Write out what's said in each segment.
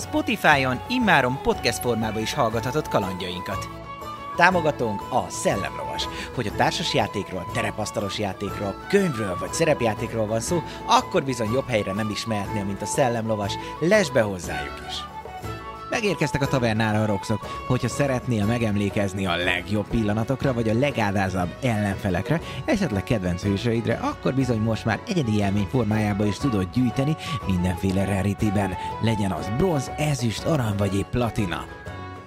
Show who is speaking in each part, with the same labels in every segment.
Speaker 1: Spotify-on immáron podcast formában is hallgathatod kalandjainkat. Támogatónk a Szellemlovas. Hogy a társas játékról, terepasztalos játékról, könyvről vagy szerepjátékról van szó, akkor bizony jobb helyre nem is mehetnél, mint a Szellemlovas. Lesz be hozzájuk is! Megérkeztek a tavernára a roxok, hogyha szeretnél megemlékezni a legjobb pillanatokra, vagy a legádázabb ellenfelekre, esetleg kedvenc hősöidre, akkor bizony most már egyedi élmény formájába is tudod gyűjteni mindenféle rarityben, legyen az bronz, ezüst, arany vagy épp platina.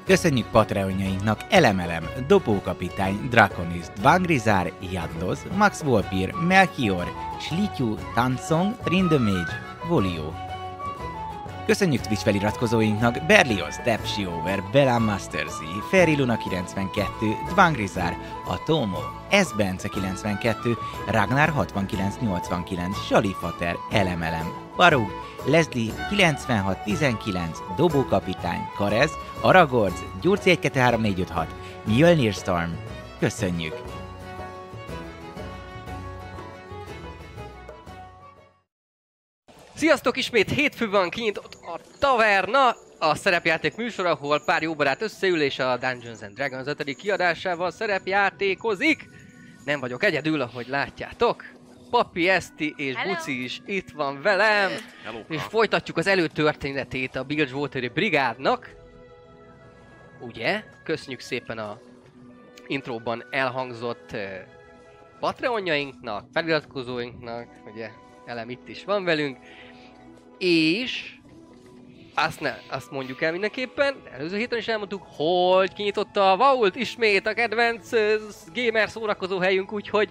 Speaker 1: Köszönjük Patreonjainknak Elemelem, Dopókapitány, Draconis, Dvangrizár, Jadloz, Max Volpir, Melchior, Slityu, Tansong, Trindemage, Volio, Köszönjük Twitch feliratkozóinknak Berlioz, Depsi Over, Bella Master Z, Feri Luna 92, Dvangrizár, Atomo, S. Bence 92, Ragnar 6989, Salifater, Elemelem, Barug, Leslie 9619, Dobókapitány, Karez, Aragorz, Gyurci 123456, Mjölnir Storm. Köszönjük!
Speaker 2: Sziasztok, ismét hétfő van kint ott a taverna, a szerepjáték műsor, ahol pár jó barát összeül és a Dungeons and Dragons 5. kiadásával szerepjátékozik. Nem vagyok egyedül, ahogy látjátok. Papi, Eszti és
Speaker 3: Hello.
Speaker 2: Buci is itt van velem, és folytatjuk az előtörténetét a Bilgewater-i brigádnak. Ugye? Köszönjük szépen a intróban elhangzott uh, Patreonjainknak, feliratkozóinknak, ugye elem itt is van velünk, és azt, ne, azt mondjuk el mindenképpen, előző héten is elmondtuk, hogy kinyitotta a Vault ismét a kedvenc ö, gamer szórakozó helyünk, úgyhogy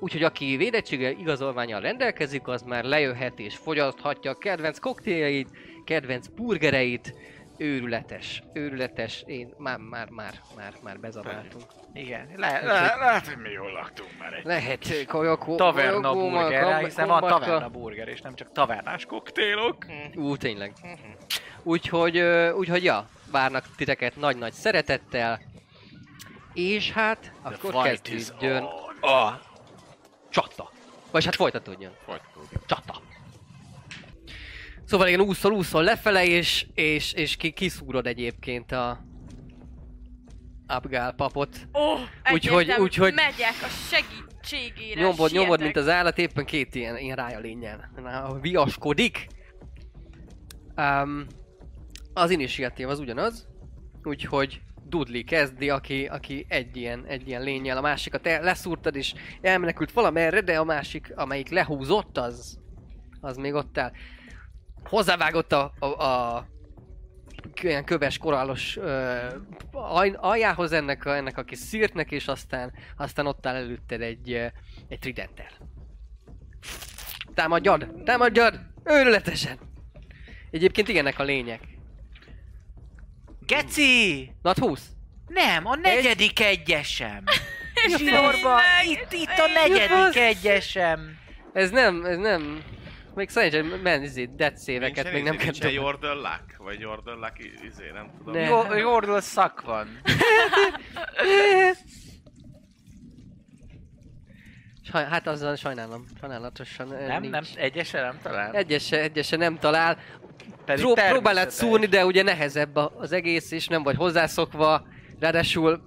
Speaker 2: Úgyhogy aki védettsége igazolványal rendelkezik, az már lejöhet és fogyaszthatja a kedvenc koktéljait, kedvenc burgereit. Őrületes, őrületes, én már, már, már, már, már bezabáltunk.
Speaker 4: Igen, le, le, lehet, hogy Hát, mi jól laktunk már egy
Speaker 2: Lehet ö, kajak,
Speaker 4: taverna
Speaker 2: kajak,
Speaker 4: burgerre,
Speaker 2: kom-
Speaker 4: hiszen van
Speaker 2: kombatka.
Speaker 4: taverna burger, és nem csak tavernás koktélok.
Speaker 2: Ú, tényleg. Úgyhogy, ö, úgyhogy ja, várnak titeket nagy-nagy szeretettel. És hát, akkor kezdődjön
Speaker 4: A.
Speaker 2: csata. Vagy hát folytatódjon.
Speaker 4: Folytatódjon.
Speaker 2: Csata. Szóval igen, úszol, úszol lefele, és, és, és ki, kiszúrod egyébként a Abgál papot.
Speaker 3: Ó, oh,
Speaker 2: Úgyhogy-
Speaker 3: egyértelmű,
Speaker 2: úgyhogy-
Speaker 3: megyek a segítségére,
Speaker 2: Nyomod,
Speaker 3: sietek.
Speaker 2: nyomod, mint az állat, éppen két ilyen, ilyen rája lényen. Na, viaskodik. Um, az initiatív az ugyanaz, úgyhogy Dudley kezdi, aki, aki egy ilyen, egy ilyen lényel, a másikat el, leszúrtad és elmenekült valamerre, de a másik, amelyik lehúzott, az, az még ott áll. Hozzávágott a, a, a olyan köves korallos ö, aj- aljához ennek a, ennek a kis szírtnek, és aztán, aztán ott áll előtted egy, ö, egy tridenttel. Támadjad! Támadjad! Őrületesen! Egyébként igenek a lények. hát
Speaker 5: Geci!
Speaker 2: Nat 20!
Speaker 5: Nem, a negyedik egyesem!
Speaker 3: És
Speaker 5: Sorba,
Speaker 3: tényleg?
Speaker 5: itt, itt a
Speaker 2: Basz.
Speaker 5: negyedik egyesem!
Speaker 2: Ez nem, ez nem... Még szerintem men, izé, death széveket még nem kell
Speaker 6: Nincsen
Speaker 2: dobni.
Speaker 6: Jordan Luck? Vagy Jordan Luck i- izé, nem tudom.
Speaker 2: Ne.
Speaker 5: Jó- Jordal szak van.
Speaker 2: Saj, hát azzal sajnálom, sajnálatosan ö,
Speaker 5: Nem,
Speaker 2: nincs.
Speaker 5: nem, egyese nem talán.
Speaker 2: Egyese, egyese nem talál.
Speaker 5: Pedig
Speaker 2: Pró- próbálod
Speaker 5: természetes.
Speaker 2: szúrni, de ugye nehezebb a- az egész, és nem vagy hozzászokva. Ráadásul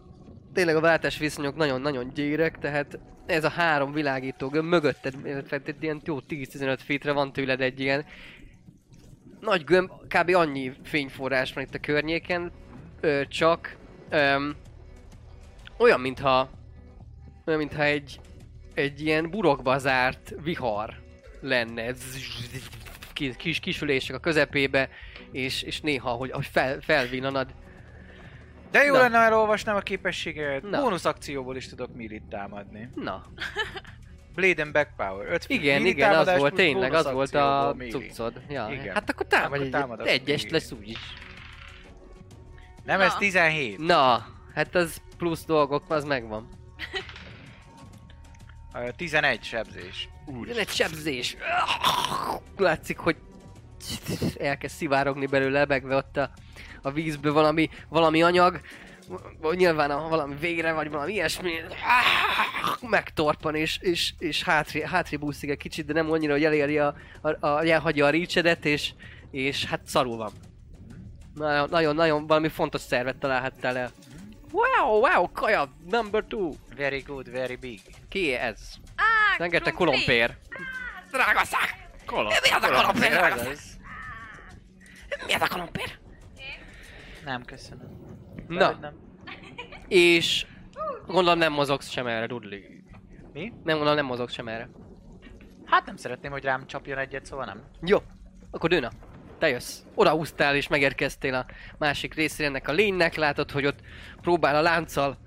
Speaker 2: tényleg a váltás viszonyok nagyon-nagyon gyérek, tehát ez a három világító gömb mögötted, tehát egy ilyen jó 10-15 feetre van tőled egy ilyen nagy gömb, kb. annyi fényforrás van itt a környéken, ö, csak öm, olyan, mintha olyan, mintha egy, egy ilyen burokba zárt vihar lenne. Zzz, ki- Kis kisülések a közepébe, és, és néha, hogy, hogy fel, felvillanad.
Speaker 5: De jó
Speaker 2: Na.
Speaker 5: lenne, ha elolvasnám a képességet.
Speaker 2: Na.
Speaker 5: Bónusz akcióból is tudok millit támadni.
Speaker 2: Na,
Speaker 5: Blade and Backpower. 5
Speaker 2: igen, igen, az volt, tényleg, az volt a cuccod. Ja,
Speaker 5: Igen.
Speaker 2: Hát akkor támadj
Speaker 5: Akkor
Speaker 2: egy,
Speaker 5: támadok
Speaker 2: egyest
Speaker 5: még.
Speaker 2: lesz úgyis.
Speaker 5: Nem, ez
Speaker 3: Na.
Speaker 5: 17.
Speaker 2: Na, hát az plusz dolgok, az megvan.
Speaker 5: Ö, 11 sebzés.
Speaker 2: Jön egy sebzés. Látszik, hogy elkezd szivárogni belőle, lebegve ott a, a vízből valami, valami anyag. Vagy Nyilván a valami végre, vagy valami ilyesmi. Megtorpan, és, és, és hátré, hátré búszik egy kicsit, de nem annyira, hogy eléri a, a, a elhagyja a rícsedet, és, és hát szarul van. Nagyon, nagyon, nagyon valami fontos szervet találhattál el. Wow, wow, kaja, number two.
Speaker 5: Very good, very big.
Speaker 2: Ki ez?
Speaker 3: Á,
Speaker 2: Rengeteg
Speaker 3: krumpli!
Speaker 2: kolompér. Drágasszák!
Speaker 6: Kalap.
Speaker 2: Mi az a kolompér? drágasszák?
Speaker 5: Ez?
Speaker 2: Mi az a kolompér?
Speaker 5: Nem, köszönöm. Vagy
Speaker 2: Na,
Speaker 5: Nem.
Speaker 2: és gondolom nem mozogsz sem erre, Dudli.
Speaker 5: Mi?
Speaker 2: Nem gondolom nem mozogsz sem erre.
Speaker 5: Hát nem szeretném, hogy rám csapjon egyet, szóval nem.
Speaker 2: Jó, akkor Dőna, te jössz. Oda úsztál és megérkeztél a másik részére ennek a lénynek, látod, hogy ott próbál a lánccal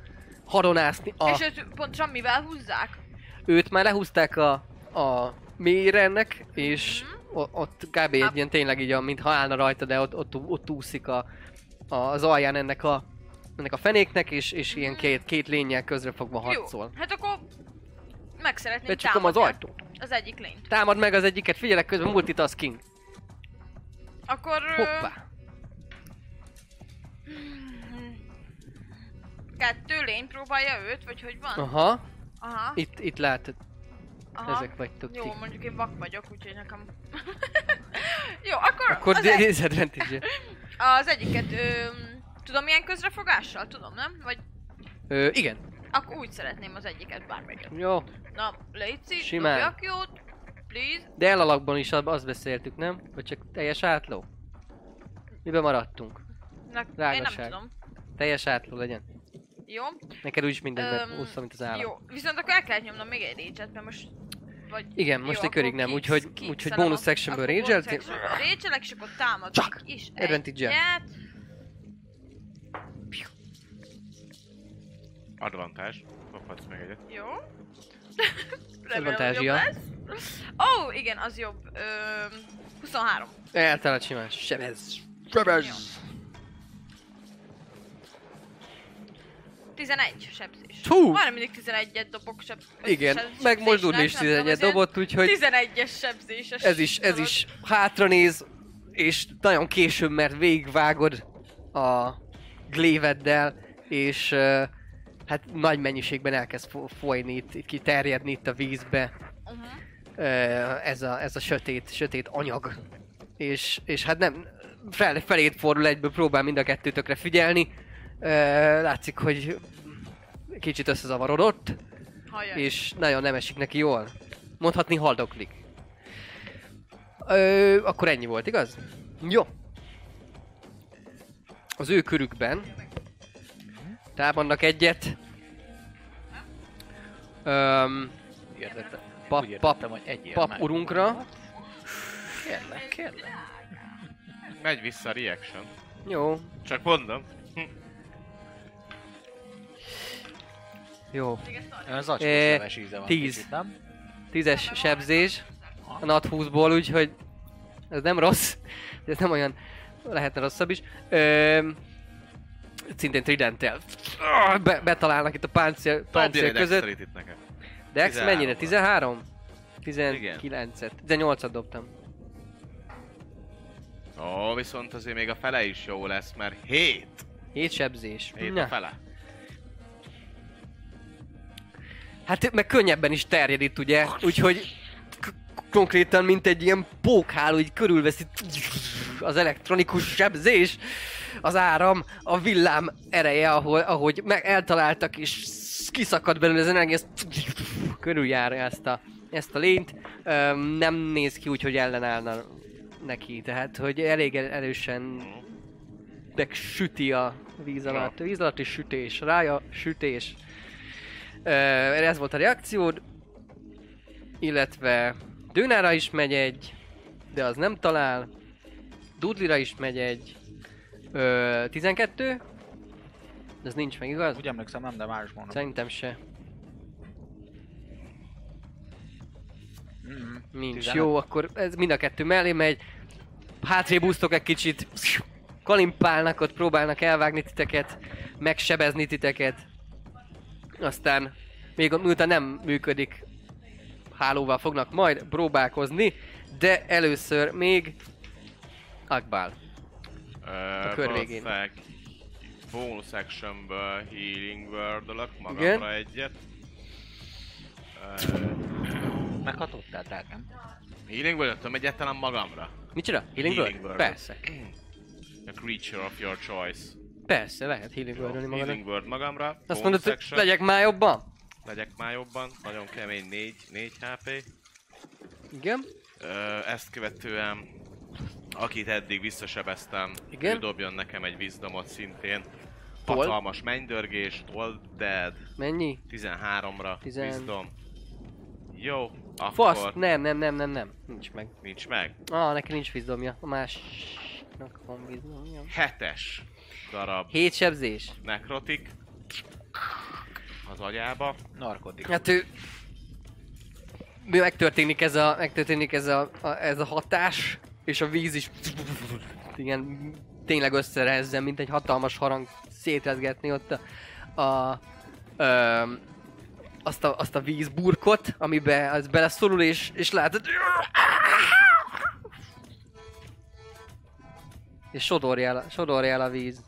Speaker 2: hadonászni a...
Speaker 3: És őt pontosan mivel húzzák?
Speaker 2: őt már lehúzták a, a mélyre ennek, és
Speaker 3: Mhm.
Speaker 2: o- ott kb.
Speaker 3: Hát-
Speaker 2: egy ilyen tényleg így, a- mintha állna rajta, de ott, ott, ott úszik a, a, az alján ennek a, ennek a fenéknek, és, és ilyen két, két lényel közre fogva harcol.
Speaker 3: Mhm. Jó, hát akkor meg szeretném
Speaker 2: Becsukom az
Speaker 3: támadni
Speaker 2: ajtót.
Speaker 3: Az egyik lényt.
Speaker 2: Támad meg az egyiket, figyelek közben multitasking.
Speaker 3: Akkor... ö,
Speaker 2: Hoppá.
Speaker 3: Kettő lény próbálja őt, vagy hogy van?
Speaker 2: Aha,
Speaker 3: Aha.
Speaker 2: itt, itt látod,
Speaker 3: aha.
Speaker 2: ezek vagytok ti.
Speaker 3: Jó, mondjuk én vak vagyok, úgyhogy nekem... Jó, akkor,
Speaker 2: Akkor
Speaker 3: az, egy,
Speaker 2: disadvantage
Speaker 3: az egyiket... Ö, tudom milyen közrefogással? Tudom, nem? Vagy
Speaker 2: Ö, igen.
Speaker 3: akkor úgy szeretném az egyiket bármelyiket.
Speaker 2: Jó.
Speaker 3: Na, Léci,
Speaker 2: Simán.
Speaker 3: dobjak jót, please.
Speaker 2: De elalakban is ab- azt beszéltük, nem? Vagy csak teljes átló? Miben maradtunk?
Speaker 3: Na, én nem
Speaker 2: Drágaság.
Speaker 3: tudom.
Speaker 2: Teljes átló legyen.
Speaker 3: Jó.
Speaker 2: Neked úgyis mindegy, mert
Speaker 3: Öm,
Speaker 2: úszom, mint az állat.
Speaker 3: Jó, viszont akkor el kell nyomnom még egy rage mert most... Vagy...
Speaker 2: Igen, most egy körig
Speaker 3: akkor
Speaker 2: nem,
Speaker 3: kick-
Speaker 2: úgyhogy-
Speaker 3: kick
Speaker 2: úgyhogy
Speaker 3: szelem,
Speaker 2: bonus
Speaker 3: akkor-
Speaker 2: actionből
Speaker 3: akkor bonus
Speaker 2: rage-eltél?
Speaker 3: actionből rage-elek, és akkor támadok
Speaker 2: Csak.
Speaker 3: is
Speaker 2: Advantage-el.
Speaker 3: egyet.
Speaker 6: Advantage. Kaphatsz meg egyet.
Speaker 3: Jó. Remélem, hogy jobb
Speaker 2: Advantage-ja.
Speaker 3: lesz. Ó, oh, igen, az jobb. Öm, 23.
Speaker 2: Eltalált simán. Sebez.
Speaker 3: Jó.
Speaker 2: Sebez.
Speaker 3: 11 sebzés.
Speaker 2: Hú!
Speaker 3: Már mindig 11-et dobok seb...
Speaker 2: Igen,
Speaker 3: seb-
Speaker 2: meg most
Speaker 3: sebzésnek,
Speaker 2: Dudli is
Speaker 3: nem tudom,
Speaker 2: 11-et
Speaker 3: azért
Speaker 2: dobott, úgyhogy
Speaker 3: 11-es sebzéses.
Speaker 2: ez is, ez
Speaker 3: dolog.
Speaker 2: is hátra néz, és nagyon későn, mert végigvágod a gléveddel, és ö, hát nagy mennyiségben elkezd fo- folyni, itt, itt kiterjedni itt a vízbe.
Speaker 3: Uh-huh.
Speaker 2: ö, ez a, ez a sötét, sötét anyag. És, és hát nem, fel, felét fordul egyből, próbál mind a kettőtökre figyelni. Ö, látszik, hogy kicsit összezavarodott,
Speaker 3: Hajaj.
Speaker 2: és nagyon nem esik neki jól. Mondhatni haldoklik. Ö, akkor ennyi volt, igaz? Jó. Az ő körükben támadnak egyet. Öm,
Speaker 5: Érdettem.
Speaker 2: Pap-
Speaker 5: Úgy
Speaker 2: pap-
Speaker 5: értettem, hogy egy ilyen
Speaker 2: pap
Speaker 5: már.
Speaker 2: urunkra.
Speaker 5: Kérlek, kérlek.
Speaker 6: Megy vissza a reaction.
Speaker 2: Jó,
Speaker 6: Csak mondom.
Speaker 2: jó.
Speaker 5: Az
Speaker 2: Eh,
Speaker 5: acskos íze van
Speaker 2: tíz.
Speaker 5: kicsit, nem?
Speaker 2: Tízes sebzés a nat 20-ból, úgyhogy ez nem rossz, de ez nem olyan, lehetne rosszabb is. Ö, szintén tridenttel
Speaker 4: Ah,
Speaker 2: Be, betalálnak itt a páncél, páncél között.
Speaker 6: itt nekem.
Speaker 2: Dex
Speaker 6: 13-at.
Speaker 2: mennyire? 13?
Speaker 6: Igen.
Speaker 2: 19-et. 18-at dobtam.
Speaker 6: Ó, viszont azért még a fele is jó lesz, mert 7.
Speaker 2: 7 sebzés.
Speaker 6: 7 a
Speaker 2: Na.
Speaker 6: fele.
Speaker 2: Hát meg könnyebben is terjed itt, ugye? Úgyhogy k- konkrétan, mint egy ilyen pókháló, így körülveszi az elektronikus sebzés, az áram, a villám ereje, ahol, ahogy meg eltaláltak, és kiszakad belőle az energia, ez körüljárja ezt a, ezt a lényt. Öm, nem néz ki úgy, hogy ellenállna neki, tehát hogy elég erősen meg süti a víz alatt. Víz alatti sütés, rája sütés. Ö, ez volt a reakciód. Illetve Dőnára is megy egy, de az nem talál. Dudlira is megy egy. Ö, 12? Ez nincs meg, igaz?
Speaker 5: Úgy emlékszem, nem, de más mondom.
Speaker 2: Szerintem se.
Speaker 6: Mhm.
Speaker 5: Mm,
Speaker 2: Nincs.
Speaker 5: 15.
Speaker 2: Jó, akkor ez mind a kettő mellé megy. Hátrébb úsztok egy kicsit. kalimpálnak, ott próbálnak elvágni titeket, megsebezni titeket. Aztán még ott, miután nem működik, hálóval fognak majd próbálkozni, de először még Akbál.
Speaker 6: A
Speaker 2: kör végén.
Speaker 6: Bonus actionből healing word magamra
Speaker 2: Igen.
Speaker 6: egyet. Ö,
Speaker 5: Meghatottál, drágám?
Speaker 6: healing word egyáltalán magamra.
Speaker 2: Mit csinál? Healing,
Speaker 6: Healing
Speaker 2: Word?
Speaker 6: Word.
Speaker 2: Persze.
Speaker 6: A creature of your choice.
Speaker 2: Persze, lehet Healing Word-olni magadnak.
Speaker 6: Healing word magamra.
Speaker 2: Azt
Speaker 6: bonus
Speaker 2: mondod, hogy
Speaker 6: action.
Speaker 2: legyek már jobban?
Speaker 6: legyek már jobban, nagyon kemény 4, 4 HP.
Speaker 2: Igen.
Speaker 6: Ö, ezt követően, akit eddig visszasebeztem,
Speaker 2: Igen.
Speaker 6: ő dobjon nekem egy vízdomot szintén.
Speaker 2: Tol?
Speaker 6: Hatalmas mennydörgés, toll dead,
Speaker 2: Mennyi?
Speaker 6: 13-ra
Speaker 2: Tizen-
Speaker 6: vízdom. Jó, akkor
Speaker 2: Faszt! Nem, nem, nem, nem, nem. Nincs meg.
Speaker 6: nincs meg.
Speaker 2: Ah, neki nincs vízdomja. A másnak van vízdomja.
Speaker 6: Hetes darab
Speaker 2: Hét sebzés.
Speaker 6: nekrotik az agyába.
Speaker 5: Narkotik.
Speaker 2: Hát ő... Mi megtörténik ez a, megtörténik ez a, a, ez a hatás, és a víz is igen, tényleg összerezzen, mint egy hatalmas harang szétrezgetni ott a, a öm, azt a, azt a vízburkot, amibe az beleszorul, és, és látod... És sodorja el, sodorja el a víz.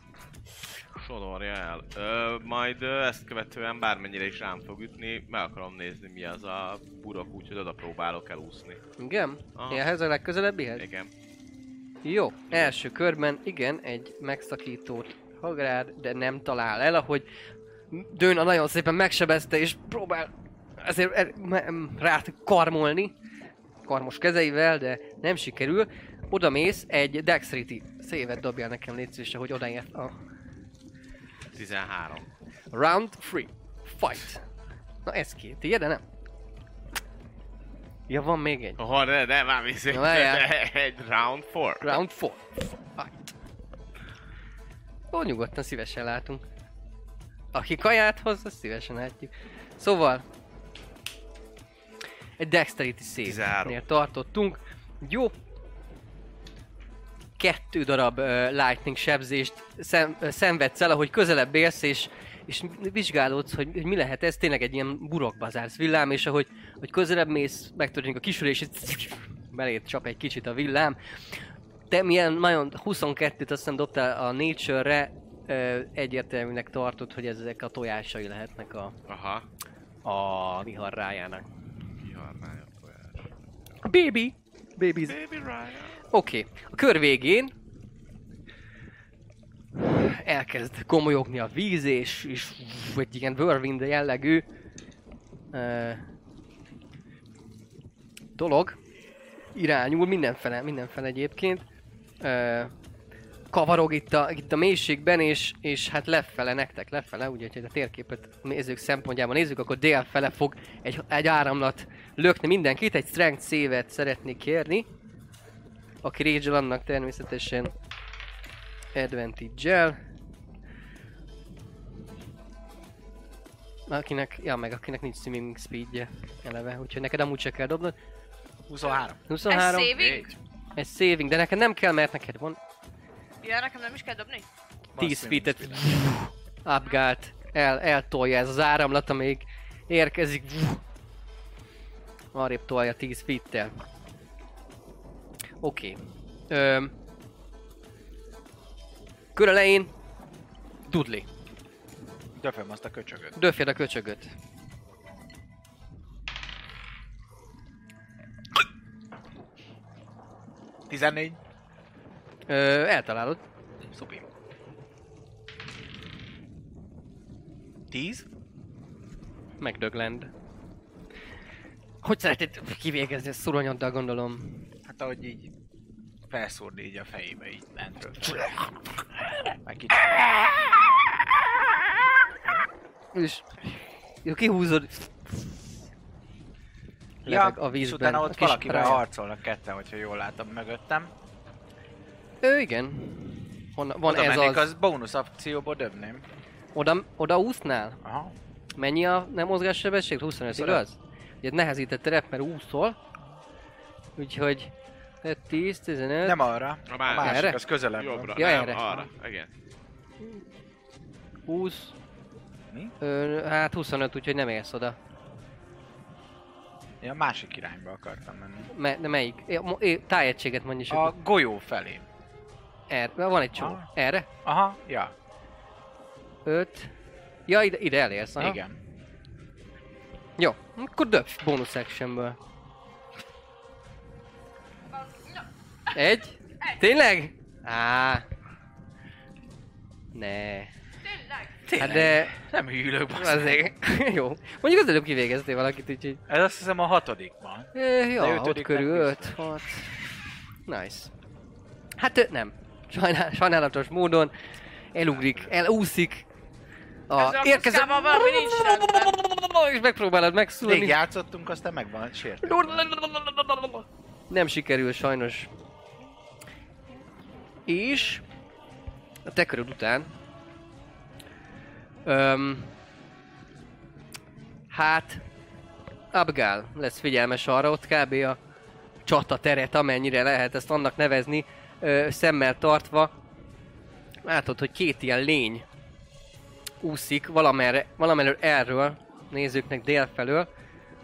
Speaker 6: Sodorja el. Ö, majd ö, ezt követően bármennyire is rám fog ütni, meg akarom nézni mi az a burok, úgyhogy oda próbálok elúszni.
Speaker 2: Igen?
Speaker 6: Aha.
Speaker 2: Ehhez a legközelebbihez?
Speaker 6: Igen.
Speaker 2: Jó, első körben igen, egy megszakítót hagrád, de nem talál el, ahogy Dőna nagyon szépen megsebezte és próbál ezért er, me- m- rád karmolni, karmos kezeivel, de nem sikerül. Oda mész, egy Dexterity szévet dobjál nekem légy szíves, hogy odaért a
Speaker 6: 13.
Speaker 2: Round 3. Fight. Na ez két, tiéd, de nem. Ja, van még egy.
Speaker 6: Oh, de, de már viszik.
Speaker 2: Na, várjál.
Speaker 6: Egy round four.
Speaker 2: Round 4. Fight. Ó, nyugodtan szívesen látunk. Aki kaját hoz, azt szívesen látjuk. Szóval... Egy Dexterity
Speaker 6: 13.
Speaker 2: save tartottunk. Jó. Kettő darab uh, lightning sebzést szem, uh, szenvedsz el, ahogy közelebb élsz, és, és vizsgálódsz, hogy, hogy mi lehet ez. Tényleg egy ilyen burokba zársz villám, és ahogy hogy közelebb mész, megtörténik a kisülés, és belét csap egy kicsit a villám. Te milyen, nagyon 22-t azt hiszem dobtál a Nature-re, ö, egyértelműnek tartod, hogy ezek a tojásai lehetnek a,
Speaker 6: Aha.
Speaker 2: a vihar rájának.
Speaker 6: Kiharmány a tojás.
Speaker 2: Baby! Baby!
Speaker 6: Baby Ryan.
Speaker 2: Oké, okay. a kör végén elkezd komolyogni a víz, és, és egy ilyen whirlwind jellegű ö, dolog irányul mindenfele, mindenfele egyébként. Ö, kavarog itt a, itt a mélységben, és, és hát lefele nektek, lefele, ugye, hogyha a térképet nézők szempontjában nézzük, akkor délfele fog egy, egy áramlat lökni mindenkit, egy strength szévet szeretnék kérni. Aki rage annak természetesen advantage-el. Akinek, ja meg akinek nincs swimming speedje eleve, úgyhogy neked amúgy se kell dobnod.
Speaker 5: 23.
Speaker 3: Ez
Speaker 2: 23,
Speaker 3: saving?
Speaker 2: ez saving, de neked nem kell, mert neked van
Speaker 3: Ja, nekem nem is kell dobni?
Speaker 2: 10 feet-et upgált, el, eltolja ez az áramlat, amíg érkezik. Arrébb tolja 10 feet-tel. Oké. Okay. Kör elején Dudley.
Speaker 5: Döföm azt a köcsögöt.
Speaker 2: Döfjed a köcsögöt.
Speaker 5: Tizennégy.
Speaker 2: Ö, eltalálod.
Speaker 5: Szupi.
Speaker 1: 10?
Speaker 2: Megdöglend. Hogy szeretnéd kivégezni ezt szuronyoddal, gondolom?
Speaker 5: Hát ahogy így felszúrni így a fejébe, így lentről. Meg kicsit.
Speaker 2: És... Jó, kihúzod.
Speaker 5: Ja,
Speaker 2: Lebeg a vízben.
Speaker 5: és utána ott
Speaker 2: a kis
Speaker 5: valakivel
Speaker 2: rája.
Speaker 5: harcolnak ketten, hogyha jól látom mögöttem.
Speaker 2: Ő igen. Honna, van
Speaker 5: Oda
Speaker 2: ez
Speaker 5: mennék,
Speaker 2: az.
Speaker 5: az bónusz akcióba döbném.
Speaker 2: Oda, oda úsznál?
Speaker 5: Aha.
Speaker 2: Mennyi a nem mozgássebesség? 25,
Speaker 5: Tizenöt.
Speaker 2: igaz? Ugye nehezített terep, mert úszol. Úgyhogy hát 5, 10, 15.
Speaker 5: Nem arra.
Speaker 6: A
Speaker 5: A
Speaker 6: másik.
Speaker 5: másik,
Speaker 2: Erre?
Speaker 5: az közelebb. van.
Speaker 6: Jobbra.
Speaker 2: Ja,
Speaker 6: nem,
Speaker 2: erre.
Speaker 6: arra. Igen.
Speaker 2: 20.
Speaker 5: Mi?
Speaker 2: Ö, hát 25, úgyhogy nem érsz oda.
Speaker 5: Én a másik irányba akartam menni.
Speaker 2: Me, de melyik? É, mo, é, tájegységet mondj is.
Speaker 5: A
Speaker 2: A...
Speaker 5: golyó felé.
Speaker 2: Erre. Van egy csomó.
Speaker 5: Ah.
Speaker 2: Erre?
Speaker 5: Aha, ja,
Speaker 2: 5. Ja, ide, ide elérsz. Aha.
Speaker 5: igen.
Speaker 2: Jó, akkor döps bonus actionből. Egy? Tényleg? Á. Ne.
Speaker 3: Tényleg?
Speaker 2: Hát de
Speaker 5: Nem hűlök, basz.
Speaker 2: azért jó. Mondjuk az előbb kivégeztél valakit, úgyhogy...
Speaker 5: Ez azt hiszem a hatodik van.
Speaker 2: Eh,
Speaker 5: De
Speaker 2: Ja,
Speaker 5: ötödik
Speaker 2: ott
Speaker 5: nem
Speaker 2: körül
Speaker 5: biztos.
Speaker 2: 5, 6. Nice. Hát ö, nem. Sajnál, sajnálatos módon elugrik, elúszik.
Speaker 3: Ezzel a kockával valami nincs rendben.
Speaker 2: És megpróbálod
Speaker 5: Még
Speaker 2: megszúrni.
Speaker 5: játszottunk, aztán meg van sért.
Speaker 2: Nem sikerül sajnos. És a te köröd után öm, hát Abgál lesz figyelmes arra, ott kb. a csatateret, amennyire lehet ezt annak nevezni, ö, szemmel tartva. Látod, hogy két ilyen lény úszik valamerre, valamerről erről, nézőknek délfelől,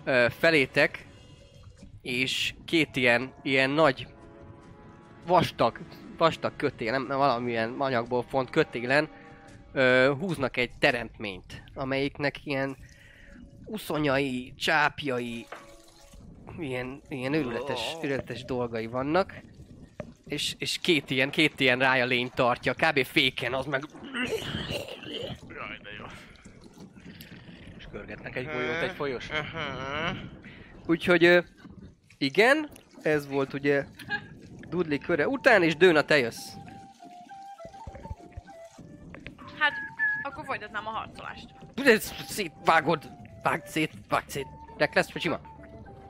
Speaker 2: ö, felétek, és két ilyen, ilyen nagy vastag, vastag kötél, nem, nem valamilyen anyagból font kötélen ö, húznak egy teremtményt, amelyiknek ilyen uszonyai, csápjai, ilyen, ilyen őrületes, őrületes dolgai vannak. És, és két ilyen, két ilyen rája lény tartja, kb. féken, az meg
Speaker 6: Jaj, de jó.
Speaker 5: És körgetnek egy golyót egy folyos.
Speaker 2: Úgyhogy ö, igen, ez volt ugye Dudley köre után, és Dőna te jössz.
Speaker 3: Hát, akkor folytatnám a harcolást.
Speaker 2: Ez Szétvágod, vágd szét, vágd szét. Rek lesz, vagy sima?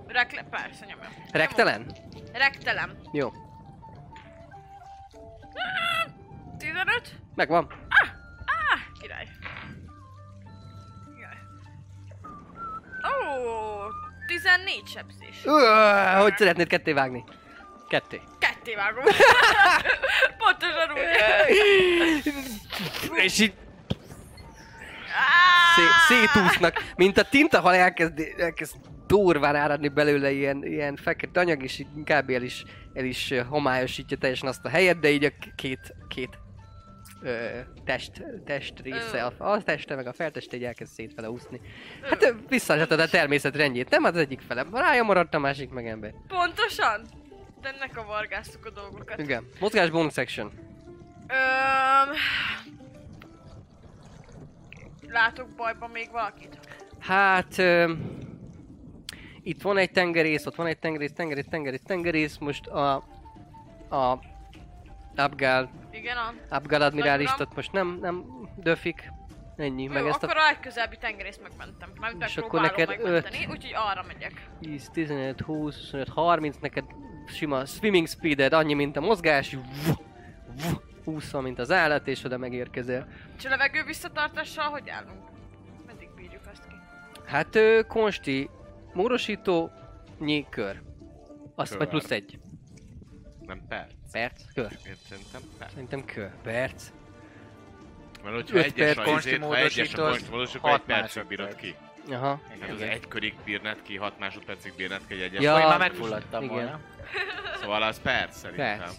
Speaker 3: Rekle... Persze, nyomjam.
Speaker 2: Rektelen?
Speaker 3: Nyomom. Rektelem.
Speaker 2: Jó,
Speaker 3: 15?
Speaker 2: megvan.
Speaker 3: Ah, király. Jaj. Ó, 14 sebzés.
Speaker 2: Ööö, hogy szeretnéd ketté vágni? Ketté.
Speaker 3: Ketté vágom. Pontosan úgy.
Speaker 2: És így
Speaker 3: Á,
Speaker 2: szé- szétúsznak, mint a tintahal elkezd, elkezd durván áradni belőle ilyen, ilyen fekete anyag, és így kb. el is, el is ö, homályosítja teljesen azt a helyet, de így a k- két, két ö, test, test része, a, a teste meg a felteste így elkezd szétfele úszni. Hát ö, visszaadhatod a természet rendjét, nem? Az egyik fele rája maradt, a másik meg ember.
Speaker 3: Pontosan? De ne kavargáztuk a dolgokat.
Speaker 2: Igen. Mozgás bonus action.
Speaker 3: Öm... Látok bajban még valakit?
Speaker 2: Hát... Ö, itt van egy tengerész, ott van egy tengerész, tengerész, tengerész, tengerész, most a... A... Abgál,
Speaker 3: Igen, a...
Speaker 2: Abgál admirálistat most nem, nem döfik. Ennyi, meg
Speaker 3: Jó,
Speaker 2: ezt
Speaker 3: akkor
Speaker 2: a
Speaker 3: a legközelebbi tengerészt megmentem. Mármint
Speaker 2: És akkor
Speaker 3: megpróbálom
Speaker 2: neked öt.
Speaker 3: megmenteni, úgyhogy arra megyek.
Speaker 2: 10, 15, 20, 25, 30, neked sima swimming speeded, annyi, mint a mozgás, vuh, vuh, úszva, mint az állat, és oda megérkezel.
Speaker 3: És a levegő visszatartással hogy állunk? Meddig bírjuk azt ki?
Speaker 2: Hát ö, konsti, mórosító, nyi kör. Azt vagy
Speaker 6: Kör.
Speaker 2: plusz egy.
Speaker 6: Nem perc.
Speaker 2: Perc? Kör.
Speaker 6: Én szerintem perc.
Speaker 2: Szerintem kör. Perc.
Speaker 6: Mert hogyha
Speaker 2: Öt
Speaker 6: egyes
Speaker 2: perc
Speaker 6: a
Speaker 5: konsti
Speaker 6: izét, ha egyes a
Speaker 5: módosítasz,
Speaker 6: konsti módosítasz, akkor
Speaker 5: hat
Speaker 6: egy percig
Speaker 5: másodperc.
Speaker 6: bírod ki.
Speaker 2: Aha.
Speaker 6: Tehát az egy körig bírnád ki, hat másodpercig bírnád ki egy egyes.
Speaker 2: Ja.
Speaker 5: Én már megfulladtam
Speaker 2: Igen.
Speaker 5: volna.
Speaker 6: Szóval az perc szerintem.
Speaker 2: Perc.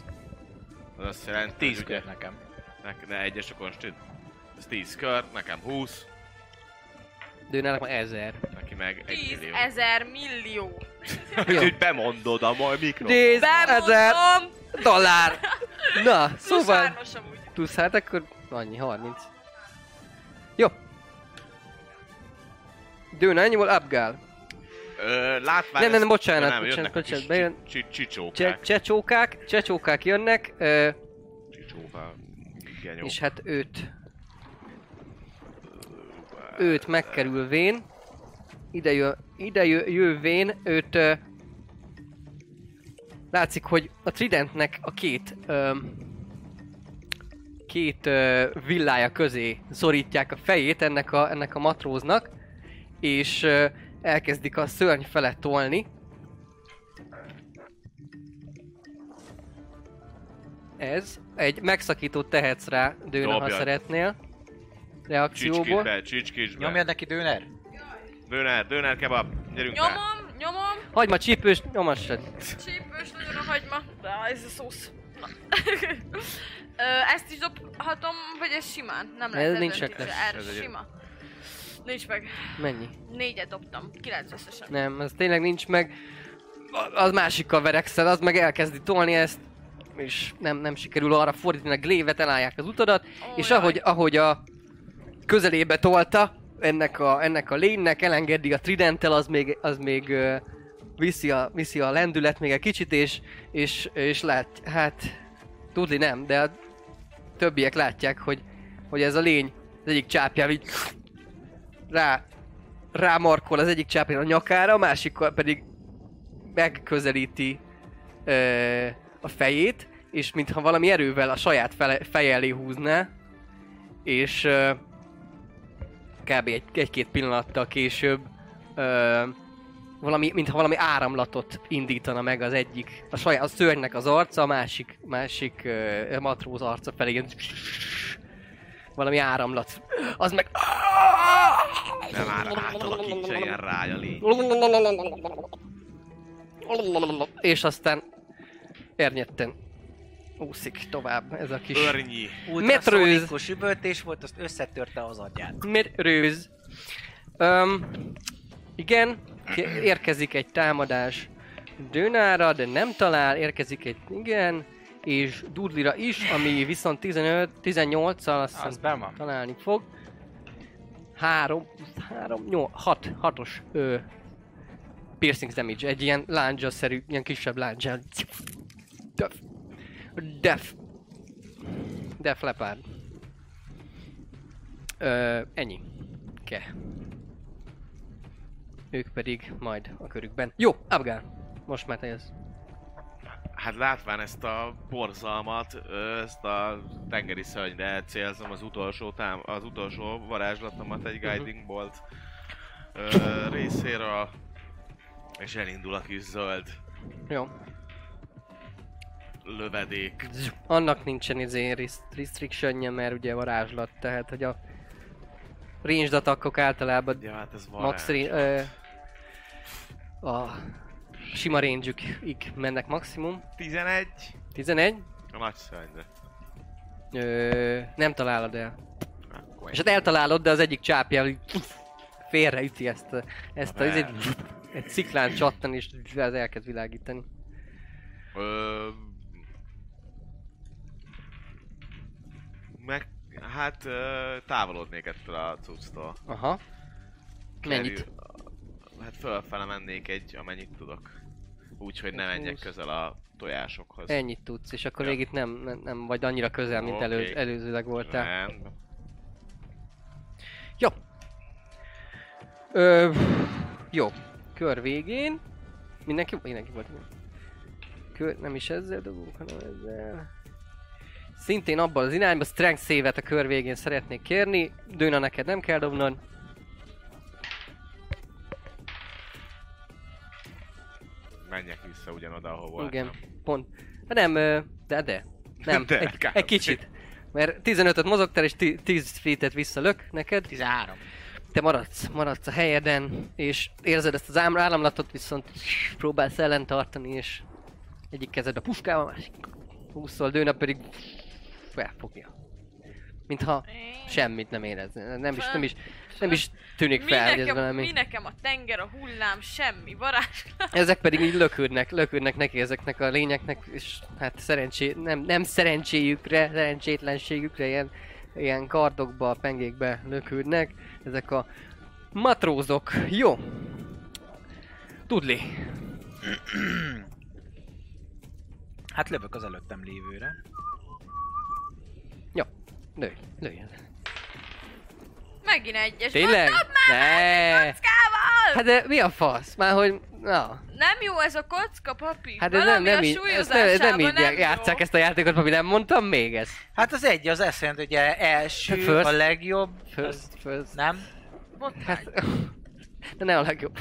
Speaker 6: Az azt jelenti, hogy
Speaker 5: Tíz
Speaker 6: ugye-
Speaker 5: kör nekem.
Speaker 6: Ne, ne egyes a konstit. Ez 10 kör, nekem 20,
Speaker 2: Dőnának ma ezer.
Speaker 6: neki meg 1
Speaker 3: 10
Speaker 6: millió.
Speaker 3: ezer millió.
Speaker 6: Úgyhogy bemondod a mai mikro.
Speaker 2: Tíz ezer
Speaker 3: Bemondom!
Speaker 2: dollár! Na, szóval...
Speaker 3: Szóval... amúgy.
Speaker 2: Plusz hát akkor annyi, 30. Jó. Dőna, ennyi volt, Abgál.
Speaker 6: Ö, látvány...
Speaker 2: Nem, nem, nem, bocsánat,
Speaker 6: Nem,
Speaker 2: bocsánat,
Speaker 6: jönnek a kis
Speaker 2: bocsánat, bejön.
Speaker 6: csi- csi-
Speaker 2: Cse-
Speaker 6: Csicsókák.
Speaker 2: Csecsókák, csecsókák jönnek, ö,
Speaker 6: Csicsókák. Igen, jó.
Speaker 2: és hát őt, őt megkerülvén, ide, jö, ide jö, jövén, őt ö, látszik, hogy a Tridentnek a két ö, két ö, villája közé szorítják a fejét ennek a, ennek a matróznak, és ö, elkezdik a szörny fele tolni. Ez. Egy megszakítót tehetsz rá, Dőne, ha
Speaker 6: Dobjad.
Speaker 2: szeretnél. Reakcióból.
Speaker 6: Csicskisbe, csicskisbe.
Speaker 5: Nyomjad neki dőner?
Speaker 6: Döner, döner kebab, gyerünk be.
Speaker 3: Nyomom, nyomom,
Speaker 2: Hagyma csípős, nyomassad.
Speaker 3: csípős nagyon a hagyma. Á, ez a szósz. Na. Ö, ezt is dobhatom, vagy ez simán? Nem lehet
Speaker 2: Ez nincs
Speaker 3: eldönteni,
Speaker 2: checklist.
Speaker 3: Erre
Speaker 6: Ez egy-
Speaker 3: sima. Nincs meg.
Speaker 2: Mennyi?
Speaker 3: Négyet dobtam. Kilenc összesen.
Speaker 2: Nem, ez tényleg nincs meg. A- Az másikkal verekszel, az meg elkezdi tolni ezt, és nem, nem sikerül arra fordítani a glévet, elállják az utadat,
Speaker 3: Ó,
Speaker 2: és
Speaker 3: jaj.
Speaker 2: ahogy, ahogy a közelébe tolta ennek a, ennek a lénynek, elengedi a tridenttel, az még, az még ö, viszi, a, viszi a lendület még egy kicsit, és, és, és lát, hát tudni nem, de a többiek látják, hogy, hogy ez a lény az egyik csápjával így rá, rámarkol az egyik csápján a nyakára, a másikkal pedig megközelíti ö, a fejét, és mintha valami erővel a saját fele, feje elé húzná, és ö, kb. Egy, egy-két pillanattal később ö, valami, mintha valami áramlatot indítana meg az egyik, a, saját, a szörnynek az arca, a másik, másik ö, matróz arca pedig ilyen valami áramlat. Az meg...
Speaker 6: De már átalakítsa ilyen rája légy.
Speaker 2: És aztán ernyetten úszik tovább ez a kis
Speaker 6: Örnyi.
Speaker 5: Ultraszonikus üvöltés volt, azt összetörte az agyát.
Speaker 2: merőz. Öm, igen, ki- érkezik egy támadás Dönára, de nem talál, érkezik egy igen, és Dudlira is, ami viszont 15-18-al azt
Speaker 5: Az
Speaker 2: hiszem
Speaker 5: ben van.
Speaker 2: találni fog. 3, 3, 8, 6, 6-os ö, piercing damage, egy ilyen lándzsa-szerű, ilyen kisebb lándzsa. Def. Def. Def lepárd. Ö, ennyi. Ke. Ők pedig majd a körükben. Jó, Abgár. Most már te jössz.
Speaker 6: Hát látván ezt a borzalmat, ö, ezt a tengeri szörnyre célzom az utolsó, tám- az utolsó varázslatomat egy Guiding Bolt ö, részéről, és elindul a kis zöld
Speaker 2: Jó.
Speaker 6: lövedék.
Speaker 2: Annak nincsen izé rest- restrictionje, mert ugye varázslat, tehát hogy a ranged attackok általában
Speaker 6: Ja, hát ez varázs.
Speaker 2: max ra- ö, a sima range mennek maximum.
Speaker 6: 11
Speaker 2: 11.
Speaker 6: a nagy szörnyre.
Speaker 2: Ö, nem találod el. És hát eltalálod, de az egyik csápja így félreüti ezt, a- ezt a, ez egy, egy sziklán csattan, és az elkezd világítani.
Speaker 6: Ö... Meg... Hát ö, távolodnék ettől a cucctól.
Speaker 2: Aha. Mennyit?
Speaker 6: Kerül- Hát fölfele mennék egy, amennyit tudok. Úgyhogy ne menjek
Speaker 2: Húsz.
Speaker 6: közel a tojásokhoz.
Speaker 2: Ennyit tudsz, és akkor
Speaker 6: Ja.
Speaker 2: még itt nem, nem, nem vagy annyira közel, mint elő,
Speaker 6: Oké.
Speaker 2: előzőleg voltál.
Speaker 6: Rendben.
Speaker 2: Jó. Ö, jó. Kör végén. Mindenki, mindenki volt. igen. Kör, nem is ezzel dobunk, hanem ezzel. Szintén abban az irányba strength save a kör végén szeretnék kérni. Dőna neked nem kell dobnod.
Speaker 6: Menjek vissza ugyanoda, ahol voltam.
Speaker 2: Igen, pont. Hát nem, ö, de de. Nem,
Speaker 6: De,
Speaker 2: egy,
Speaker 6: kb.
Speaker 2: egy kicsit. Mert 15-öt mozogtál és ti- 10 feet-et visszalök neked.
Speaker 5: 13.
Speaker 2: te maradsz, maradsz a helyeden, és érzed ezt az ám- áramlatot, viszont próbálsz ellen tartani, és egyik kezed a puskával, másik húszol, dőna pedig felfogja. Mintha semmit nem érez, nem is, nem is, nem is tűnik
Speaker 3: Mi
Speaker 2: fel, hogy ez
Speaker 3: nekem, mi
Speaker 2: valami.
Speaker 3: nekem a tenger, a hullám, semmi, varázslat.
Speaker 2: Ezek pedig így lökődnek, lökődnek neki ezeknek a lényeknek, és hát szerencsé, nem, nem szerencséjükre, szerencsétlenségükre ilyen, ilyen kardokba, pengékbe lökődnek. Ezek a matrózok. Jó. Tudli.
Speaker 5: Hát lövök az előttem lévőre.
Speaker 2: Jó. Lőj, lőjön.
Speaker 3: Megint egyes.
Speaker 2: Tényleg?
Speaker 3: Mondtam már,
Speaker 2: Ne.
Speaker 3: ezzel kockával!
Speaker 2: Hát de mi a fasz? Már hogy... Na.
Speaker 3: Nem jó ez a kocka, papi.
Speaker 2: Hát ez nem,
Speaker 3: Valami
Speaker 2: nem,
Speaker 3: a
Speaker 2: így, ez nem, ez
Speaker 3: súlyozásában
Speaker 2: nem így
Speaker 3: jó.
Speaker 2: játszák ezt a játékot, ami nem mondtam még ezt.
Speaker 5: Hát az egy, az eszent, ugye első,
Speaker 2: Hát First.
Speaker 5: a legjobb, az
Speaker 2: First, first.
Speaker 5: nem?
Speaker 3: Botrány.
Speaker 2: Hát, de ne a legjobb.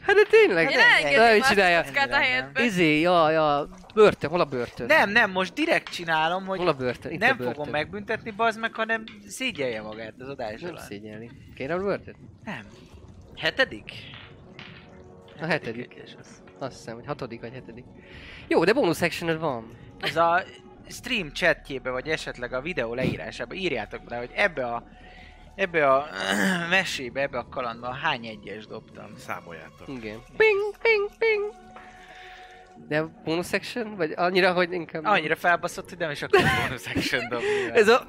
Speaker 2: Hát de tényleg.
Speaker 3: Én
Speaker 2: nem. Na,
Speaker 3: elengedném
Speaker 2: mit
Speaker 3: azt
Speaker 2: csinálja?
Speaker 3: a kockát a helyedbe.
Speaker 2: Izé, ja, ja, börtön, hol a börtön?
Speaker 5: Nem, nem, most direkt csinálom, hogy
Speaker 2: Hol a börtön? Itt a
Speaker 5: nem
Speaker 2: börtön.
Speaker 5: fogom megbüntetni, bazd meg, hanem szégyelje magát az adás
Speaker 2: Nem
Speaker 5: alatt.
Speaker 2: szégyelni. Kéne a börtön?
Speaker 5: Nem. Hetedik?
Speaker 2: A hetedik.
Speaker 5: és az.
Speaker 2: Azt hiszem, hogy hatodik vagy hetedik. Jó, de bonus actioned van.
Speaker 5: Ez a stream chatjébe, vagy esetleg a videó leírásába írjátok bele, hogy ebbe a ebbe a mesébe, ebbe a kalandba hány egyes dobtam.
Speaker 6: Számoljátok.
Speaker 2: Igen. Ping, ping, ping. De bonus action? Vagy annyira, hogy inkább...
Speaker 5: Annyira felbaszott, hogy nem is akarok bonus action dobni.
Speaker 2: Ez a...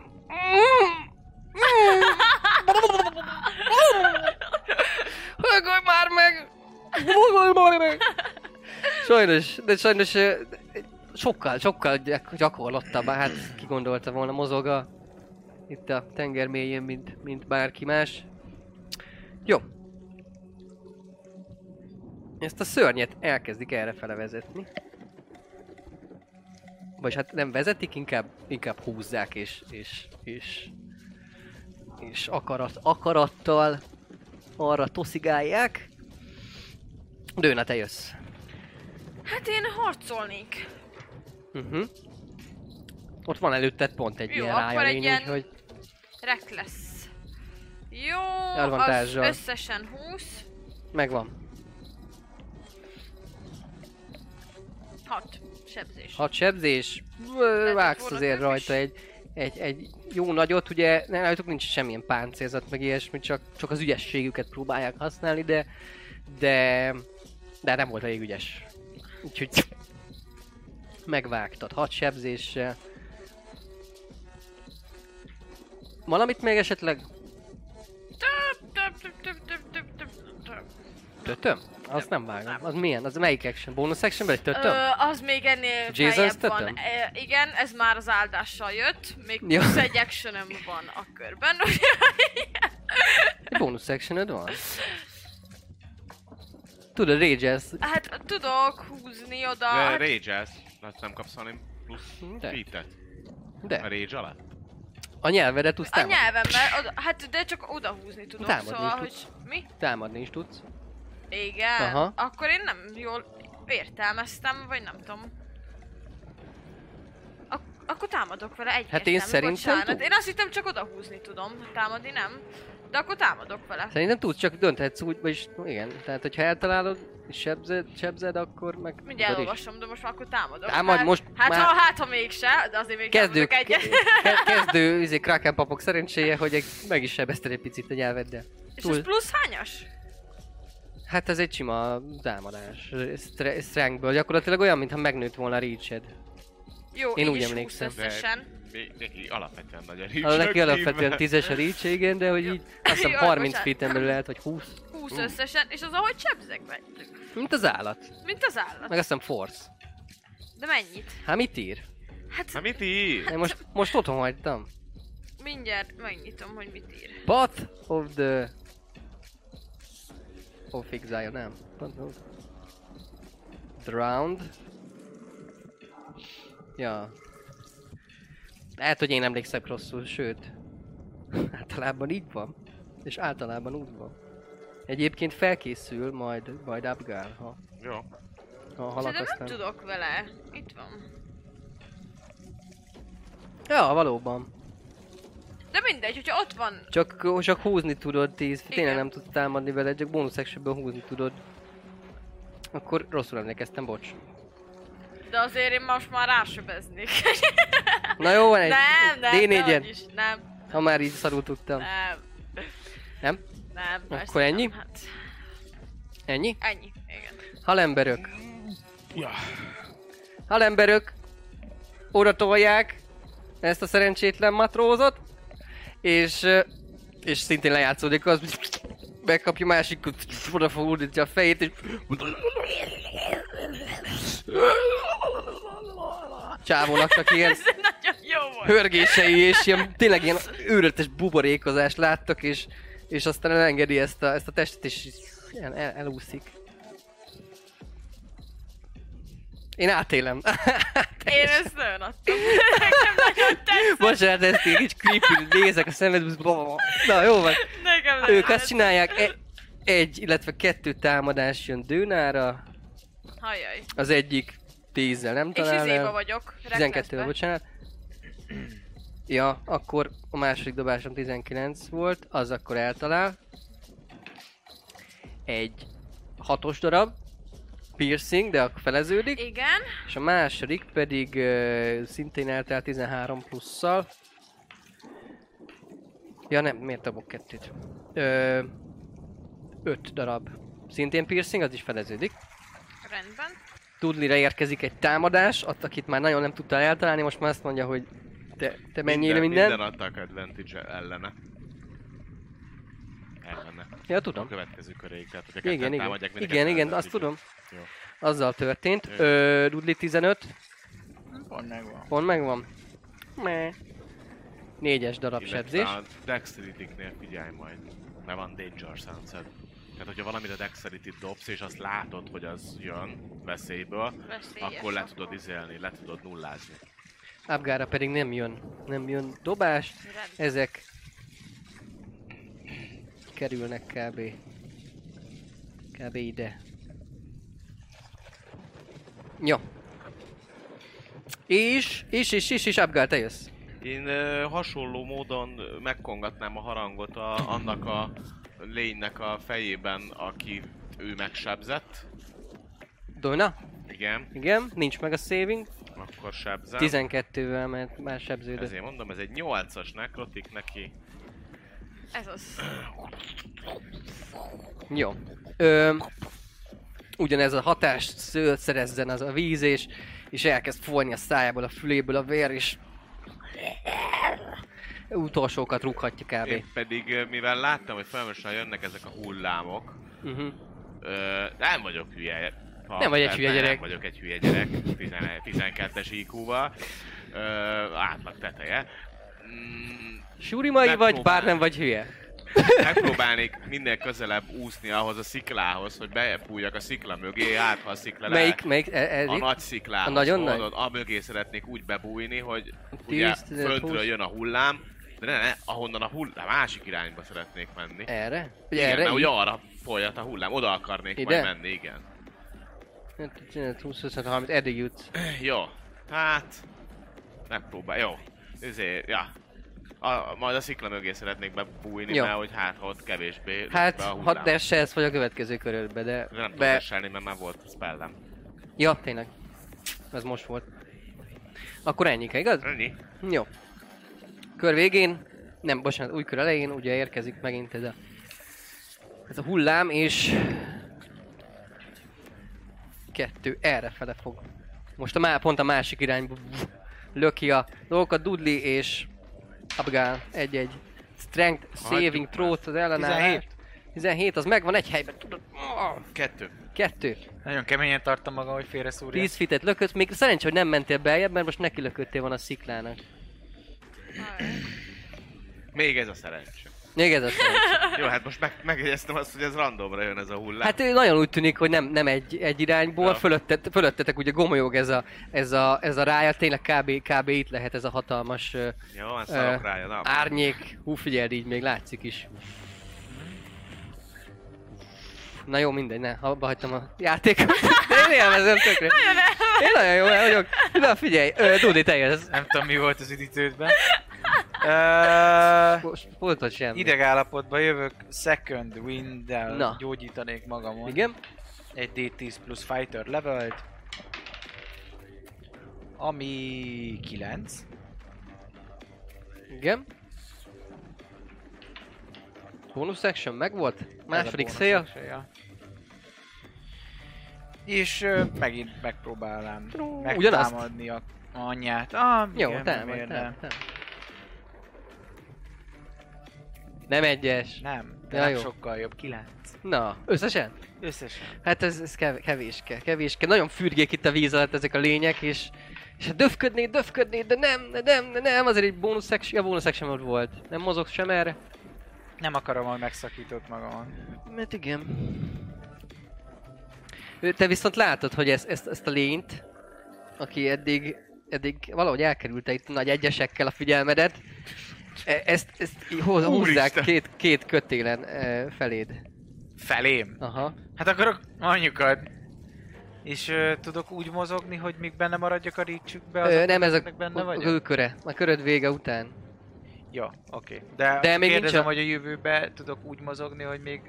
Speaker 2: Hagolj már meg! Hagolj már meg! Sajnos, de sajnos ö, sokkal, sokkal gyak- gyakorlottabb, hát ki gondolta volna mozog a, itt a tenger mélyén, mint, mint bárki más. Jó. Ezt a szörnyet elkezdik errefele vezetni. Vagy hát nem vezetik, inkább, inkább húzzák és, és, és, és akarat, akarattal arra toszigálják. Dőna, te jössz.
Speaker 3: Hát én harcolnék.
Speaker 2: Uh-huh. Ott van előtted pont egy
Speaker 3: Jó,
Speaker 2: ilyen
Speaker 3: akkor
Speaker 2: rája
Speaker 3: egy
Speaker 2: lény,
Speaker 3: ilyen-
Speaker 2: úgyhogy...
Speaker 3: Reckless. Jó, az
Speaker 2: Advantage-sal.
Speaker 3: összesen 20.
Speaker 2: Megvan.
Speaker 3: 6 sebzés.
Speaker 2: Hat sebzés, Ö,
Speaker 3: hogy
Speaker 2: vágsz
Speaker 3: volna
Speaker 2: azért
Speaker 3: több is.
Speaker 2: rajta egy, egy, egy jó nagyot, ugye ne- rajtuk nincs semmilyen páncélzat, meg ilyesmi, csak, csak az ügyességüket próbálják használni, de, de, de nem volt elég ügyes. Úgyhogy megvágtad hat sebzéssel. Valamit még esetleg
Speaker 3: Több, több, több, több, több, több, több, több.
Speaker 2: Tötöm? Azt nem vágom. Az milyen? Az melyik action? Bonus action vagy tötöm?
Speaker 3: Ö, az még ennél
Speaker 2: Jesus
Speaker 3: feljebb van.
Speaker 2: Tatum?
Speaker 3: Ö, igen, ez már az áldással jött. Még
Speaker 2: Ja.
Speaker 3: ja. plusz egy actionem van a körben.
Speaker 2: Egy bonus actionöd van? Tudod, rage ez.
Speaker 3: hát tudok húzni oda.
Speaker 6: De
Speaker 3: Hát,
Speaker 6: rage azt nem kapsz hanem plusz
Speaker 2: De.
Speaker 6: fitet. A
Speaker 2: De.
Speaker 6: rage alatt.
Speaker 2: A nyelvedet tudsz
Speaker 3: a
Speaker 2: támadni.
Speaker 3: nyelvemmel, oda, hát de csak oda húzni tudom,
Speaker 2: Támadni
Speaker 3: szóval,
Speaker 2: tudsz.
Speaker 3: hogy mi?
Speaker 2: Támadni is tudsz.
Speaker 3: Igen,
Speaker 2: Aha.
Speaker 3: Aha. akkor én nem jól értelmeztem, vagy nem tudom. Ak- akkor támadok vele egyértelmű,
Speaker 2: Hát én szerintem
Speaker 3: bocsánat.
Speaker 2: tud.
Speaker 3: Én azt hittem csak oda húzni tudom, Hát támadni nem. De akkor támadok vele.
Speaker 2: Szerintem tudsz, csak dönthetsz úgy, vagyis igen. Tehát, hogyha eltalálod, és sebzed, sebzed akkor meg
Speaker 3: Mindjárt
Speaker 2: tudod is.
Speaker 3: elolvasom, de most már akkor támadok.
Speaker 2: Támadj
Speaker 3: mert-
Speaker 2: most
Speaker 3: hát,
Speaker 2: már.
Speaker 3: Ha, hát ha mégse, de azért még
Speaker 2: Kezdő,
Speaker 3: támadok egyet.
Speaker 2: ke- kezdő izé, kraken papok szerencséje, hogy egy, meg is sebezted egy picit a nyelveddel.
Speaker 3: És
Speaker 2: túl.
Speaker 3: ez plusz hányas?
Speaker 2: Hát ez egy sima támadás. Stre- Strengthből. Gyakorlatilag olyan, mintha megnőtt volna a reach
Speaker 3: Jó,
Speaker 2: Én
Speaker 3: így
Speaker 2: úgy
Speaker 3: is
Speaker 2: emlékszem.
Speaker 3: 20 összesen.
Speaker 6: Né- Neki alapvetően nagy a
Speaker 2: A
Speaker 6: reach.
Speaker 2: neki alapvetően tízes a reach, igen, de hogy így azt hiszem
Speaker 3: Jaj,
Speaker 2: 30
Speaker 3: bocsánat.
Speaker 2: feet belül lehet, vagy 20.
Speaker 3: 20 összesen, és az ahogy sebzek meg.
Speaker 2: Mint az állat.
Speaker 3: Mint az állat.
Speaker 2: Meg azt hiszem force.
Speaker 3: De mennyit?
Speaker 2: Hát mit ír?
Speaker 3: Hát
Speaker 6: Na mit ír?
Speaker 2: Én most, most otthon hagytam.
Speaker 3: mindjárt megnyitom, hogy mit ír.
Speaker 2: Path of the... Of Exile, nem. Path of... Drowned. Ja. Lehet, hogy én emlékszek rosszul, sőt. Általában így van. És általában úgy van. Egyébként felkészül, majd, majd upgál, ha,
Speaker 6: Jó.
Speaker 2: ha halak
Speaker 3: Szerintem nem
Speaker 2: aztán.
Speaker 3: tudok vele. Itt van.
Speaker 2: Ja, valóban.
Speaker 3: De mindegy, hogyha ott van.
Speaker 2: Csak, csak húzni tudod 10, tényleg
Speaker 3: Igen.
Speaker 2: nem tudsz támadni vele, csak bónusz actionből húzni tudod. Akkor rosszul emlékeztem, bocs.
Speaker 3: De azért én most már rásöbeznék.
Speaker 2: Na jó, van egy
Speaker 3: nem, nem,
Speaker 2: D4-en,
Speaker 3: is. Nem,
Speaker 2: ha már így szarul tudtam.
Speaker 3: nem.
Speaker 2: Nem?
Speaker 3: Nem, persze
Speaker 2: Akkor ennyi?
Speaker 3: Nem, hát
Speaker 2: Ennyi?
Speaker 3: ennyi, igen.
Speaker 2: Halemberök. Halemberök. Óra tolják ezt a szerencsétlen matrózot. És, ö, és szintén lejátszódik az, hogy megkapja másik, oda fog a fejét, és csávónak csak ilyen
Speaker 3: Ez nagyon jó volt.
Speaker 2: hörgései, és ilyen, tényleg ilyen őrültes buborékozást láttak, és, és aztán elengedi ezt a, ezt a testet, és így el, el, elúszik. Én átélem.
Speaker 3: Én ezt nagyon adtam. Nekem nagyon tetszett.
Speaker 2: Bocsánat, ezt így kicsit creepy, nézek a szemedbe, na jó van.
Speaker 3: Nekem nagyon
Speaker 2: Ők azt
Speaker 3: tetszett.
Speaker 2: csinálják, e, Egy, illetve kettő támadás jön Dőnára,
Speaker 3: Hajjaj.
Speaker 2: az egyik tízzel nem
Speaker 3: És
Speaker 2: talál
Speaker 3: izéba
Speaker 2: el.
Speaker 3: vagyok.
Speaker 2: 12
Speaker 3: reklászbe.
Speaker 2: bocsánat. Ja, akkor a második dobásom 19 volt, az akkor eltalál. Egy hatos darab, piercing, de akkor feleződik.
Speaker 3: Igen.
Speaker 2: És a második pedig ö, szintén eltelt 13 plusszal. Ja nem, miért dobok kettőt? Ö, 5 darab. Szintén piercing, az is feleződik.
Speaker 3: Rendben.
Speaker 2: Tudlira érkezik egy támadás, att, akit már nagyon nem tudtál eltalálni, most már azt mondja, hogy te, te menjél minden.
Speaker 6: Minden attack advantage ellene. Ellene.
Speaker 2: Ja,
Speaker 6: A
Speaker 2: tudom.
Speaker 6: következő köréig, tehát hogyha
Speaker 2: Igen,
Speaker 6: ketten
Speaker 2: igen.
Speaker 6: támadják, hát mind a
Speaker 2: Igen,
Speaker 6: ketten
Speaker 2: igen, azt tudom.
Speaker 6: advantage. Jó.
Speaker 2: Azzal történt.
Speaker 6: Jó.
Speaker 2: Ö, Dudli 15,
Speaker 5: Pont megvan.
Speaker 2: pont megvan. Meh. Négyes darab
Speaker 6: Illetve
Speaker 2: sebzés.
Speaker 6: A dexterity-nél figyelj majd, mert van danger sunset. Tehát, hogyha valamire dexterity dobsz, és azt látod, hogy az jön veszélyből,
Speaker 3: Veszélyes
Speaker 6: akkor le
Speaker 3: akkor.
Speaker 6: tudod izélni, le tudod nullázni.
Speaker 2: Abgára pedig nem jön, nem jön dobás,
Speaker 3: Rendben.
Speaker 2: ezek kerülnek kb. kb. ide. Jó. És, és, és, és, és Abgár, te jössz.
Speaker 6: Én ö, hasonló módon ö, megkongatnám a harangot a, annak a lénynek a fejében, aki ő megsebzett.
Speaker 2: Dona?
Speaker 6: Igen,
Speaker 2: Igen, nincs meg a saving.
Speaker 6: akkor sebzem.
Speaker 2: 12-vel, mert már sebződött.
Speaker 6: Ezért mondom, ez egy 8-as nekrotik neki.
Speaker 3: Ez az.
Speaker 2: Jó. Ö, ugyanez a hatás szőt szerezzen az a víz, és, és elkezd folyni a szájából, a füléből a vér, és utolsókat rúghatja kb.
Speaker 6: Én pedig, ö, mivel láttam, hogy folyamatosan jönnek ezek a hullámok,
Speaker 2: Uh-huh.
Speaker 6: Ö, nem vagyok hülye. Ha
Speaker 2: Nem vagy egy
Speaker 6: persze,
Speaker 2: hülye gyerek.
Speaker 6: Nem vagyok egy hülye gyerek, 10 12-es IQ-val. Ö, átlag teteje. Mm,
Speaker 2: Surimai vagy,
Speaker 6: Megpróbál.
Speaker 2: bár nem vagy hülye.
Speaker 6: megpróbálnék minél közelebb úszni ahhoz a sziklához, hogy bepújjak a szikla mögé, hát ha a szikla le-
Speaker 2: Melyik, melyik, e- ez
Speaker 6: a
Speaker 2: itt?
Speaker 6: nagy sziklához,
Speaker 2: A nagyon nagy?
Speaker 6: tudod, a mögé szeretnék úgy bebújni, hogy ugye
Speaker 2: 10, 15,
Speaker 6: földről
Speaker 2: 20.
Speaker 6: jön a hullám, de ne, ne, ahonnan a hullám, a másik irányba szeretnék menni.
Speaker 2: Erre? Ugye
Speaker 6: Igen,
Speaker 2: erre?
Speaker 6: mert
Speaker 2: így?
Speaker 6: ugye arra folyat a hullám, oda akarnék
Speaker 2: Ide?
Speaker 6: majd menni, igen.
Speaker 2: 15, 20, 25, 30, eddig jutsz.
Speaker 6: Jó, hát... Megpróbál, jó. Ezért, ja. A, majd a szikla mögé szeretnék bebújni,
Speaker 2: Jó.
Speaker 6: mert hogy hát ha ott kevésbé lök
Speaker 2: Hát,
Speaker 6: be a
Speaker 2: ha
Speaker 6: hullám.
Speaker 2: ne se ez vagy a következő körödbe, de...
Speaker 6: De nem
Speaker 2: be-
Speaker 6: tudok eselni, mert már volt spellem.
Speaker 2: Ja, tényleg. Ez most volt. Akkor ennyike, igaz?
Speaker 6: Ennyi?
Speaker 2: Jó. Kör végén, nem, bocsánat, új kör elején ugye érkezik megint ez a, ez a hullám, és kettő errefele fog. Most a má, pont a másik irányba löki a dolgokat, Dudley és Abgál egy-egy strength saving throw-t az ellenállás. 17, az megvan egy helyben, tudod, Ah,
Speaker 6: Kettő.
Speaker 2: kettő.
Speaker 5: Nagyon keményen tartom magam, hogy félre szúrjak.
Speaker 2: 10 fitet lökött, még szerencsé, hogy nem mentél beljebb, mert most neki lököttél van a sziklának.
Speaker 3: Hajjaj.
Speaker 6: Még ez a szerencse.
Speaker 2: Még ez a szerencsé.
Speaker 6: Jó, hát most meg, megjegyeztem azt, hogy ez randomra jön ez a hullám.
Speaker 2: Hát ő nagyon úgy tűnik, hogy nem, nem egy, egy irányból,
Speaker 6: Ja.
Speaker 2: fölöttet, fölöttetek ugye gomolyog ez a, ez a, ez a rája, tényleg kb, kb. itt lehet ez a hatalmas ö,
Speaker 6: jó, hát
Speaker 2: ö,
Speaker 6: szarok rája, na.
Speaker 2: árnyék. Hú, figyeld, így még látszik is. Na jó, mindegy, ne, abba hagytam a játékot. De én élvezem tökre. Én nagyon jó vagyok. Na figyelj, ö, Dudi, te élsz.
Speaker 5: Nem tudom, mi volt az üdítődben. Ö,
Speaker 2: Most volt vagy semmi.
Speaker 5: Idegállapotba jövök, second wind-del
Speaker 2: Na.
Speaker 5: gyógyítanék magamon.
Speaker 2: Igen?
Speaker 5: Egy D10 plusz fighter levelt. Ami 9.
Speaker 2: Igen. Bonus action megvolt? Második
Speaker 5: Ez a
Speaker 2: szél?
Speaker 5: bónusz actionja. És ö, megint megpróbálám
Speaker 2: ugyanazt?
Speaker 5: megtámadni a a anyját. Ah,
Speaker 2: Jó,
Speaker 5: igen,
Speaker 2: támad,
Speaker 5: miért
Speaker 2: támad,
Speaker 5: nem.
Speaker 2: támad. Nem egyes.
Speaker 5: Nem, de
Speaker 2: Ja,
Speaker 5: nem
Speaker 2: jó.
Speaker 5: sokkal jobb, 9.
Speaker 2: Na, összesen?
Speaker 5: Összesen.
Speaker 2: Hát ez, ez kev- kevéske, kevéske. Nagyon fürgék itt a víz alatt ezek a lények, és... És hát döfködné, döfködné, de nem, de nem, de nem, azért egy bónusz section, ja, bónusz section ott volt. Nem mozog sem erre.
Speaker 5: Nem akarom, hogy megszakított magamon.
Speaker 3: Hát
Speaker 2: Mert igen. Ö, Te viszont látod, hogy ezt, ezt, ezt a lényt, aki eddig, eddig valahogy elkerülte itt nagy egyesekkel a figyelmedet, e- ezt, ezt így hó- húzzák
Speaker 6: Úristen!
Speaker 2: két, két kötélen e, feléd.
Speaker 5: Felém?
Speaker 2: Aha.
Speaker 5: Hát akkor a anyukat. És ö, tudok úgy mozogni, hogy még benne maradjak a rícsükbe?
Speaker 2: Ö, nem, ez a,
Speaker 5: akiknek
Speaker 2: a,
Speaker 5: benne
Speaker 2: a
Speaker 5: vagyok?
Speaker 2: kőköre. A köröd vége után.
Speaker 5: Ja, oké. Okay. De,
Speaker 2: De
Speaker 5: De
Speaker 2: még
Speaker 5: még kérdezem,
Speaker 2: nincsen-
Speaker 5: hogy a jövőbe tudok úgy mozogni, hogy még...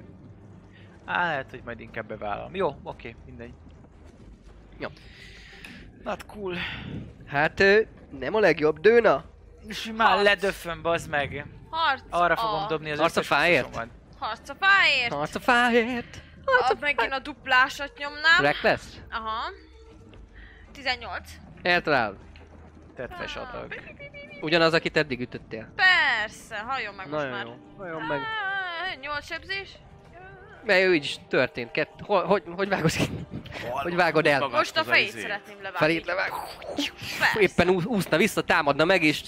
Speaker 5: Á, lehet, hogy majd inkább bevállalom. Jó, oké, okay, mindegy.
Speaker 2: Jó.
Speaker 5: Not cool.
Speaker 2: Hát ö, nem a legjobb dőna.
Speaker 5: És már ledöfön, bazd meg.
Speaker 3: Harc
Speaker 5: Arra
Speaker 3: a...
Speaker 5: fogom dobni az
Speaker 2: Arca
Speaker 5: összes
Speaker 2: fáért?
Speaker 5: húszomat.
Speaker 3: Harc a fáért.
Speaker 2: Harc a fáért.
Speaker 3: A, megint a duplásat nyomnám.
Speaker 2: Reckless?
Speaker 3: Aha. 18.
Speaker 2: Eltalál.
Speaker 5: Tetves adag.
Speaker 2: Ugyanaz, akit eddig ütöttél.
Speaker 3: Persze, halljon meg most
Speaker 2: Nagyon
Speaker 3: már.
Speaker 2: jó. Nagyon meg.
Speaker 3: Á, Ah, Nyolc sebzés.
Speaker 2: Mert ő így is történt. Kett, hol, hogy, hogy vágod ki? Hogy vágod el?
Speaker 6: Magad
Speaker 3: Most a
Speaker 6: az a
Speaker 3: fejét
Speaker 6: izé.
Speaker 3: szeretném levágni.
Speaker 2: Felét levág.
Speaker 3: Persze.
Speaker 2: Éppen ú- úszna vissza, támadna meg és...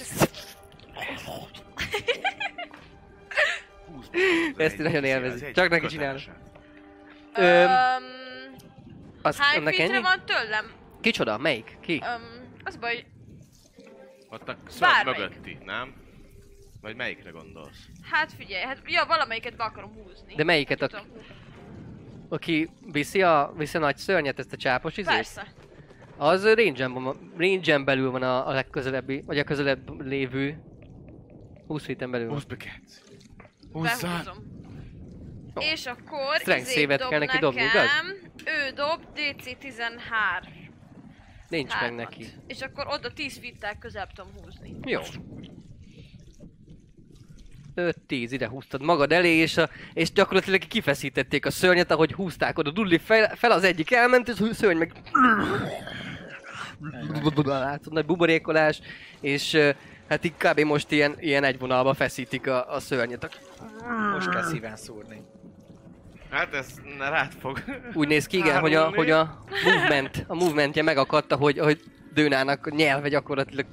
Speaker 6: Húzd meg,
Speaker 2: Ezt
Speaker 6: egy
Speaker 2: nagyon
Speaker 6: izé,
Speaker 2: élvezi.
Speaker 6: az egy
Speaker 2: Csak neki
Speaker 6: kötelese.
Speaker 2: csinálom.
Speaker 3: Öm,
Speaker 2: Azt
Speaker 3: hány
Speaker 2: annak
Speaker 3: feetre
Speaker 2: ennyi?
Speaker 3: van tőlem?
Speaker 2: Kicsoda? Melyik? Ki?
Speaker 3: Öm, az baj, hogy-
Speaker 6: Ott a szög
Speaker 3: Bármelyik.
Speaker 6: mögötti, nem? Vagy melyikre gondolsz?
Speaker 3: hát figyelj, hát, ja, valamelyiket be akarom húzni.
Speaker 2: De melyiket?
Speaker 3: Nem
Speaker 2: A-
Speaker 3: tudom.
Speaker 2: Aki viszi a, viszi a nagy szörnyet, ezt a csápos izést?
Speaker 3: Persze.
Speaker 2: Az range-en, van- range-en belül van a, a legközelebbi, vagy a közelebb lévő 20 héten belül van.
Speaker 6: Húzd be, Kenci.
Speaker 3: Behúzom.
Speaker 2: Jó.
Speaker 3: És akkor
Speaker 2: Strength
Speaker 3: izét
Speaker 2: save-et
Speaker 3: dob
Speaker 2: kell neki dobni, igaz?
Speaker 3: nekem. Ő dob DC 13
Speaker 2: Nincs meg
Speaker 3: hármat.
Speaker 2: neki.
Speaker 3: Hát. És akkor oda 10 fittel közelebb tudom húzni.
Speaker 2: Jó. 5-10 ide húztad magad elé, és, a, és gyakorlatilag kifeszítették a szörnyet, ahogy húzták oda Dudley fel, fel az egyik elment, és a szörny meg... Látod, nagy buborékolás, és ö, hát így kb. most ilyen, ilyen egy vonalba feszítik a, a szörnyet. Ak-
Speaker 5: Most kell szíven szúrni.
Speaker 6: Hát ez ne rád fog.
Speaker 2: Úgy néz ki, igen, hogy a, hogy a movement, a movementje megakadta, hogy, hogy Dőnának a nyelve gyakorlatilag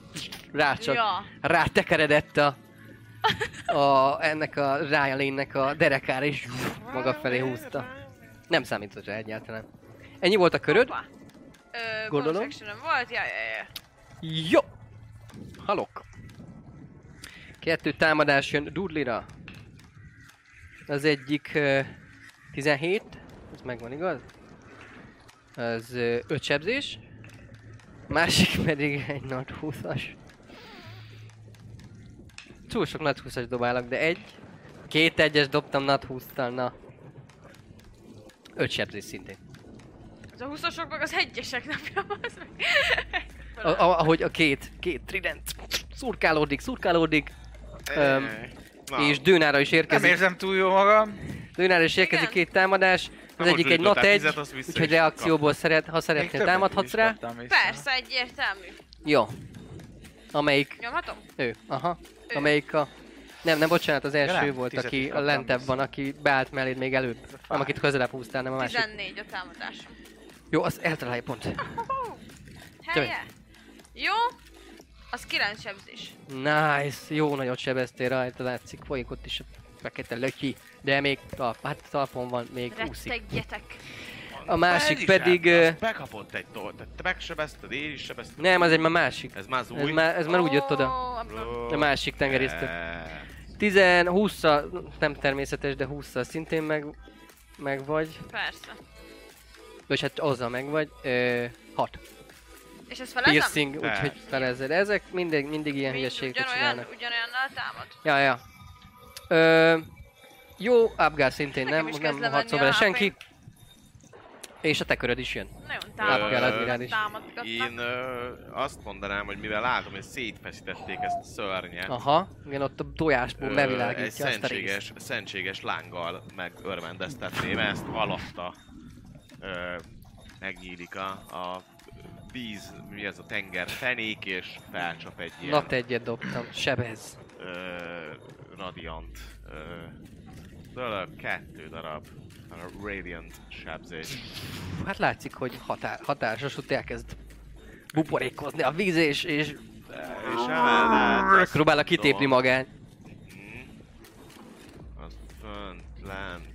Speaker 2: rácsap,
Speaker 3: Ja.
Speaker 2: rátekeredett a, a, ennek a Ryan Lane-nek a derekára, és maga felé húzta. Nem számított rá egyáltalán. Ennyi volt a köröd?
Speaker 3: Hoppá. Ö,
Speaker 2: Gondolom.
Speaker 3: Gondolom. volt, ja, ja, ja.
Speaker 2: Jó! Halok! Kettő támadás jön Dudlira. Az egyik ö, 17, ez megvan igaz? Az 5 sebzés. Másik pedig egy nagy 20-as. Túl sok nagy 20-as dobálok, de egy. Két egyes dobtam nagy 20-tal, na. 5 sebzés szintén.
Speaker 3: Az a 20-osok meg az egyesek napja az meg.
Speaker 2: A, a, ahogy a két, két trident szurkálódik, szurkálódik, Öm,
Speaker 6: Na,
Speaker 2: és Dőnára is
Speaker 5: Nem
Speaker 2: érkezik.
Speaker 5: érzem túl jó magam.
Speaker 2: Dőnára is érkezik
Speaker 3: Igen.
Speaker 2: két támadás, az
Speaker 6: Na,
Speaker 2: egyik
Speaker 6: hogy
Speaker 2: egy nat
Speaker 6: gyújtottál
Speaker 2: egy,
Speaker 6: tizet, azt vissza
Speaker 2: úgyhogy
Speaker 6: is
Speaker 2: reakcióból szeret, ha
Speaker 5: Még
Speaker 2: szeretnél
Speaker 5: többet
Speaker 2: támadhatsz
Speaker 5: is
Speaker 2: rá.
Speaker 5: kaptam vissza.
Speaker 3: Persze, egyértelmű.
Speaker 2: Jó. Amelyik
Speaker 3: Nyomhatom?
Speaker 2: ő, aha.
Speaker 3: Ő.
Speaker 2: Amelyik a... Nem, nem, bocsánat, az első
Speaker 5: nem,
Speaker 2: volt,
Speaker 5: tizet is
Speaker 2: aki
Speaker 5: kaptam
Speaker 2: lentebb
Speaker 5: vissza.
Speaker 2: van, aki beállt melléd még előbb. Nem, akit közelebb húztál, nem a másik.
Speaker 3: 14 a támadásom.
Speaker 2: Jó, az eltalálja pont.
Speaker 3: Hoho! Helye! Jó, az 9 sebzés.
Speaker 2: Nice, jó nagyot sebeztél rajta, látszik, folyik ott is a fekete löki. De még talp, hát talpon van, még úszik.
Speaker 3: Rettegjetek.
Speaker 2: A másik
Speaker 6: Fel is
Speaker 2: pedig...
Speaker 6: állt,
Speaker 2: ö,
Speaker 6: azt Bekapott egy tolt, tehát te megsebezted, én is sebeztem.
Speaker 2: Nem, az egy már másik.
Speaker 6: Ez már az
Speaker 2: Ez
Speaker 6: új.
Speaker 2: már, ez már úgy jött oda.
Speaker 3: Ó, abban-
Speaker 2: A másik tengerésztő.
Speaker 6: Eh,
Speaker 2: 10, 20 nem természetes, de 20 szintén meg, meg vagy.
Speaker 3: Persze.
Speaker 2: Vagy hát azzal meg vagy. Ö, 6.
Speaker 3: És ezt felezem?
Speaker 2: Piercing,
Speaker 6: Persze.
Speaker 2: úgyhogy felezzel. Ezek mindig, mindig ilyen
Speaker 3: Mind
Speaker 2: hülyeséget
Speaker 3: ugyanolyan,
Speaker 2: csinálnak.
Speaker 3: ugyanolyannal támad.
Speaker 2: Ja, ja. Ö, jó, Abgál szintén
Speaker 3: Nekem
Speaker 2: nem,
Speaker 3: is kezd
Speaker 2: nem
Speaker 3: lemenni
Speaker 2: harcol
Speaker 3: a
Speaker 2: vele
Speaker 3: HP.
Speaker 2: senki. És a te köröd is jön.
Speaker 3: Nagyon
Speaker 2: Át kell adni rád
Speaker 3: támadgatnak.
Speaker 2: is.
Speaker 3: Támadgatnak.
Speaker 6: Én ö, azt mondanám, hogy mivel látom, hogy szétfeszítették ezt a szörnyet,
Speaker 2: Aha, igen, ott a tojásból
Speaker 6: ö, egy
Speaker 2: levilágítja azt a részt.
Speaker 6: szentséges, szentséges lánggal megörvendeztetném ezt alatta. Ö, megnyílik a, a víz, mi ez a tenger fenék, és felcsap egy ilyen
Speaker 2: Nat egyet dobtam, sebez.
Speaker 6: ö, Radiant ö, dolog, kettő darab a Radiant sebzés.
Speaker 2: Hát látszik, hogy határ, hatásos, ott elkezd buborékozni a víz, és, és
Speaker 6: Ö, És emellett azt
Speaker 2: próbálja kitépni
Speaker 6: tudom-
Speaker 2: magát.
Speaker 6: Mhm. Az fönt, lent,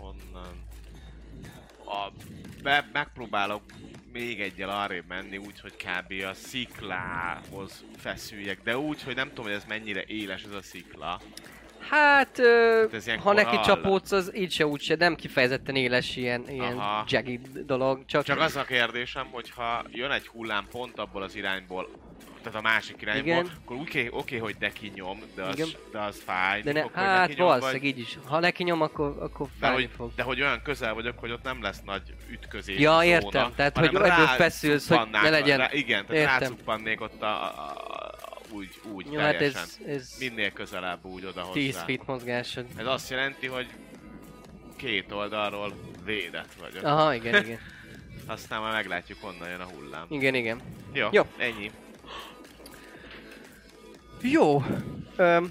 Speaker 6: onnan. A, be, megpróbálok még egyel arrébb menni, úgyhogy kb. a sziklához feszüljek, de úgy, hogy nem tudom, hogy ez mennyire éles ez a szikla.
Speaker 2: Hát, ö,
Speaker 6: Hát ez ilyen
Speaker 2: ha neki
Speaker 6: korall.
Speaker 2: csapódsz, az így se úgy se, nem kifejezetten éles ilyen, ilyen
Speaker 6: Aha.
Speaker 2: jaggy dolog, csak,
Speaker 6: Csak az a kérdésem, hogy ha jön egy hullám pont abból az irányból, tehát a másik irányból,
Speaker 2: Igen.
Speaker 6: akkor oké, okay, okay, hogy neki nyom, de
Speaker 2: Igen.
Speaker 6: az, de az fáj.
Speaker 2: de ne,
Speaker 6: akkor
Speaker 2: hát
Speaker 6: nekinyom, vagy-
Speaker 2: valószínűleg így is. Ha neki nyom, akkor, akkor
Speaker 6: De
Speaker 2: fájni
Speaker 6: hogy,
Speaker 2: fog.
Speaker 6: de hogy olyan közel vagyok, hogy ott nem lesz nagy ütközés.
Speaker 2: Ja,
Speaker 6: zóna,
Speaker 2: értem. Tehát,
Speaker 6: hanem
Speaker 2: hogy ebből
Speaker 6: rá
Speaker 2: feszülsz, hogy ne
Speaker 6: cuppannák-
Speaker 2: legyen.
Speaker 6: Rá, igen, tehát
Speaker 2: Értem.
Speaker 6: rácuppannék ott a, a, a, úgy, úgy
Speaker 2: Jó,
Speaker 6: ja,
Speaker 2: hát
Speaker 6: teljesen.
Speaker 2: ez,
Speaker 6: Hát
Speaker 2: ez
Speaker 6: ez Minél közelebb úgy oda
Speaker 2: 10
Speaker 6: hozzá.
Speaker 2: feet mozgásod.
Speaker 6: Ez azt jelenti, hogy két oldalról védett vagyok. Aha.
Speaker 2: Aha, igen, igen.
Speaker 6: Aztán már meglátjuk, honnan jön a hullám.
Speaker 2: Igen, igen.
Speaker 6: Jó,
Speaker 2: Jó.
Speaker 6: Jó. ennyi.
Speaker 2: Jó. Öm.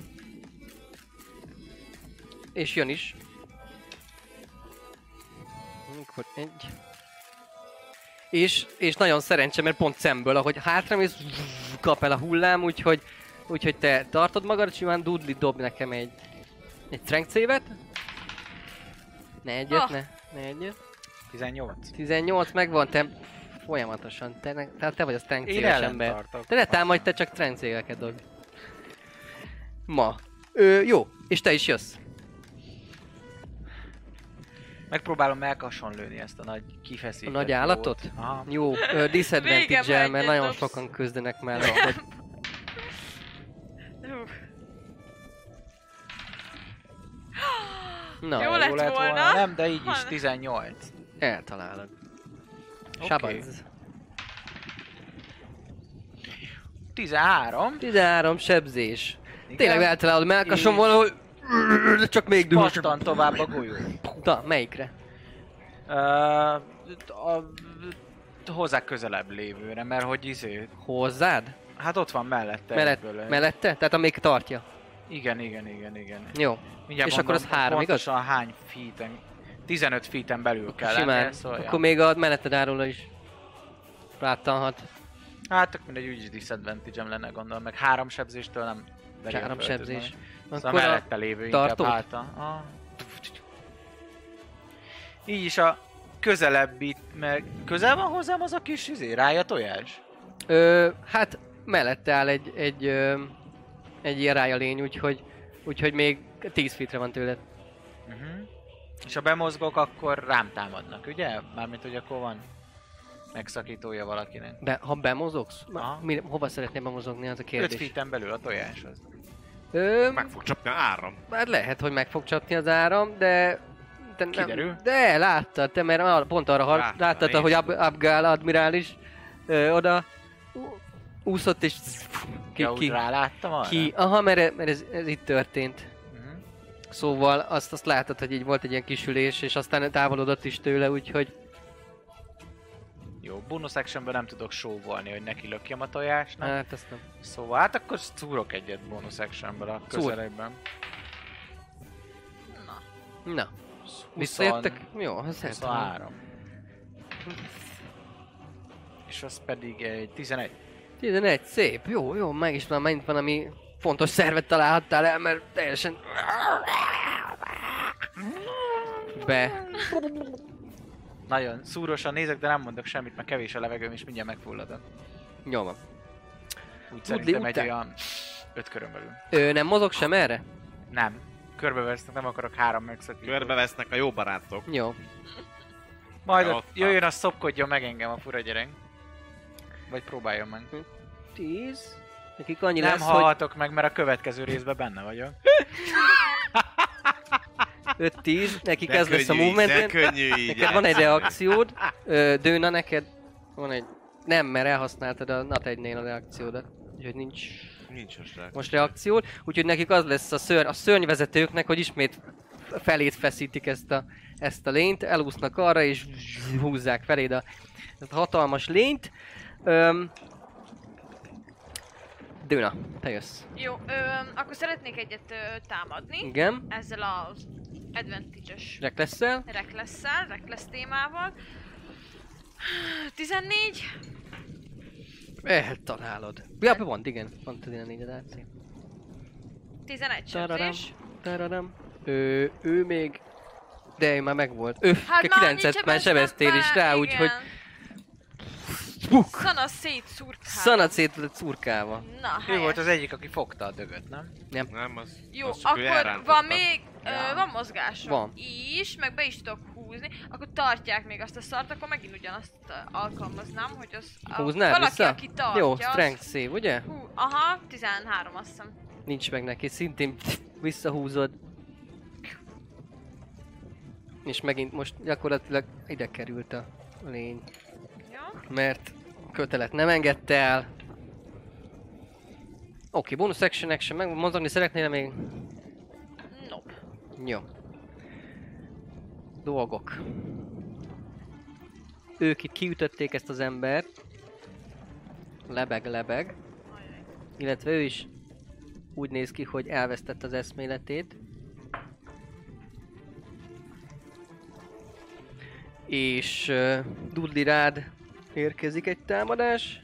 Speaker 2: És jön is. Akkor egy. És, és nagyon szerencse, mert pont szemből, ahogy hátramész, kap el a hullám, úgyhogy, úgyhogy te tartod magad, simán Dudley dob nekem egy, egy strength save-et. Ne egyet,
Speaker 3: Ah.
Speaker 2: ne, ne egyet.
Speaker 5: 18.
Speaker 2: 18 megvan, te folyamatosan, te, ne, te, te vagy a strength
Speaker 5: Én
Speaker 2: save-es
Speaker 5: ellen
Speaker 2: ember.
Speaker 5: tartok.
Speaker 2: Te ne támadj, te csak trencégeket dob. Ma. Ö, jó, és te is jössz.
Speaker 5: Megpróbálom melkason lőni ezt a nagy
Speaker 2: A
Speaker 5: kifeszített
Speaker 2: nagy
Speaker 5: lót.
Speaker 2: állatot?
Speaker 5: Aha.
Speaker 2: Jó, ö,
Speaker 3: Régen
Speaker 2: disadvantage-el,
Speaker 3: már
Speaker 2: mert
Speaker 3: egyet
Speaker 2: nagyon
Speaker 3: dobsz.
Speaker 2: sokan küzdenek már. Hogy...
Speaker 3: Hú.
Speaker 2: Na,
Speaker 3: Jó lett volna.
Speaker 5: Nem, de így is
Speaker 3: Van.
Speaker 5: 18.
Speaker 2: eltalálod.
Speaker 5: Oké.
Speaker 2: Sabanz.
Speaker 5: 13.
Speaker 2: 13 sebzés.
Speaker 5: Igen.
Speaker 2: Tényleg eltalálod melkason
Speaker 5: És-
Speaker 2: valahol, csak még dühös.
Speaker 5: Pattan tovább a golyó.
Speaker 2: Na, melyikre?
Speaker 5: Ö, a, hozzá közelebb lévőre, mert hogy izé,
Speaker 2: Hozzád?
Speaker 5: hát ott van mellette.
Speaker 2: Mellett,
Speaker 5: egyből egy.
Speaker 2: mellette? Tehát amelyik tartja.
Speaker 5: Igen, igen, igen, igen.
Speaker 2: Jó.
Speaker 5: Mindjárt
Speaker 2: És akkor az három, igaz?
Speaker 5: pontosan hány feet 15 feet belül kell
Speaker 2: Simán.
Speaker 5: lennie, szóval
Speaker 2: Akkor
Speaker 5: ja.
Speaker 2: még a melletted áról is ráttanhat.
Speaker 5: Hát tök mindegy, úgyis disadvantage lenne gondolom, meg három sebzéstől nem verjük
Speaker 2: Három
Speaker 5: föl, tudom.
Speaker 2: sebzés.
Speaker 5: Szóval
Speaker 2: Akkor a...
Speaker 5: mellette lévő
Speaker 2: tartót?
Speaker 5: inkább háta. Ah. Így is a közelebbi, meg közel van hozzám az a kis izé, rája tojás?
Speaker 2: Ö, hát mellette áll egy, egy, ö, egy ilyen rája lény, úgyhogy, úgyhogy még 10 fitre van tőled. Mhm.
Speaker 5: Uh-huh. És ha bemozgok, akkor rám támadnak, ugye? Mármint, hogy akkor van megszakítója valakinek.
Speaker 2: Be, ha bemozogsz? Ma,
Speaker 5: Aha.
Speaker 2: mi, hova szeretnél bemozogni, az a
Speaker 5: 5
Speaker 2: kérdés.
Speaker 5: feet belül a tojáshoz.
Speaker 2: Ö,
Speaker 6: Meg fog csapni a áram.
Speaker 2: hát lehet, hogy meg fog csapni az áram, de... de nem,
Speaker 5: Kiderül.
Speaker 2: De láttad, te mert ar- pont arra har-
Speaker 6: Láttam,
Speaker 2: láttad,
Speaker 6: nézd.
Speaker 2: ahogy Ab- Abgál admirális ö, oda ú- úszott és
Speaker 5: Ki,
Speaker 2: ki,
Speaker 5: ja, úgy
Speaker 2: ki,
Speaker 5: ráláttam arra?
Speaker 2: ki. Aha, mert, e- mert ez, ez itt történt.
Speaker 5: Uh-huh.
Speaker 2: Szóval azt, azt látod, hogy így volt egy ilyen kisülés, és aztán távolodott is tőle, úgyhogy
Speaker 5: Jó, bonus actionből nem tudok sóvolni, hogy neki lökjem a tojásnak.
Speaker 2: hát azt nem.
Speaker 5: Szóval hát akkor szúrok egyet bonus actionből a
Speaker 2: Szúr.
Speaker 5: közelében.
Speaker 2: Na,
Speaker 5: 20
Speaker 2: visszajöttek? Jó, az hát.
Speaker 5: 23. És az pedig egy 11.
Speaker 2: 11, szép, jó, jó, meg is van, megint van, ami fontos szervet találhattál el, mert teljesen... Be.
Speaker 5: Nagyon szúrosan nézek, de nem mondok semmit, mert kevés a levegőm, és mindjárt megfulladok.
Speaker 2: Jó van.
Speaker 5: Úgy szerintem egy
Speaker 2: után.
Speaker 5: olyan 5 körön belül.
Speaker 2: Ő nem mozog sem erre?
Speaker 5: Nem. Körbevesznek, nem akarok három megszakítót.
Speaker 6: Körbevesznek a jó barátok.
Speaker 2: Jó.
Speaker 5: Majd
Speaker 6: Ja,
Speaker 5: ott
Speaker 6: ott
Speaker 5: jöjjön, az szopkodjon meg engem a fura gyerek. Vagy próbáljon meg.
Speaker 2: 10. Nekik annyi
Speaker 5: nem
Speaker 2: lesz,
Speaker 5: hallhatok meg, mert a következő részben benne vagyok.
Speaker 2: hogy 5-10, nekik
Speaker 6: De
Speaker 2: ez lesz a
Speaker 6: könnyű így, De
Speaker 2: movementben.
Speaker 6: könnyű így
Speaker 2: Neked van egy
Speaker 6: játszani.
Speaker 2: reakciód, ö, Dőna, neked van egy... Nem, mert elhasználtad a nat 1 a reakciódat. Úgyhogy nincs
Speaker 6: Nincs most rá.
Speaker 2: most reakciód. Úgyhogy nekik az lesz a, szörny, a szörnyvezetőknek, hogy ismét felét feszítik ezt a, ezt a lényt, elúsznak arra és húzzák feléd a, ezt a hatalmas lényt. Öm, Dőna, te jössz.
Speaker 3: Jó, ö, akkor szeretnék egyet ö, támadni.
Speaker 2: Igen,
Speaker 3: Ezzel az advantage-es
Speaker 2: Jack leszel.
Speaker 3: reklesszel, rekless témával. 14.
Speaker 2: Eltalálod. Ja, pont, igen. Pont az ilyen négyed AC.
Speaker 3: 11
Speaker 2: Tararam,
Speaker 3: sebzés.
Speaker 2: tararam. Ő, ő még... De ő már megvolt. Ő,
Speaker 3: Hát
Speaker 2: a
Speaker 3: már hát annyit
Speaker 2: kilencet már
Speaker 3: sebeztem
Speaker 2: sebeztél is
Speaker 3: be,
Speaker 2: rá, úgyhogy
Speaker 3: igen.
Speaker 2: Spuk!
Speaker 3: Szana szétszurkál.
Speaker 2: Szanat szét lett szurkálva.
Speaker 3: Na,
Speaker 5: Ő volt
Speaker 3: helyes.
Speaker 5: az egyik, aki fogta a dögöt, nem?
Speaker 6: Nem, az...
Speaker 3: Jó,
Speaker 6: az csak ő
Speaker 3: akkor
Speaker 6: elrántotta.
Speaker 3: van még, ö, van mozgásom
Speaker 2: Van.
Speaker 3: is, meg be is tudok húzni, akkor tartják még azt a szart, akkor megint ugyanazt ö, alkalmaznám, hogy az a-
Speaker 2: Húznál
Speaker 3: valaki,
Speaker 2: vissza?
Speaker 3: aki tartja.
Speaker 2: Jó,
Speaker 3: az-
Speaker 2: strength save, ugye?
Speaker 3: Hú, aha, 13 azt hiszem.
Speaker 2: Nincs meg neki, szintén visszahúzod. És megint most gyakorlatilag ide került a lény,
Speaker 3: Jó?
Speaker 2: mert kötelet nem engedte el. Oké, okay, bonus action action, meg mondani szeretnél még?
Speaker 3: No.
Speaker 2: Jó. Dolgok. Ők itt kiütötték ezt az embert. Lebeg, lebeg. Illetve ő is úgy néz ki, hogy elvesztett az eszméletét. És uh, Dudley rád érkezik egy támadás,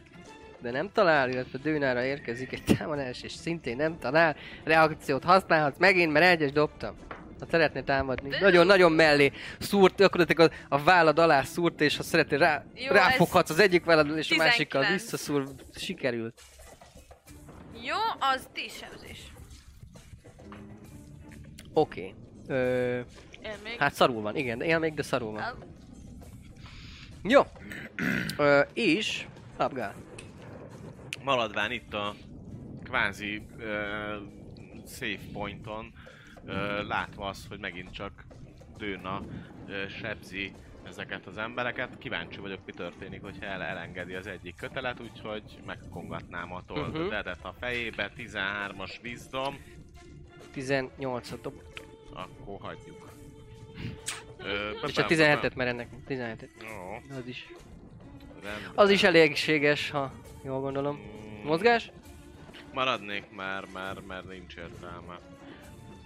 Speaker 2: de nem talál, illetve Dőnára érkezik egy támadás, és szintén nem talál. Reakciót használhatsz megint, mert egyes dobtam. Ha szeretnél támadni, nagyon-nagyon mellé szúrt, gyakorlatilag a, a vállad alá szúrt, és ha szeretnél rá,
Speaker 3: Jó,
Speaker 2: ráfoghatsz az egyik válladdal, és a másikkal
Speaker 3: 19.
Speaker 2: visszaszúr, sikerült.
Speaker 3: Jó, az 10 sebzés.
Speaker 2: Oké. Okay.
Speaker 3: Én még.
Speaker 2: Hát szarul van, igen, él még, de szarul van.
Speaker 3: Á,
Speaker 2: Jó. Ö, és... Abgál.
Speaker 6: maradván itt a kvázi uh, safe pointon, uh, látva azt, hogy megint csak Dőna uh, sebzi ezeket az embereket, kíváncsi vagyok, mi történik, hogyha el- elengedi az egyik kötelet, úgyhogy megkongatnám a
Speaker 2: Mhm.
Speaker 6: toldedet a fejébe, 13-as vízdom,
Speaker 2: 18-ot dob.
Speaker 6: akkor hagyjuk. Ö,
Speaker 2: És a 17-et, mert ennek 17-et.
Speaker 6: Jó,
Speaker 2: Az is.
Speaker 6: rendben.
Speaker 2: Az is elégséges, ha jól gondolom.
Speaker 6: Mm.
Speaker 2: Mozgás?
Speaker 6: Maradnék már, már, már nincs értelme.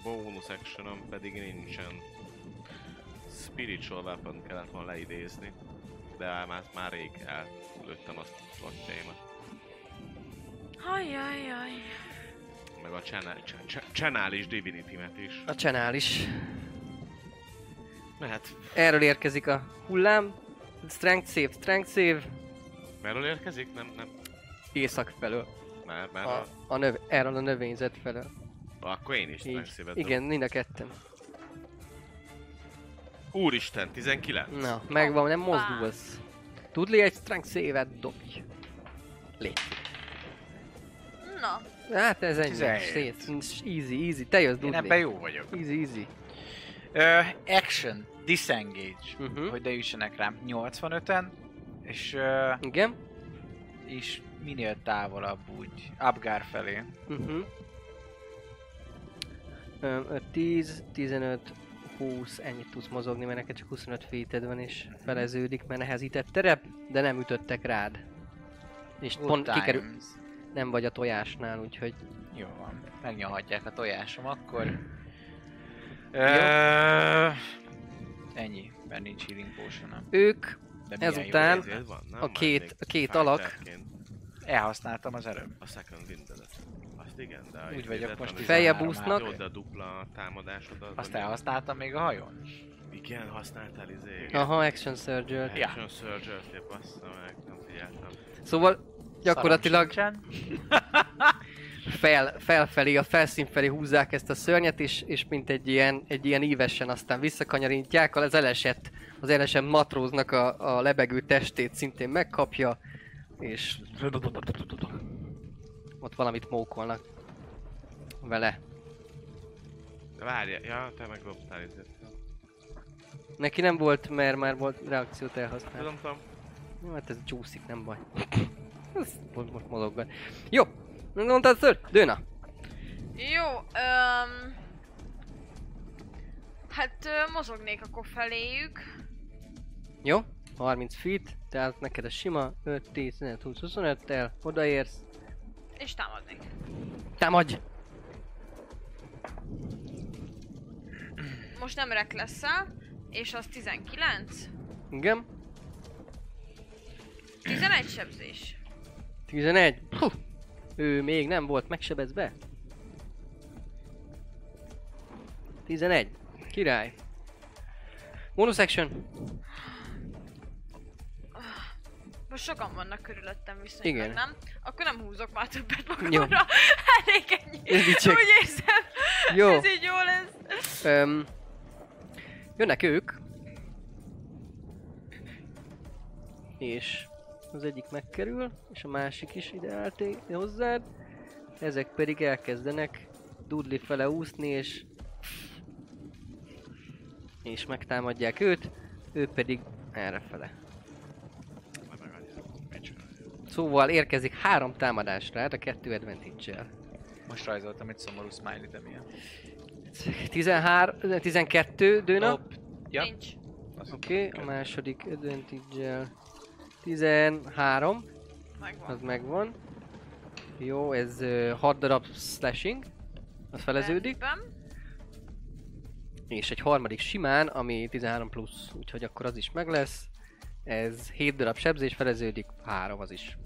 Speaker 6: Bonus actionom pedig nincsen. Spiritual weapon kellett volna leidézni. De már, már rég előttem azt a slotjaimat.
Speaker 3: Ajajaj.
Speaker 6: Meg a channel, ch- ch- channel is divinity-met is.
Speaker 2: A csenál is.
Speaker 6: Mehet.
Speaker 2: Erről érkezik a hullám. Strength save, strength save.
Speaker 6: Merről érkezik? Nem, nem.
Speaker 2: Észak felől.
Speaker 6: Már, már.
Speaker 2: A,
Speaker 6: A...
Speaker 2: a növ, erről a növényzet felől.
Speaker 6: Akkor én is
Speaker 2: Így.
Speaker 6: megszívedem.
Speaker 2: Igen, mind a ketten.
Speaker 6: Úristen, 19.
Speaker 2: Na, megvan, nem
Speaker 3: Hoppá.
Speaker 2: mozdulsz. Tudli egy strength save-et dobj. Légy.
Speaker 3: Na,
Speaker 2: Hát ez ennyi.
Speaker 5: 17.
Speaker 2: Szét. Easy, easy. Te jössz,
Speaker 5: Én ebben
Speaker 2: Dudley.
Speaker 5: jó vagyok.
Speaker 2: Easy, easy.
Speaker 5: Ö, action, disengage,
Speaker 2: Mhm.
Speaker 5: hogy ne üssenek rám 85-en, és, ö,
Speaker 2: Igen.
Speaker 5: és minél távolabb úgy, Abgár felé.
Speaker 2: Mhm. Öm, ö, 10, 15, 20, ennyit tudsz mozogni, mert neked csak 25 feeted van és feleződik, mert nehezített terep, de nem ütöttek rád. És
Speaker 5: Good
Speaker 2: pont
Speaker 5: times.
Speaker 2: kikerül, nem vagy a tojásnál, úgyhogy
Speaker 5: Jó van, megnyalhatják a tojásom, akkor... Ö, ennyi, mert nincs healing potion
Speaker 2: ők
Speaker 5: De milyen jó
Speaker 2: Ezután
Speaker 5: ez.
Speaker 6: Ezért van, nem?
Speaker 2: a
Speaker 6: Már
Speaker 2: két-
Speaker 6: még
Speaker 2: a két
Speaker 6: fighterként.
Speaker 5: Elhasználtam az előbb.
Speaker 6: A second windedet. Azt igen, de...
Speaker 5: Úgy vagyok most
Speaker 6: is.
Speaker 2: Feljebb
Speaker 5: 13
Speaker 2: úsznak.
Speaker 6: Jó, de a dupla támadásod az...
Speaker 5: Azt
Speaker 6: ami-
Speaker 5: elhasználtam még a hajón.
Speaker 6: Igen, használtál izé.
Speaker 2: Aha, Action surge
Speaker 5: Ja.
Speaker 6: Action Surge lép, bassza meg, nem figyeltem.
Speaker 2: Szóval gyakorlatilag
Speaker 5: Szaram
Speaker 2: fel, felfelé, a felszín felé húzzák ezt a szörnyet, és, és mint egy ilyen, egy ilyen ívesen aztán visszakanyarítják, az elesett, az elesett matróznak a, a lebegő testét szintén megkapja, és ott valamit mókolnak vele.
Speaker 6: De Várja, ja, te izé. meg dobtál izét.
Speaker 2: Hát. Neki nem volt, mert már volt reakciót elhasználni.
Speaker 6: Tudom, tudom.
Speaker 2: Jó, hát ez csúszik, nem baj. Ez most, most mozoggat. Jó, mondtad ször? Dőna!
Speaker 3: jó, öm... Hát ö, mozognék akkor feléjük.
Speaker 2: Jó, 30 feet, tehát neked a sima 5, 10, 15, 20, 25 tel odaérsz.
Speaker 3: És támadnék.
Speaker 2: Támadj!
Speaker 3: Most nem rek leszel, és az 19.
Speaker 2: Igen,
Speaker 3: 11 sebzés.
Speaker 2: 11. Hú. Ő még nem volt megsebezve. 11. Király. Bonus action.
Speaker 3: most sokan vannak körülöttem viszonylag,
Speaker 2: Igen.
Speaker 3: Igen. nem? Akkor nem húzok már többet
Speaker 2: Jó.
Speaker 3: magamra. Elég ennyi.
Speaker 2: Ez így csak-
Speaker 3: Úgy érzem,
Speaker 2: Jó.
Speaker 3: ez így jó lesz.
Speaker 2: Öm, jönnek ők. És az egyik megkerül, és a másik is ide elté hozzád. Ezek pedig elkezdenek dudli fele úszni, és és megtámadják őt, ő pedig errefele. Szóval érkezik három támadás rád a kettő advantage-el.
Speaker 5: Most rajzoltam egy szomorú smiley, de milyen.
Speaker 2: 13, 12 dőna.
Speaker 5: Hopp. Ja.
Speaker 3: Nincs.
Speaker 2: Oké, okay, a második advantage 13,
Speaker 3: Megvan.
Speaker 2: az megvan. Jó, ez ö, 6 darab slashing, az feleződik.
Speaker 3: Rendben.
Speaker 2: És egy harmadik simán, ami 13 plusz, úgyhogy akkor az is meg lesz. Ez 7 darab sebzés, feleződik, 3 az is.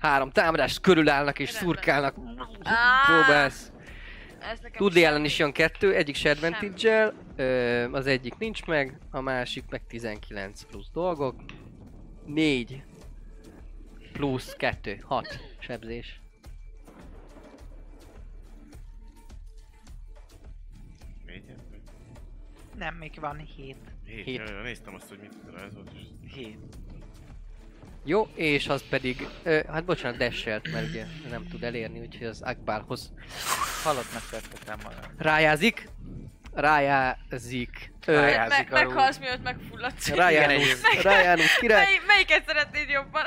Speaker 2: Három támadást körülállnak és
Speaker 3: Rendben.
Speaker 2: szurkálnak.
Speaker 3: Á,
Speaker 2: Próbálsz.
Speaker 3: Ez nekem
Speaker 2: Tudli ellen is jön kettő, egyik se
Speaker 3: Semmi.
Speaker 2: advantage az egyik nincs meg, a másik meg 19 plusz dolgok. 4 plusz 2, 6 sebzés.
Speaker 6: Négy?
Speaker 5: Nem, még van hét.
Speaker 2: Hét.
Speaker 6: Hét. Hét. Jaj, néztem azt, hogy mit rajzolt, és
Speaker 5: Hét.
Speaker 2: Jó, és az pedig, ö, hát bocsánat, dasselt, mert ugye nem tud elérni, úgyhogy az Akbarhoz
Speaker 5: Halottnak tettetem magam.
Speaker 2: rájázik. Rájázik. Ö,
Speaker 3: Me-
Speaker 5: Rájázik
Speaker 3: me-
Speaker 5: alul.
Speaker 3: meghalsz, miatt megfulladsz.
Speaker 2: Rájánus, Rájánus király.
Speaker 3: Mely, melyiket szeretnéd jobban?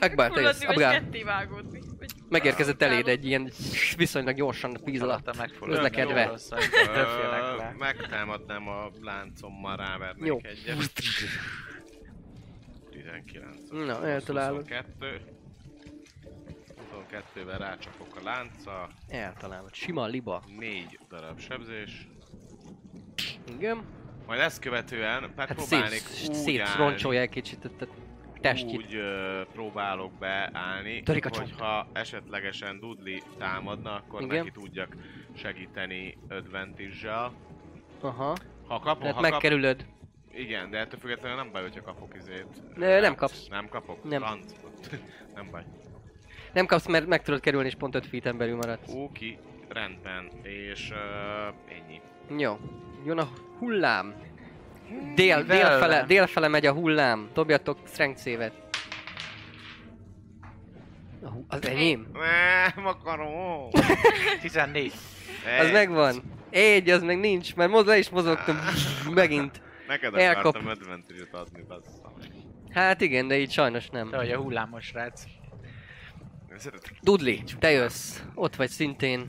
Speaker 2: Akbar, te jössz.
Speaker 3: Megfulladni vagy
Speaker 2: Akbar,
Speaker 3: ketté vágódni? Vagy
Speaker 2: megérkezett eléd egy ilyen viszonylag gyorsan víz alatt.
Speaker 5: Hallottam megfordulni.
Speaker 2: Közlekedve.
Speaker 5: Többfélek
Speaker 6: Ö,
Speaker 5: rá.
Speaker 6: Megtámadnám a láncommal, rávernék
Speaker 2: Jó.
Speaker 6: egyet. 19.
Speaker 2: Na, eltalálod.
Speaker 6: 22. 22-vel rácsapok a lánca,
Speaker 2: Eltalálod. Sima liba.
Speaker 6: 4 darab sebzés.
Speaker 2: Igen.
Speaker 6: Majd ezt követően
Speaker 2: Hát
Speaker 6: megpróbálnék
Speaker 2: szét-
Speaker 6: úgy állni,
Speaker 2: szétroncsolja egy kicsit a testjét.
Speaker 6: úgy ö, próbálok beállni,
Speaker 2: Törik a csont.
Speaker 6: hogyha esetlegesen Dudley támadna, akkor
Speaker 2: Igen.
Speaker 6: neki tudjak segíteni advantage
Speaker 2: Aha.
Speaker 6: Ha kapom,
Speaker 2: Tehát
Speaker 6: ha kap,
Speaker 2: megkerülöd.
Speaker 6: Igen, de ettől függetlenül nem baj, hogyha kapok izét.
Speaker 2: Ne, nem
Speaker 6: Lánc.
Speaker 2: kapsz.
Speaker 6: Nem kapok?
Speaker 2: Nem.
Speaker 6: Lánc. nem baj.
Speaker 2: Nem kapsz, mert meg tudod kerülni, és pont 5 feet belül maradsz.
Speaker 6: Oké, rendben. És uh, ennyi.
Speaker 2: Jó. Jön a hullám. Dél, délfele, délfele megy a hullám. Dobjatok strength szévet. Az enyém?
Speaker 6: Nem akarom.
Speaker 5: 14.
Speaker 2: Az megvan. Egy, az meg nincs, mert moz, le is mozogtam.
Speaker 6: Ah.
Speaker 2: Megint.
Speaker 6: Neked
Speaker 2: Elkap.
Speaker 6: akartam advantage adni, bassza.
Speaker 2: Hát igen, de így sajnos nem.
Speaker 5: Te vagy a hullámos rác.
Speaker 2: Dudli, te jössz. Ott vagy szintén.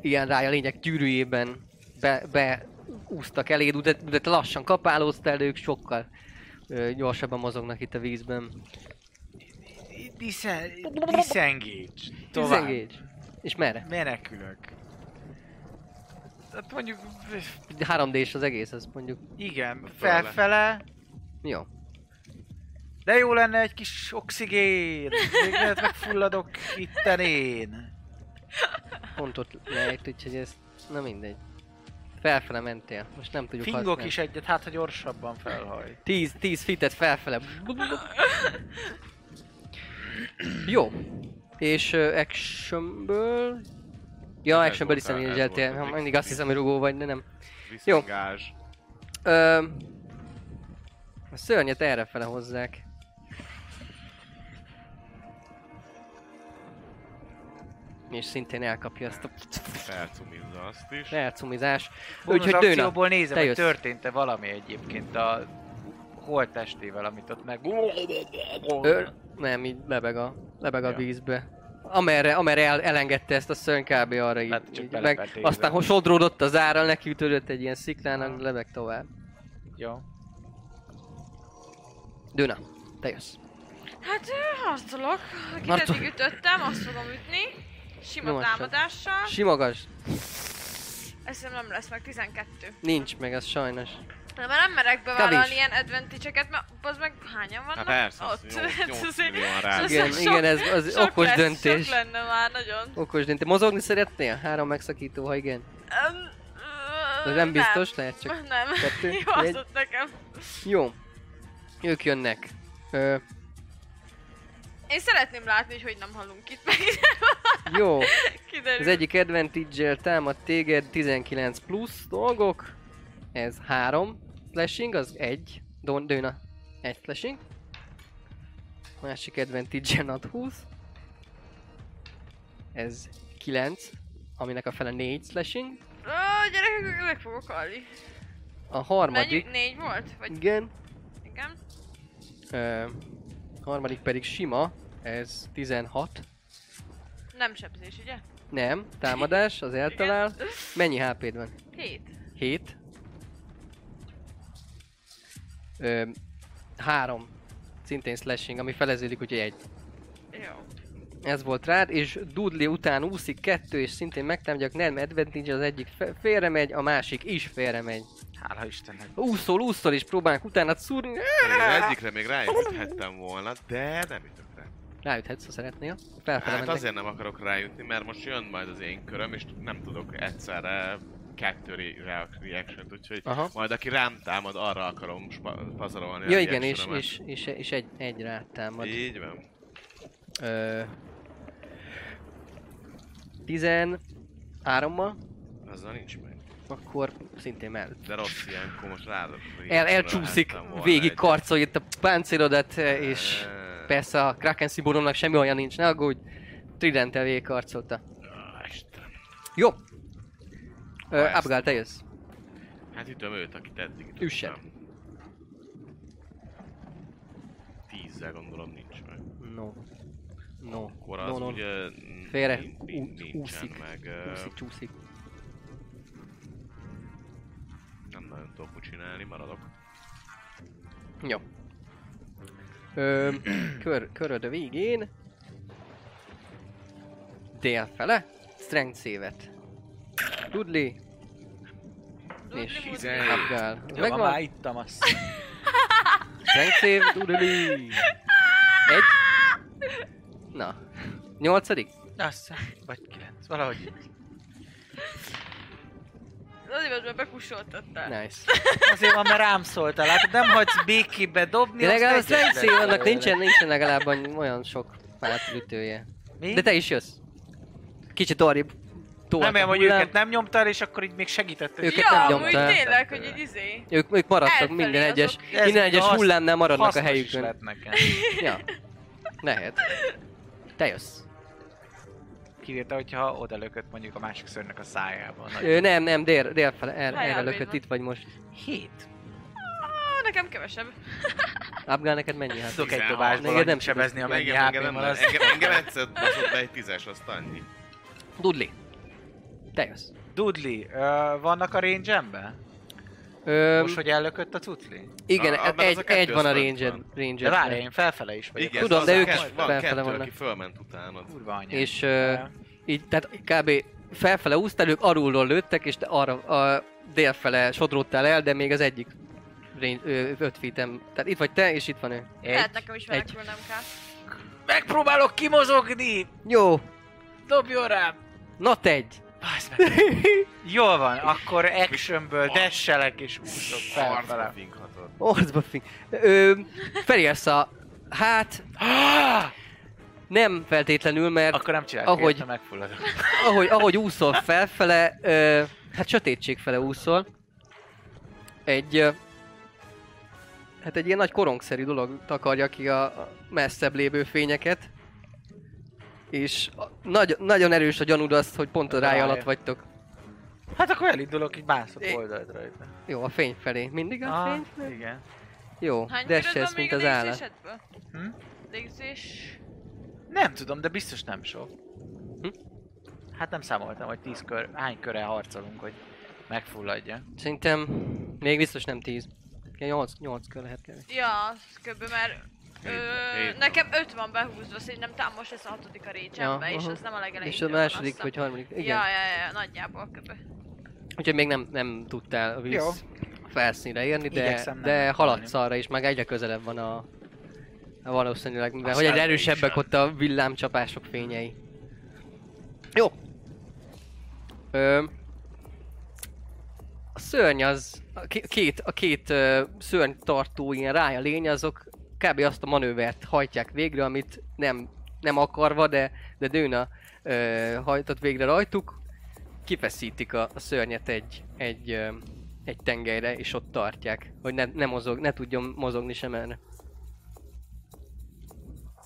Speaker 2: Ilyen rája lények gyűrűjében be, be úsztak eléd, de, de te lassan kapálóztál, de ők sokkal ö, gyorsabban mozognak itt a vízben.
Speaker 5: Diszen- Disengage. Tovább.
Speaker 2: Disengage. És merre?
Speaker 5: Menekülök. Hát mondjuk,
Speaker 2: 3 d az egész, az mondjuk.
Speaker 5: igen,
Speaker 6: Fölfele.
Speaker 5: felfele.
Speaker 2: Jó.
Speaker 5: De jó lenne egy kis oxigén. Még lehet megfulladok itten én.
Speaker 2: Pontot lehet, úgyhogy ez... Na mindegy. Felfele mentél. Most nem tudjuk
Speaker 5: Fingok
Speaker 2: használni.
Speaker 5: is egyet, hát ha gyorsabban felhaj.
Speaker 2: 10, 10 fitet felfele. Jó. És uh, actionből... Ja,
Speaker 6: Ez
Speaker 2: actionből
Speaker 6: volt a- ez
Speaker 2: diszengage
Speaker 6: volt a
Speaker 2: ha
Speaker 6: fix.
Speaker 2: mindig azt hiszem, hogy rugó vagy, de nem. Jó.
Speaker 6: Viszongázs.
Speaker 2: Ö, a szörnyet errefele hozzák. És szintén elkapja ezt a
Speaker 6: Felcumizza azt is.
Speaker 2: elcumizás.
Speaker 5: Úgyhogy
Speaker 2: Úgyhogy Dőna,
Speaker 5: akcióból nézem,
Speaker 2: te
Speaker 5: hogy
Speaker 2: jössz.
Speaker 5: történt-e valami egyébként a holttestével, amit ott meg...
Speaker 2: Ö, nem, így lebeg a, lebeg a
Speaker 5: Ja.
Speaker 2: vízbe. Amerre, amerre el, elengedte ezt a szörny kb. arra így,
Speaker 5: Hát csak
Speaker 2: így meg,
Speaker 5: belepetézett.
Speaker 2: aztán ho- sodródott az árral, neki ütődött egy ilyen sziklának, lebeg tovább.
Speaker 5: Jó.
Speaker 2: Duna, te jössz.
Speaker 3: Hát ö, harcolok. Akit
Speaker 2: Harcol.
Speaker 3: eddig ütöttem, azt fogom ütni. Sima
Speaker 2: Nyomassad.
Speaker 3: támadással.
Speaker 2: Simogas,
Speaker 3: Eszem nem lesz meg 12.
Speaker 2: nincs meg, ez sajnos.
Speaker 3: De már nem merek bevállalni
Speaker 2: Kevés.
Speaker 3: ilyen advantage-eket, mert az meg hányan vannak?
Speaker 6: Hát persze, az
Speaker 3: ott.
Speaker 6: nyolc- nyolc
Speaker 3: azért-
Speaker 6: millióan rá.
Speaker 3: az
Speaker 2: Igen,
Speaker 3: sok-
Speaker 2: igen, ez az
Speaker 3: sok
Speaker 2: okos
Speaker 3: lesz,
Speaker 2: döntés.
Speaker 3: Sok lenne már, nagyon.
Speaker 2: Okos, de te mozogni szeretnél? Három megszakító, ha igen.
Speaker 3: Öm, ö,
Speaker 2: Ez nem biztos, lehet csak
Speaker 3: Nem,
Speaker 2: kettő,
Speaker 3: jó az
Speaker 2: egy.
Speaker 3: ott nekem.
Speaker 2: Jó. Ők jönnek. Ö,
Speaker 3: Én szeretném látni, hogy hogy nem halunk itt meg.
Speaker 2: jó,
Speaker 3: Kiderül.
Speaker 2: az egyik advantage támad téged 19 plusz dolgok. Ez 3 slashing, az 1. Don, Dőna, 1 slashing. Másik advantage ad 20. Ez 9, aminek a fele 4 slashing.
Speaker 3: Ó, gyerekek, meg fogok halni.
Speaker 2: A
Speaker 3: Mennyi?
Speaker 2: harmadik,
Speaker 3: Négy volt? Vagy
Speaker 2: igen,
Speaker 3: igen?
Speaker 2: ö, harmadik pedig sima, ez 16.
Speaker 3: Nem sebzés, ugye?
Speaker 2: Nem, támadás, az eltalál. Mennyi HP-d van?
Speaker 3: Hét.
Speaker 2: 7. Ö, 3. Szintén slashing, ami feleződik, ugye egy.
Speaker 3: Jó.
Speaker 2: Ez volt rád, és Dudley után úszik kettő, és szintén megtámadják, nem advantage, az egyik fe- félremegy, a másik is félremegy.
Speaker 5: Hála Istennek.
Speaker 2: Úszol, úszol, és próbálnak utána szúrni.
Speaker 6: Pedig az egyikre még rájuthettem volna, de nem jutok rá.
Speaker 2: Ráüthetsz, ha szeretnél. Felfele
Speaker 6: Hát
Speaker 2: mennek.
Speaker 6: azért nem akarok rájutni, mert most jön majd az én köröm, és nem tudok egyszerre kettő re- reaction úgyhogy
Speaker 2: Aha.
Speaker 6: Aha. majd aki rám támad, arra akarom spa- pazarolni
Speaker 2: Ja
Speaker 6: a
Speaker 2: igen, és,
Speaker 6: reactionomat.
Speaker 2: és, és, és egy, egy rátámad.
Speaker 6: Így van.
Speaker 2: Ö, 13-mal,
Speaker 6: Azzal nincs meg.
Speaker 2: akkor szintén mellett.
Speaker 6: De rossz ilyenkor most ráadok.
Speaker 2: El, elcsúszik, végig karcolja itt a páncélodat, eh, és persze a Kraken szimbólumnak semmi olyan nincs, ne aggódj. Trident végig karcolta. Jó. Ö,
Speaker 6: ezt-
Speaker 2: Abgál, te jössz.
Speaker 6: Hát ütöm őt, akit eddig ütöttem.
Speaker 2: Üssed.
Speaker 6: Tízzel gondolom nincs meg.
Speaker 2: No. No.
Speaker 6: Akkor
Speaker 2: no,
Speaker 6: az
Speaker 2: no.
Speaker 6: ugye...
Speaker 2: Félre
Speaker 6: nin-
Speaker 2: ú-
Speaker 6: nin- nincsen
Speaker 2: úszik.
Speaker 6: meg. ö,
Speaker 2: Úszik, csúszik.
Speaker 6: Nem nagyon tudok mit csinálni, maradok.
Speaker 2: Jó. Ö, kör, köröd a végén. Délfele. Strength szévet. Dudley. És Abgál. Az
Speaker 5: Jó, van,
Speaker 2: Megvan.
Speaker 5: már ittam azt.
Speaker 2: Strength save, dudeli. Egy. Na. Nyolcadik?
Speaker 5: Azt vagy kilenc, valahogy így.
Speaker 3: Azért, mert bekussoltattál.
Speaker 2: Nice.
Speaker 5: Azért van, mert rám szóltál, látod, nem hagysz békébe dobni,
Speaker 2: De legalább a
Speaker 5: azt
Speaker 2: strength
Speaker 5: egyetlen
Speaker 2: save, annak
Speaker 5: belőle.
Speaker 2: nincsen, nincsen legalább annyi- olyan sok hátulütője.
Speaker 5: Mi?
Speaker 2: De te is jössz. Kicsit arrébb. tolt a
Speaker 5: Remélem, hogy
Speaker 2: hát hullám.
Speaker 5: őket nem nyomtál, és akkor így még segítettél.
Speaker 2: Őket
Speaker 3: ja,
Speaker 2: nem
Speaker 3: amúgy
Speaker 2: nyomta.
Speaker 3: tényleg, hogy egy izé.
Speaker 2: Ők, ők maradtak
Speaker 3: Elfelé
Speaker 2: minden
Speaker 3: azok.
Speaker 2: egyes,
Speaker 5: Ez
Speaker 2: minden egyes
Speaker 5: hasz-
Speaker 2: hullámnál maradnak a
Speaker 5: hasznos is
Speaker 2: helyükön.
Speaker 5: lett nekem.
Speaker 2: Ja. Lehet. Te jössz.
Speaker 5: Kivétel, hogyha oda lökött mondjuk a másik szörnek a szájában.
Speaker 2: Ö, nem, nem, dél, délfele, er,
Speaker 3: Hajrá,
Speaker 2: erre
Speaker 3: Béla.
Speaker 2: lökött, itt vagy most.
Speaker 5: Hét.
Speaker 3: Ah, nekem kevesebb.
Speaker 2: Abgál, neked mennyi hát?
Speaker 5: Tudok egy
Speaker 6: Tizenhat.
Speaker 5: dobásból
Speaker 2: Neked
Speaker 5: nem
Speaker 2: nem
Speaker 5: sebezni, amennyi
Speaker 6: Engem, engem,
Speaker 5: hp
Speaker 6: nem,
Speaker 5: van az.
Speaker 6: engem, engem egyszer baszott be egy tízes, azt annyi.
Speaker 2: Dudli. Te jössz.
Speaker 5: Dudley, ö, vannak a range
Speaker 2: Öm,
Speaker 5: Most, hogy ellökött a cucli?
Speaker 2: Igen,
Speaker 6: Na,
Speaker 2: a,
Speaker 6: abban
Speaker 2: egy,
Speaker 6: az a kettő
Speaker 2: egy van a
Speaker 6: az
Speaker 2: range
Speaker 6: fönt
Speaker 5: De
Speaker 2: range
Speaker 5: várj, én felfele is vagyok.
Speaker 6: Igen,
Speaker 2: Tudom,
Speaker 6: az
Speaker 2: de
Speaker 6: a
Speaker 2: ők
Speaker 6: kettő-
Speaker 2: is
Speaker 6: van
Speaker 2: felfele
Speaker 6: kettő,
Speaker 2: vannak.
Speaker 6: aki fölment utánad.
Speaker 5: Kurva anyja.
Speaker 2: És ö, így, tehát kb. felfele úsztál, ők arulról lőttek, és te arra a délfele sodródtál el, de még az egyik range, ö, öt feet-em. Tehát itt vagy te, és itt van ő.
Speaker 3: Lehet nekem is
Speaker 2: egy.
Speaker 3: menekülnem kell.
Speaker 5: Megpróbálok kimozogni!
Speaker 2: Jó,
Speaker 5: Dobjon rám!
Speaker 2: na egy.
Speaker 5: Baszd meg. Jól van, akkor actionből desselek és úszok
Speaker 6: Arcba
Speaker 5: felfele.
Speaker 6: finkhatod.
Speaker 2: Orcba fing. Ö, felérsz a... Hát... Nem feltétlenül, mert
Speaker 5: Ah! Akkor nem csinálok
Speaker 2: Ahogy-
Speaker 5: Ahogy... érte, megfulladok.
Speaker 2: ahogy, ahogy úszol felfele, ö, hát sötétség fele úszol, egy, ö, hát egy ilyen nagy korongszerű dolog takarja ki a a messzebb lévő fényeket, és a- nagy, nagyon erős a gyanúd azt, hogy pont a ráj alatt vagytok.
Speaker 5: Hát akkor elindulok, így mászok
Speaker 2: É.
Speaker 5: oldalt rajta.
Speaker 2: Jó, a fény felé. Mindig a
Speaker 5: Ah,
Speaker 2: fény felé?
Speaker 5: igen.
Speaker 2: Jó,
Speaker 3: Hány
Speaker 2: desselsz, mint az állat.
Speaker 3: Dégzésedből?
Speaker 5: Hm?
Speaker 3: Dégzés...
Speaker 5: Nem tudom, de biztos nem sok.
Speaker 2: Hm?
Speaker 5: Hát nem számoltam, hogy 10 kör, hány körrel harcolunk, hogy megfulladja.
Speaker 2: Szerintem még biztos nem 10. 8, 8 kör lehet kell.
Speaker 3: Ja, az kb. mert... Ö,
Speaker 6: Hét.
Speaker 3: nekem öt van behúzva, szóval szerintem tám most lesz a hatodik a récsembe,
Speaker 2: Ja,
Speaker 3: és
Speaker 2: aha.
Speaker 3: ez nem a legelején.
Speaker 2: És a második vagy harmadik. Igen.
Speaker 3: Ja, ja, ja, nagyjából kb.
Speaker 2: Úgyhogy még nem, nem tudtál a víz
Speaker 5: Jó.
Speaker 2: felszínre érni, de,
Speaker 5: Igyekszem nem
Speaker 2: de haladsz
Speaker 5: megtalálni.
Speaker 2: arra is, meg egyre közelebb van a, a valószínűleg, mivel
Speaker 5: Aztán
Speaker 2: hogy egyre
Speaker 5: még
Speaker 2: erősebbek
Speaker 5: sem.
Speaker 2: ott a villámcsapások fényei. Jó. Ö, a szörny az, a ki- két, a két ö, szörny tartó ilyen rája lény, azok kb. azt a manővert hajtják végre, amit nem, nem akarva, de, de Dőna ö, hajtott végre rajtuk. Kifeszítik a, a szörnyet egy, egy, ö, egy tengelyre, és ott tartják, hogy ne, ne, mozog, ne tudjon mozogni sem erre.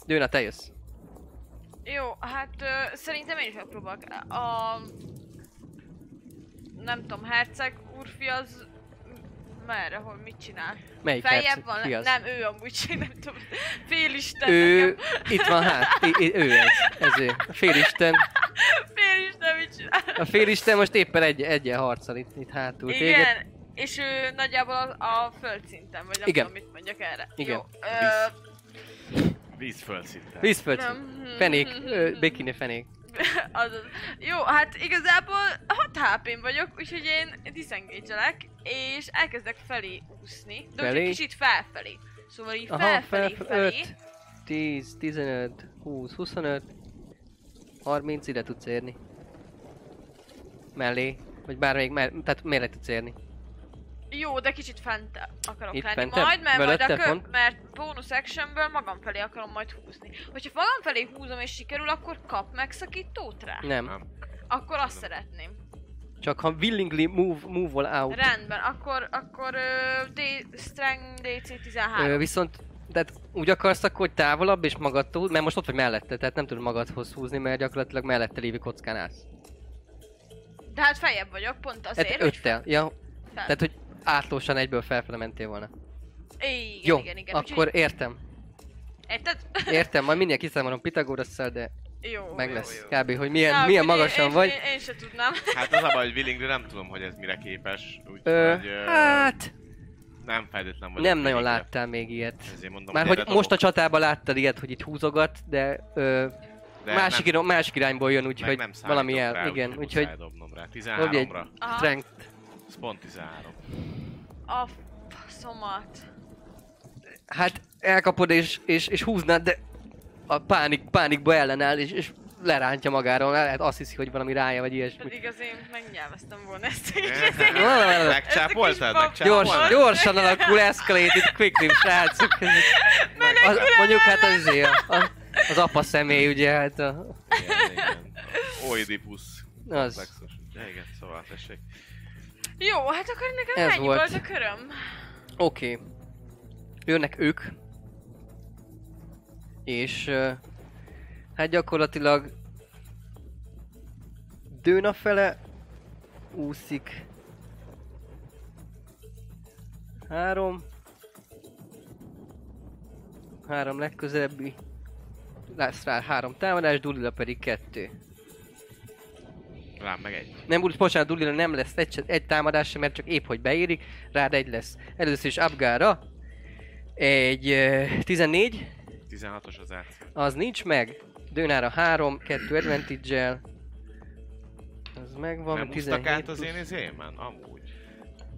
Speaker 2: Dőna, te jössz.
Speaker 3: Jó, hát ö, szerintem én is megpróbálok. A... Nem tudom, herceg úrfi az... Merre, hol mit csinál?
Speaker 2: Melyik
Speaker 3: Feljebb
Speaker 2: herceg?
Speaker 3: van?
Speaker 2: Ki az?
Speaker 3: Nem, ő amúgy csinál, nem tudom. Félisten
Speaker 2: Ő,
Speaker 3: nekem.
Speaker 2: itt van hát, I- i- ő ez, ez ő. A félisten,
Speaker 3: Félisten mit csinál?
Speaker 2: a félisten most éppen egy, egyen harcol itt, itt hátul téged.
Speaker 3: Igen, és ő nagyjából a, a földszinten, vagy nem
Speaker 2: Igen.
Speaker 3: tudom, mit mondjak erre.
Speaker 2: Igen.
Speaker 3: Jó, ö,
Speaker 6: Víz földszinten.
Speaker 2: Vízföld,
Speaker 3: nem.
Speaker 2: fenék, ö, bikini fenék.
Speaker 3: Az, az. Jó, hát igazából 6 hp vagyok, úgyhogy én disengage és elkezdek felé úszni. De
Speaker 2: Felé?
Speaker 3: felé? kicsit felfelé. Szóval így
Speaker 2: Aha,
Speaker 3: felfelé,
Speaker 2: fel,
Speaker 3: felé.
Speaker 2: 5, 10, 15, 20, 25, 30, ide tudsz érni. Mellé, vagy bármelyik, mell- tehát mellé tudsz érni.
Speaker 3: Jó, de kicsit fent akarok
Speaker 2: Itt
Speaker 3: lenni
Speaker 2: fentebb?
Speaker 3: majd, mert, majd a
Speaker 2: Mellette
Speaker 3: kö...
Speaker 2: pont?
Speaker 3: mert bonus actionből magam felé akarom majd húzni. Hogyha magam felé húzom és sikerül, akkor kap megszakítót rá?
Speaker 2: Nem,
Speaker 6: Nem.
Speaker 3: Akkor azt szeretném.
Speaker 2: csak ha willingly move, move out.
Speaker 3: Rendben, akkor, akkor uh, D- Strength DC 13.
Speaker 2: Ö, viszont, tehát úgy akarsz akkor, hogy távolabb és magadtól, húz- mert most ott vagy mellette, tehát nem tudod magadhoz húzni, mert gyakorlatilag mellette lévő kockán állsz.
Speaker 3: De hát feljebb vagyok, pont azért,
Speaker 2: Tehát
Speaker 3: hogy
Speaker 2: öttel, ja.
Speaker 3: fel.
Speaker 2: Tehát, hogy átlósan egyből felfele mentél volna.
Speaker 3: Igen,
Speaker 2: Jó,
Speaker 3: igen, igen.
Speaker 2: akkor
Speaker 3: Úgyhogy,
Speaker 2: értem.
Speaker 3: érted?
Speaker 2: Értem, majd mindjárt kiszámolom Pitagorasszal, de
Speaker 3: jó,
Speaker 2: meg
Speaker 3: jó,
Speaker 2: lesz
Speaker 3: jó.
Speaker 2: kb. hogy milyen,
Speaker 3: Na,
Speaker 2: milyen
Speaker 3: akkor én-
Speaker 2: magasan
Speaker 3: én,
Speaker 2: vagy.
Speaker 3: Én, én se tudnám.
Speaker 6: Hát az a baj, hogy Willingre nem tudom, hogy ez mire képes,
Speaker 2: Ö,
Speaker 6: úgyhogy ö,
Speaker 2: hát,
Speaker 6: nem feltétlen vagyok.
Speaker 2: nem nagyon
Speaker 6: Willingre.
Speaker 2: láttál még ilyet.
Speaker 6: Ezért mondom,
Speaker 2: Már
Speaker 6: hogy
Speaker 2: hogy
Speaker 6: erre
Speaker 2: most a
Speaker 6: dobok.
Speaker 2: csatában láttad ilyet, hogy itt húzogat, de, ö,
Speaker 6: De
Speaker 2: másik,
Speaker 6: nem-
Speaker 2: irány, másik irányból jön,
Speaker 6: meg
Speaker 2: úgyhogy
Speaker 6: nem számítok
Speaker 2: valami el,
Speaker 6: rá,
Speaker 2: igen, úgyhogy
Speaker 6: muszáj dobnom rá.
Speaker 2: dobj egy
Speaker 6: 13-ra.
Speaker 3: Aha.
Speaker 2: strength
Speaker 6: Ez pont 13.
Speaker 3: A faszomat.
Speaker 2: Hát elkapod és, és, és húznád, de a pánik, pánikba ellenáll, és, és lerántja magáról, lehet azt hiszi, hogy valami rája, vagy ilyesmi.
Speaker 3: Pedig az én megnyelveztem volna ezt így.
Speaker 6: Megcsápoltad?
Speaker 3: bab-
Speaker 6: Megcsápoltad?
Speaker 2: Gyors, gyors, alakul, escalate itt, quick rim, srácok. Az, mondjuk hát az, a, a, az apa személy, ugye, hát a,
Speaker 6: Igen, igen. Oidipus.
Speaker 2: Az.
Speaker 6: komplexus. Ja, igen, szóval tessék.
Speaker 3: Jó, hát akkor nekem
Speaker 2: Ez
Speaker 3: ennyi
Speaker 2: volt.
Speaker 3: volt a köröm.
Speaker 2: Oké. Okay. Jönnek ők. És... ö, Hát gyakorlatilag... Dőna fele... Úszik... Három... Három legközelebbi... Lesz rá három támadás, Dulila pedig kettő.
Speaker 6: Rám meg egy.
Speaker 2: Nem, úgy, bocsánat, Dulila nem lesz egy, se- egy támadás sem, mert csak épp hogy beérik, rád egy lesz. Először is Abgára. Egy uh, 14,
Speaker 6: 16-os az át.
Speaker 2: az nincs meg. Dőnára 3, 2 advantage-el. Az megvan,
Speaker 6: Nem úsztak
Speaker 2: 17
Speaker 6: át az
Speaker 2: plusz-
Speaker 6: én izémen? Amúgy.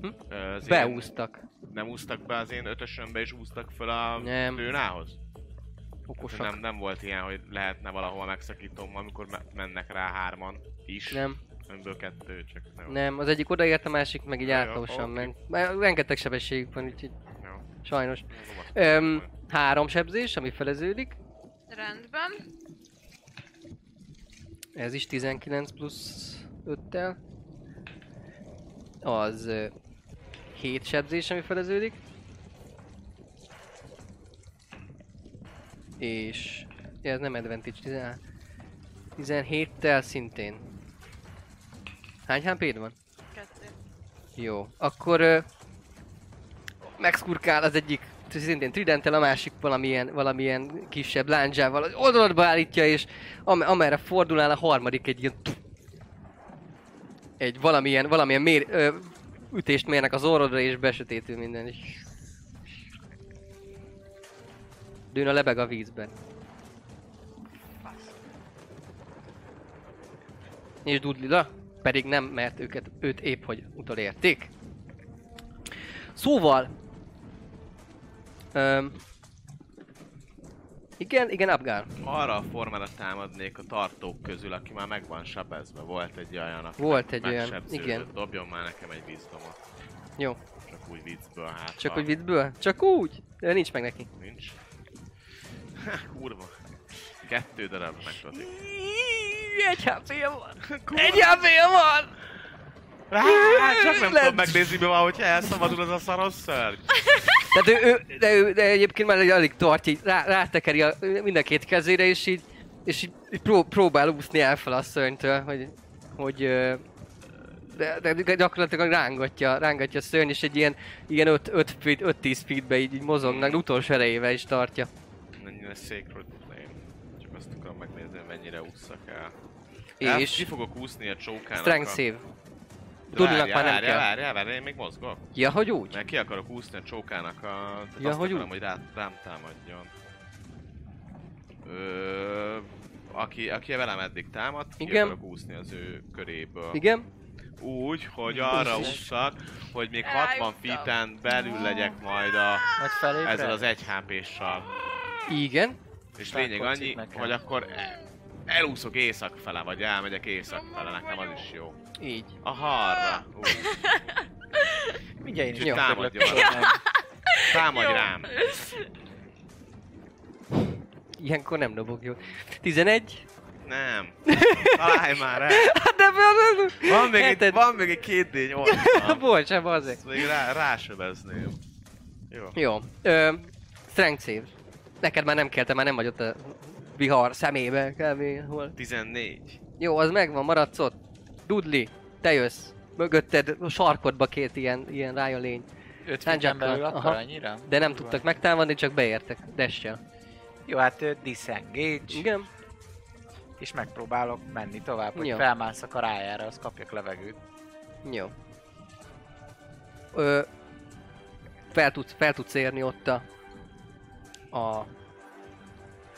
Speaker 2: Hm?
Speaker 6: Ö, az én-
Speaker 2: Beúztak.
Speaker 6: Nem úsztak be az én ötösömbe és úsztak föl a
Speaker 2: Nem.
Speaker 6: dőnához?
Speaker 2: Okosak.
Speaker 6: Nem, nem volt ilyen, hogy lehetne valahol megszakítom, amikor me- mennek rá hárman is.
Speaker 2: nem.
Speaker 6: Önből kettő, csak nem.
Speaker 2: Nem, az egyik odaért, a másik meg így
Speaker 6: Ja,
Speaker 2: átlósan
Speaker 6: oké.
Speaker 2: ment. Mert Rengeteg sebességük van, úgyhogy
Speaker 6: Jó.
Speaker 2: sajnos.
Speaker 6: Rovadt
Speaker 2: Öm,
Speaker 6: komoly.
Speaker 2: három sebzés, ami feleződik.
Speaker 3: Rendben.
Speaker 2: Ez is 19 plusz 5-tel. Az 7 sebzés, ami feleződik. És... Ja, ez nem advantage, 13. 17-tel szintén. Hány hp van?
Speaker 3: Kettő.
Speaker 2: Jó, akkor... Ö, megszkurkál az egyik szintén tridenttel, a másik valamilyen, valamilyen kisebb lándzsával az oldaladba állítja, és am- amerre fordulál, a harmadik egy ilyen egy valamilyen, valamilyen mér, ö, ütést mérnek az orrodra, és besötétül minden is. Dűna lebeg a vízben. És Dudlila pedig nem, mert őket, őt épp hogy utolérték. Szóval... Öm, Igen, igen, Abgar.
Speaker 6: Arra a formára támadnék a tartók közül, aki már meg van sebezve. Volt egy olyan, aki
Speaker 2: Volt egy olyan,
Speaker 6: megsebződött.
Speaker 2: igen.
Speaker 6: Dobjon már nekem egy vízdomot.
Speaker 2: Jó.
Speaker 6: Csak úgy viccből hát.
Speaker 2: Csak
Speaker 6: ha
Speaker 2: úgy viccből? Csak úgy? De nincs meg neki.
Speaker 6: Nincs. Ha, kurva. Kettő darab megtatik.
Speaker 2: Egy hp van. Egy hp van!
Speaker 6: Hát, csak nem
Speaker 2: Lent.
Speaker 6: tudom megnézni, mi van, hogyha elszabadul az a szaros szörny.
Speaker 2: Tehát ő, ő, de ő de egyébként már egy alig tartja, így rá, rátekeri a, mind a két kezére, és így, és így, így pró, próbál úszni el fel a szörnytől, hogy, hogy ö, de, de, gyakorlatilag rángatja, rángatja a szörny, és egy ilyen, ilyen 5-10 feet, 5-10 feetbe így, így mozognak, de utolsó erejével is tartja.
Speaker 6: Mennyire sacred flame. Csak azt akarom megnézni, hogy mennyire ússzak el.
Speaker 2: És-
Speaker 6: És... Ki fogok úszni a csókának
Speaker 2: Strength
Speaker 6: a-
Speaker 2: save.
Speaker 6: De
Speaker 2: Tudnak
Speaker 6: várjál,
Speaker 2: már nem
Speaker 6: várjál,
Speaker 2: kell.
Speaker 6: Várjál, várjál, én még mozgok.
Speaker 2: Ja, hogy úgy?
Speaker 6: Mert ki akarok úszni a csókának a... Tehát
Speaker 2: Ja,
Speaker 6: ja, azt
Speaker 2: hogy
Speaker 6: hogy akarom,
Speaker 2: úgy.
Speaker 6: hogy rá, rám támadjon. Ö, aki, aki velem eddig támadt, ki
Speaker 2: Igen.
Speaker 6: akarok úszni az ő köréből.
Speaker 2: Igen?
Speaker 6: Úgy, hogy arra
Speaker 2: Úszis.
Speaker 6: ússzak, hogy még
Speaker 3: Elájultam.
Speaker 6: 60 feeten belül legyek majd a,
Speaker 5: Vagy felépre?
Speaker 6: ezzel az 1 HP-ssal.
Speaker 2: Igen.
Speaker 6: És
Speaker 5: Stánkot
Speaker 6: lényeg annyi,
Speaker 5: szívnek kell.
Speaker 6: hogy akkor e- elúszok észak fele, vagy elmegyek észak fele, nekem az is jó.
Speaker 2: Így.
Speaker 6: A harra. Ú,
Speaker 5: Mindjárt én is
Speaker 6: Úgyhogy támadjon. Támadj
Speaker 3: Jó.
Speaker 6: rám.
Speaker 2: Ilyenkor nem dobok jó. 11.
Speaker 6: Nem. Találj már el.
Speaker 2: Hát de be-
Speaker 6: Van még, egy,
Speaker 2: Heted.
Speaker 6: van még egy két d
Speaker 2: Bocs, sem azért.
Speaker 6: Ezt még rá, rásöbezném. Jó.
Speaker 2: Jó. Ö, strength save. Neked már nem kell, te már nem vagy ott a vihar szemébe, kb. Hol.
Speaker 6: 14.
Speaker 2: Jó, az megvan, maradsz ott. Dudley, te jössz. Mögötted a sarkodba két ilyen, ilyen rájön lény.
Speaker 5: 5
Speaker 2: Sanjak-kal,
Speaker 5: feeten belül
Speaker 2: aha.
Speaker 5: akkor annyira?
Speaker 2: De nem
Speaker 5: Durva.
Speaker 2: tudtak megtámadni, csak beértek. Dessel.
Speaker 5: Jó, hát ö, disengage,
Speaker 2: Igen.
Speaker 5: és megpróbálok menni tovább, hogy
Speaker 2: Jó.
Speaker 5: felmászak a rájára, az kapjak levegőt.
Speaker 2: Jó. Ö, fel, tudsz, fel tudsz érni ott a... a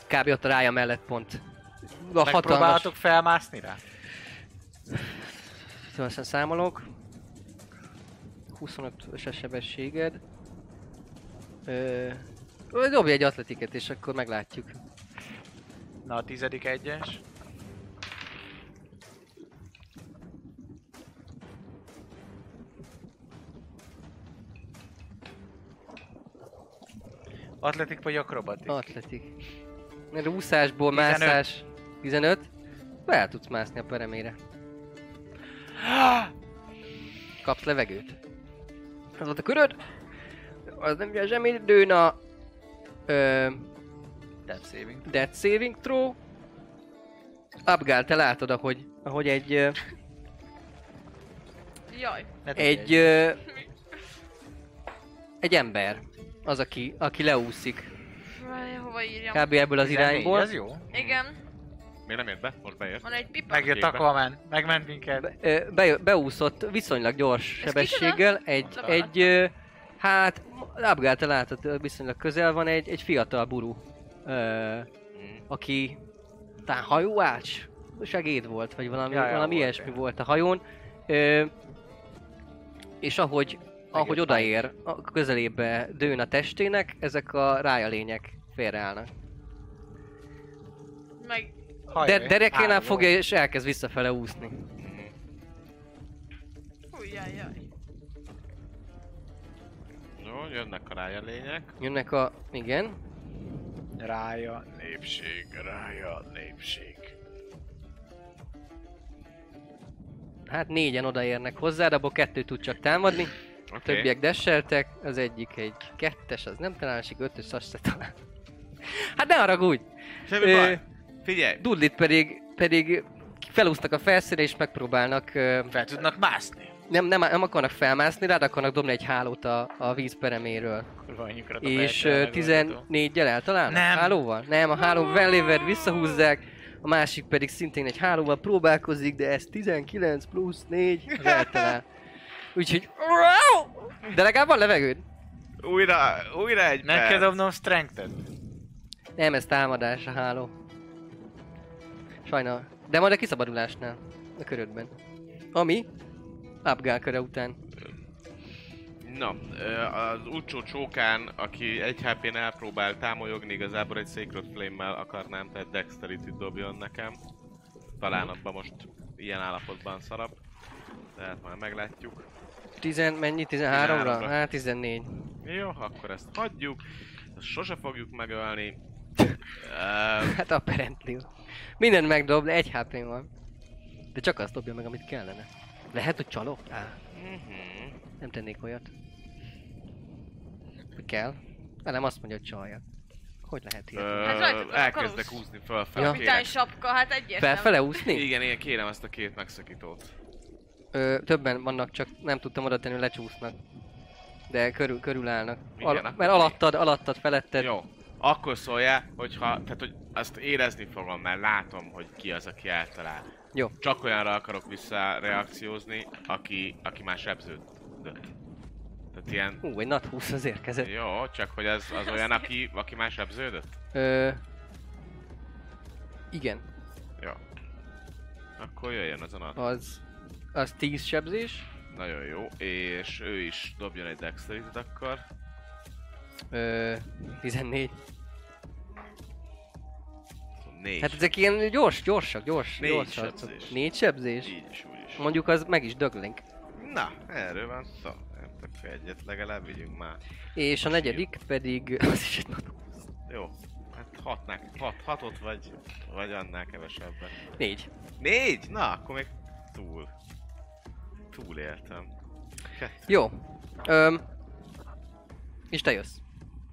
Speaker 2: kb. ott a rája mellett pont. A hatalmas...
Speaker 5: Megpróbálhatok felmászni rá?
Speaker 2: Szívesen Szóval számolok. 25-ös a sebességed. Ö... ö, Dobj egy atletiket, és akkor meglátjuk.
Speaker 5: Na, a tizedik egyes. Atletik vagy akrobatik?
Speaker 2: Atletik. Mert úszásból
Speaker 5: 15.
Speaker 2: mászás 15. Be tudsz mászni a peremére. Kapsz levegőt. Ez volt a köröd. Az nem ugye semmi időn a... Ö,
Speaker 5: Death saving.
Speaker 2: Death Saving Throw. Abgál, te látod, ahogy, ahogy egy... Ö,
Speaker 3: Jaj.
Speaker 5: Ne tudj
Speaker 2: egy, ö, egy ember az, aki, aki leúszik.
Speaker 3: Várj, hova írjam?
Speaker 2: Kb. ebből az
Speaker 5: 14,
Speaker 2: irányból.
Speaker 5: Az jó.
Speaker 3: Igen,
Speaker 6: Még nem ért be? Most beért.
Speaker 3: van egy pipa.
Speaker 5: Megjött
Speaker 6: Képbe.
Speaker 5: Aquaman, megment minket.
Speaker 2: Be, ö, be, beúszott viszonylag gyors
Speaker 3: Ez kicsoda?
Speaker 2: sebességgel. Egy,
Speaker 3: Labda.
Speaker 2: egy ö, hát, Abgál, te látod, ö, viszonylag közel van egy, egy fiatal buru, ö,
Speaker 3: Hmm.
Speaker 2: aki talán hajóács, segéd volt, vagy valami,
Speaker 5: Ja, ja,
Speaker 2: valami
Speaker 5: volt,
Speaker 2: ilyesmi
Speaker 5: ja.
Speaker 2: volt a hajón. Ö, és ahogy, ahogy odaér, a közelébe dőn a testének, ezek a rája lények félreállnak.
Speaker 3: Meg...
Speaker 5: Hajraj,
Speaker 2: De derekénál
Speaker 5: álló.
Speaker 2: fogja és elkezd visszafele úszni.
Speaker 3: Hú, jaj, jaj.
Speaker 6: Jó, jönnek a rájelények.
Speaker 2: Jönnek a... igen.
Speaker 5: Rája,
Speaker 4: Népség, rája, népség.
Speaker 2: Hát négyen odaérnek hozzá, de abból kettő tud csak támadni.
Speaker 6: Oké.
Speaker 2: Okay. Többiek desseltek, az egyik egy kettes, az nem talál, másik ötös, azt se talál. Hát ne haragudj!
Speaker 6: Semmi
Speaker 2: Ö,
Speaker 6: baj. Figyelj,
Speaker 2: Dudlit pedig, pedig felúsztak a felszínre és megpróbálnak ö,
Speaker 5: Fel tudnak mászni.
Speaker 2: nem, nem, nem akarnak felmászni, rád akarnak dobni egy hálót a, a víz pereméről.
Speaker 5: Kurva anyjukra dobálják
Speaker 2: És
Speaker 5: el,
Speaker 2: ö,
Speaker 5: megoldható.
Speaker 2: 14-gyel eltalálnak?
Speaker 5: Nem.
Speaker 2: Hálóval? Nem, a háló vellével visszahúzzák, a másik pedig szintén egy hálóval próbálkozik, de ez 19 plusz 4, az eltalál. Úgyhogy... De legalább van levegőd.
Speaker 6: újra, újra egy
Speaker 5: Meg kell
Speaker 6: perc.
Speaker 5: dobnom strength-et.
Speaker 2: Nem, ez támadás a háló. Sajnál. De majd a kiszabadulásnál. A körödben. Ami? Abgál köre után.
Speaker 6: Na, ö, az utcsó csókán, aki egy HP-n elpróbál támolyogni, igazából egy Sacred Flame-mel akarnám, tehát dexterity dobjon nekem. Talán abban most ilyen állapotban szarab. Tehát már meglátjuk.
Speaker 2: Tizen, mennyi? 13-ra?
Speaker 6: 13-ra.
Speaker 2: Hát 14.
Speaker 6: Jó, akkor ezt hagyjuk. Ezt sose fogjuk megölni. Ö,
Speaker 2: Hát apparently. Mindent megdob, de egy hp van. De csak azt dobja meg, amit kellene. Lehet, hogy csalok? Á,
Speaker 6: mhm.
Speaker 2: nem tennék olyat. Hogy kell? Velem azt mondja, hogy csalja. Hogy lehet ilyet?
Speaker 6: Ö,
Speaker 3: Hát rajtad van a
Speaker 6: elkezdek
Speaker 3: kalóz.
Speaker 6: húzni fölfelé.
Speaker 2: Ja.
Speaker 3: Kapitány
Speaker 6: Kérek.
Speaker 3: sapka, hát egyértelmű.
Speaker 2: Felfele úszni?
Speaker 6: Igen, én kérem ezt a két megszakítót.
Speaker 2: Ö, többen vannak, csak nem tudtam oda tenni, lecsúsznak. De körül, körül állnak.
Speaker 6: Igen,
Speaker 2: Al-
Speaker 6: akkor
Speaker 2: mert
Speaker 6: mi?
Speaker 2: alattad, alattad, feletted.
Speaker 6: Jó. Akkor szóljál, hogyha, tehát hogy azt érezni fogom, mert látom, hogy ki az, aki eltalál.
Speaker 2: Jó.
Speaker 6: Csak olyanra akarok visszareakciózni, aki, aki már sebződött. Tehát ilyen...
Speaker 2: Hú, egy nat 20 az érkezett.
Speaker 6: Jó, csak hogy az, az olyan, aki, aki már sebződött?
Speaker 2: Ö, igen.
Speaker 6: Jó. Akkor jöjjön az a nat.
Speaker 2: Az, az 10 sebzés,
Speaker 6: Nagyon jó. És ő is dobjon egy dexterity akkor.
Speaker 2: ö, 14.
Speaker 6: Szóval Négy.
Speaker 2: Hát ezek ilyen gyors, gyorsak, gyors,
Speaker 6: Négy
Speaker 2: gyors
Speaker 6: sebzés.
Speaker 2: 4 sebzés?
Speaker 6: Így is, úgy is.
Speaker 2: Mondjuk az meg is döglünk.
Speaker 6: Na, erről van szó. Nem tök fel egyet, legalább vigyünk már.
Speaker 2: És a
Speaker 6: Most
Speaker 2: negyedik pedig, az is egy nat
Speaker 6: Jó. Hát hatnak, hat, hatot vagy, vagy annál kevesebben.
Speaker 2: 4.
Speaker 6: Négy? Na, akkor még túl. Túléltem. Kettő.
Speaker 2: Jó. Ö, és te jössz.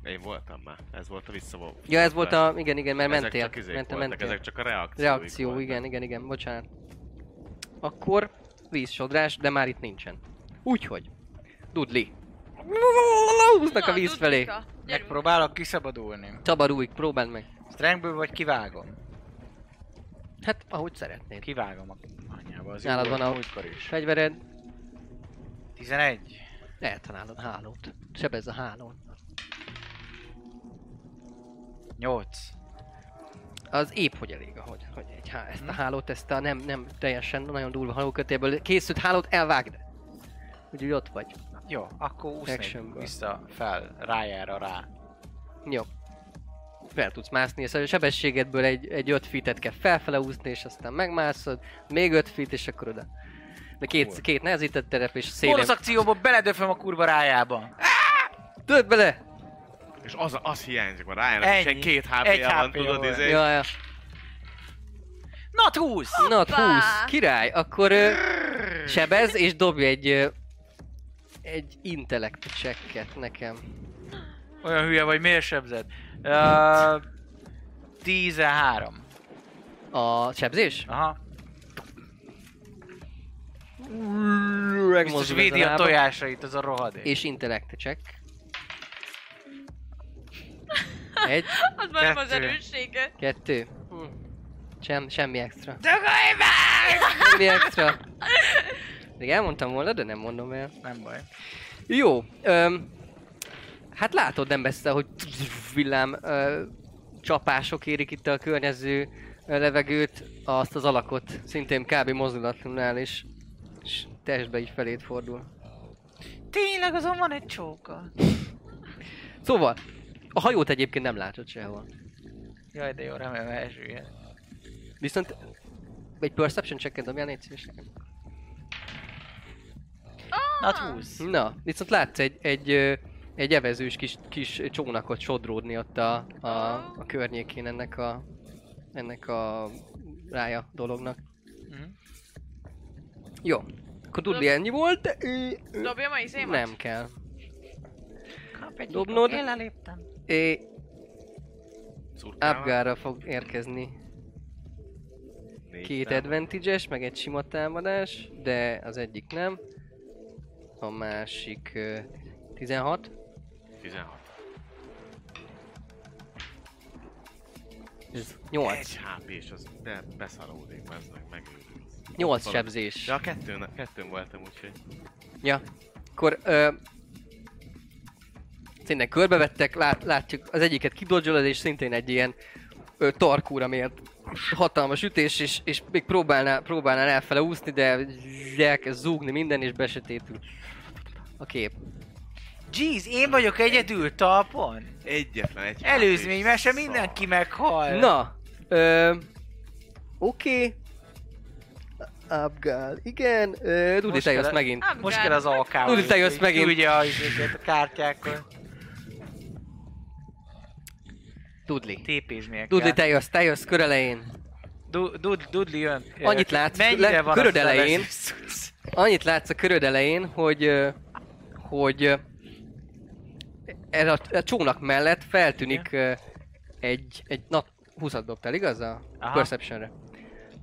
Speaker 6: Én voltam már. Ez volt a visszavó.
Speaker 2: Ja, ez volt a... Igen, igen, mert
Speaker 6: Ezek
Speaker 2: mentél.
Speaker 6: csak izék
Speaker 2: mentél,
Speaker 6: voltak,
Speaker 2: mentél.
Speaker 6: Ezek csak a reakciók
Speaker 2: Reakció,
Speaker 6: voltak.
Speaker 2: igen, igen, igen, bocsánat. Akkor vízsodrás, de már itt nincsen. Úgyhogy, Dudli. Húznak a
Speaker 3: Na,
Speaker 2: víz felé.
Speaker 3: Dudlika, gyerünk.
Speaker 5: Megpróbálok kiszabadulni.
Speaker 2: Tabarulj, próbáld meg.
Speaker 5: Strengthből vagy kivágom?
Speaker 2: Hát, ahogy szeretnéd.
Speaker 5: Kivágom a anyába. Az
Speaker 2: Nálad
Speaker 5: jó volt
Speaker 2: van a-
Speaker 5: múltkor is.
Speaker 2: Fegyvered,
Speaker 5: 11.
Speaker 2: eltalálod a hálót. Sebez a hálón.
Speaker 5: 8.
Speaker 2: Az épp hogy elég, ahogy, hogy egy há- ezt
Speaker 6: Mhm.
Speaker 2: a hálót, ezt a nem, nem teljesen nagyon durva hálókötéből készült hálót elvágd. Úgyhogy ott vagy.
Speaker 5: Jó, akkor úsznék
Speaker 2: Actionből.
Speaker 5: vissza fel, rájára rá.
Speaker 2: Jó. Fel tudsz mászni, szóval a sebességedből egy, egy 5 fitet kell felfele úszni, és aztán megmászod, még 5 fit, és akkor oda. De két, két nehezített terep, és szélén...
Speaker 5: Bonus akcióba beledöföm a kurva rájába.
Speaker 2: Töld bele!
Speaker 6: És az, az hiányzik, mert Ryan
Speaker 5: Ennyi.
Speaker 6: is egy két
Speaker 5: Egy
Speaker 6: HP-ja van,
Speaker 5: HP-ja
Speaker 6: tudod,
Speaker 5: volt.
Speaker 6: izé.
Speaker 2: Ja, ja.
Speaker 5: Na 20!
Speaker 2: Na,
Speaker 3: Hoppá!
Speaker 2: 20, király, akkor ö, sebez és dobj egy ö, egy intellect checket nekem.
Speaker 5: Olyan hülye vagy, miért sebzed? Uh, 13.
Speaker 2: A sebzés?
Speaker 5: Aha. Biztos
Speaker 2: Mozdul
Speaker 5: védi
Speaker 2: ez
Speaker 5: a
Speaker 2: lába.
Speaker 5: tojásait, az a rohadék.
Speaker 2: És intellect check. Egy,
Speaker 3: Az már nem az
Speaker 5: Kettő.
Speaker 3: erőssége.
Speaker 2: kettő. Hm. Sem, semmi extra. Semmi extra. Még elmondtam volna, de nem mondom el.
Speaker 5: Nem baj.
Speaker 2: Jó. Öm, hát látod nem messze, hogy villám ö, csapások érik itt a környező ö, levegőt, azt az alakot szintén kb. mozdulatlanul és, és testbe így felét fordul.
Speaker 5: Tényleg azon van egy csóka.
Speaker 2: Szóval, a hajót egyébként nem látod sehol.
Speaker 5: Jaj, de jó, remélem elsüllyed.
Speaker 2: Viszont egy perception check-et dobjál, légy szíves nekem.
Speaker 5: Na 20.
Speaker 2: Na, viszont látsz egy, egy, ö, egy evezős kis, kis csónakot sodródni ott a, a, a környékén ennek a, ennek a rája dolognak.
Speaker 5: Mhm.
Speaker 2: Jó. Akkor tudni ennyi volt, de... ö, ö,
Speaker 3: Dobjam a izémat?
Speaker 2: Nem kell.
Speaker 5: Kap egy
Speaker 2: Dobnod.
Speaker 5: Én leléptem.
Speaker 2: É,
Speaker 6: Szurkálva.
Speaker 2: Abgára fog érkezni
Speaker 6: Négy
Speaker 2: két
Speaker 6: nem.
Speaker 2: advantage meg egy sima támadás, de az egyik nem. A másik ö, 16,
Speaker 6: 16.
Speaker 2: ez 8.
Speaker 6: Egy HP, és az de beszaródik, ez meg meg.
Speaker 2: 8
Speaker 6: Valami.
Speaker 2: sebzés.
Speaker 6: Ja, kettőn, kettőn voltam, úgyhogy...
Speaker 2: Ja. Akkor ö, szintén körbevettek, lát, látjuk az egyiket kidodzsolod, és szintén egy ilyen ö, tarkóra mért hatalmas ütés, és, és még próbálnál, próbálnál elfele úszni, de elkezd zúgni minden, és besötétül a kép.
Speaker 5: Jeez, én vagyok egyedül talpon?
Speaker 6: Egyetlen egy
Speaker 5: Előzménymese,
Speaker 6: HP
Speaker 5: mindenki
Speaker 6: szar.
Speaker 5: meghal.
Speaker 2: Na, ö, oké. Abgál, igen. Ö, Dudi,
Speaker 5: Most
Speaker 2: te jössz
Speaker 5: kell-
Speaker 2: megint.
Speaker 3: Abgál.
Speaker 5: Most kell az alkám.
Speaker 2: Tudod, te jössz megint.
Speaker 5: Ugye a, izéket, a kártyákon.
Speaker 2: Dudli.
Speaker 5: Tépéznie kell.
Speaker 2: Dudli, te jössz, te jössz, kör elején.
Speaker 5: Du- Dud- Dudli jön.
Speaker 2: Annyit látsz,
Speaker 5: Mennyire
Speaker 2: le-
Speaker 5: van
Speaker 2: köröd
Speaker 5: a szeles
Speaker 2: elején.
Speaker 5: cucc?
Speaker 2: Annyit látsz a köröd elején, hogy, ö, hogy ö, ez a, a csónak mellett feltűnik ö, egy, egy na, 20 dobtál, igaz? A
Speaker 5: Aha.
Speaker 2: Perceptionre.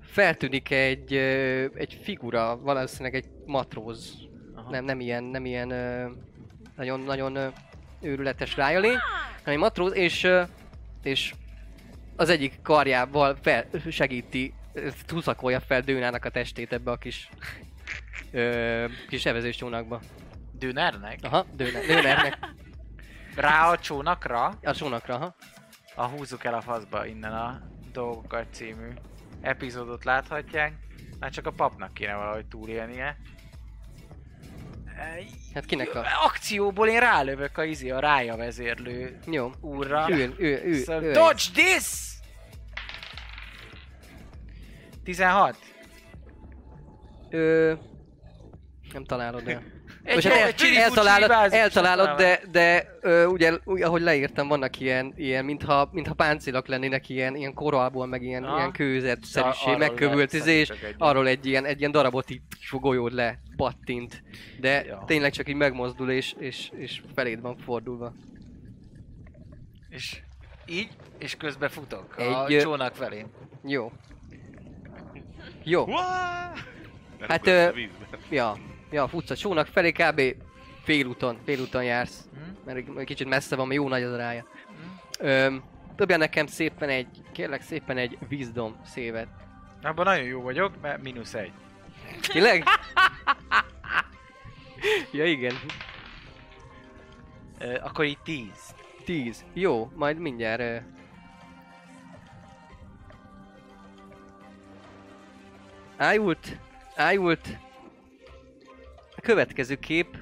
Speaker 2: Feltűnik egy, ö, egy figura, valószínűleg egy matróz.
Speaker 5: Aha.
Speaker 2: Nem, nem ilyen, nem ilyen ö, nagyon, nagyon ö, őrületes rájölény, hanem matróz, és, ö, és az egyik karjával fel, segíti, ö, húszakolja fel Dőnának a testét ebbe a kis ö, kis evezős csónakba.
Speaker 5: Dünárnek?
Speaker 2: Aha, Dőner, Dőnernek.
Speaker 5: Rá a csónakra?
Speaker 2: A csónakra, aha.
Speaker 5: A Húzzuk el a faszba innen a dolgokat című epizódot láthatják. Már csak a papnak kéne valahogy túlélnie. Ej,
Speaker 2: Hát kinek a...
Speaker 5: Akcióból én rálövök a izi, a rája vezérlő
Speaker 2: Jó.
Speaker 5: úrra.
Speaker 2: Ő, ő, ő,
Speaker 5: Szóval
Speaker 2: ő.
Speaker 5: Dodge this! 16.
Speaker 2: Ö, nem találod el.
Speaker 5: Egy
Speaker 2: Most hát el,
Speaker 5: csiripú
Speaker 2: eltalálod,
Speaker 5: csiribázis,
Speaker 2: eltalálod,
Speaker 5: csapálom.
Speaker 2: de, de ö, ugye, úgy, ahogy leírtam, vannak ilyen, ilyen mintha, mintha páncélak lennének, ilyen, ilyen koralból, meg ilyen,
Speaker 5: Aha.
Speaker 2: ilyen kőzetszerűség,
Speaker 5: Szóval Arról
Speaker 2: megkövültizés,
Speaker 5: leszarítok egyet.
Speaker 2: arról egy ilyen, egy ilyen darabot így golyód le, battint, de
Speaker 5: Ja.
Speaker 2: tényleg csak így megmozdul és, és, és feléd van fordulva.
Speaker 5: És így, és közben futok
Speaker 2: Egy, ö,
Speaker 5: a csónak felé.
Speaker 2: Jó. Jó.
Speaker 6: Uá!
Speaker 2: Hát,
Speaker 6: Lerugod
Speaker 2: ö,
Speaker 6: a vízbe.
Speaker 2: Ja, ja, futsz a csónak felé, kb. félúton, félúton jársz.
Speaker 5: Mhm.
Speaker 2: Mert egy- egy kicsit messze van, mert jó nagy az rája. Öm, dobjál nekem szépen egy, kérlek szépen egy wisdom szévet.
Speaker 5: Abban nagyon jó vagyok, mert mínusz egy.
Speaker 2: Tényleg? ja igen,
Speaker 5: Ö, akkor így 10.
Speaker 2: 10. Jó, majd mindjárt... ö. Ájult, ájult. A következő kép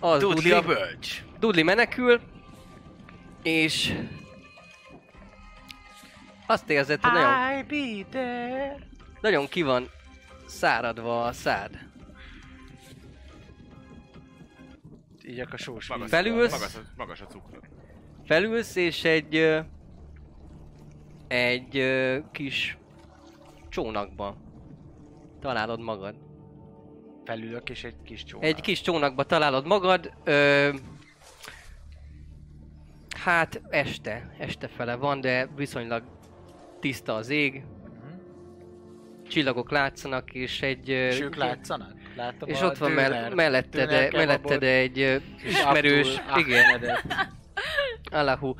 Speaker 2: az
Speaker 4: Tudli
Speaker 2: Dudley,
Speaker 4: a bölcs.
Speaker 2: Dudley menekül, és azt érzed, hogy Hát nagyon,
Speaker 5: I be there.
Speaker 2: nagyon ki van száradva a szád.
Speaker 5: Így akkor sós
Speaker 6: Magas-
Speaker 5: víz.
Speaker 2: Felülsz?
Speaker 6: Magas, a- magas a cukor.
Speaker 2: Felülsz, és egy ö, egy ö, kis csónakba találod magad.
Speaker 5: Felülök és egy kis csónak.
Speaker 2: Egy kis csónakba találod magad, ö, hát este, este fele van, de viszonylag tiszta az ég,
Speaker 5: Mhm.
Speaker 2: csillagok látszanak, és egy... ö,
Speaker 5: És ők látszanak? Látom
Speaker 2: És
Speaker 5: a
Speaker 2: ott van
Speaker 5: döner-
Speaker 2: mell- mellette, de,
Speaker 5: dönerkebabot,
Speaker 2: mellette de egy ö,
Speaker 5: és
Speaker 2: ismerős,
Speaker 5: Abdul
Speaker 2: igen,
Speaker 5: Ahmedet.
Speaker 2: Allahu.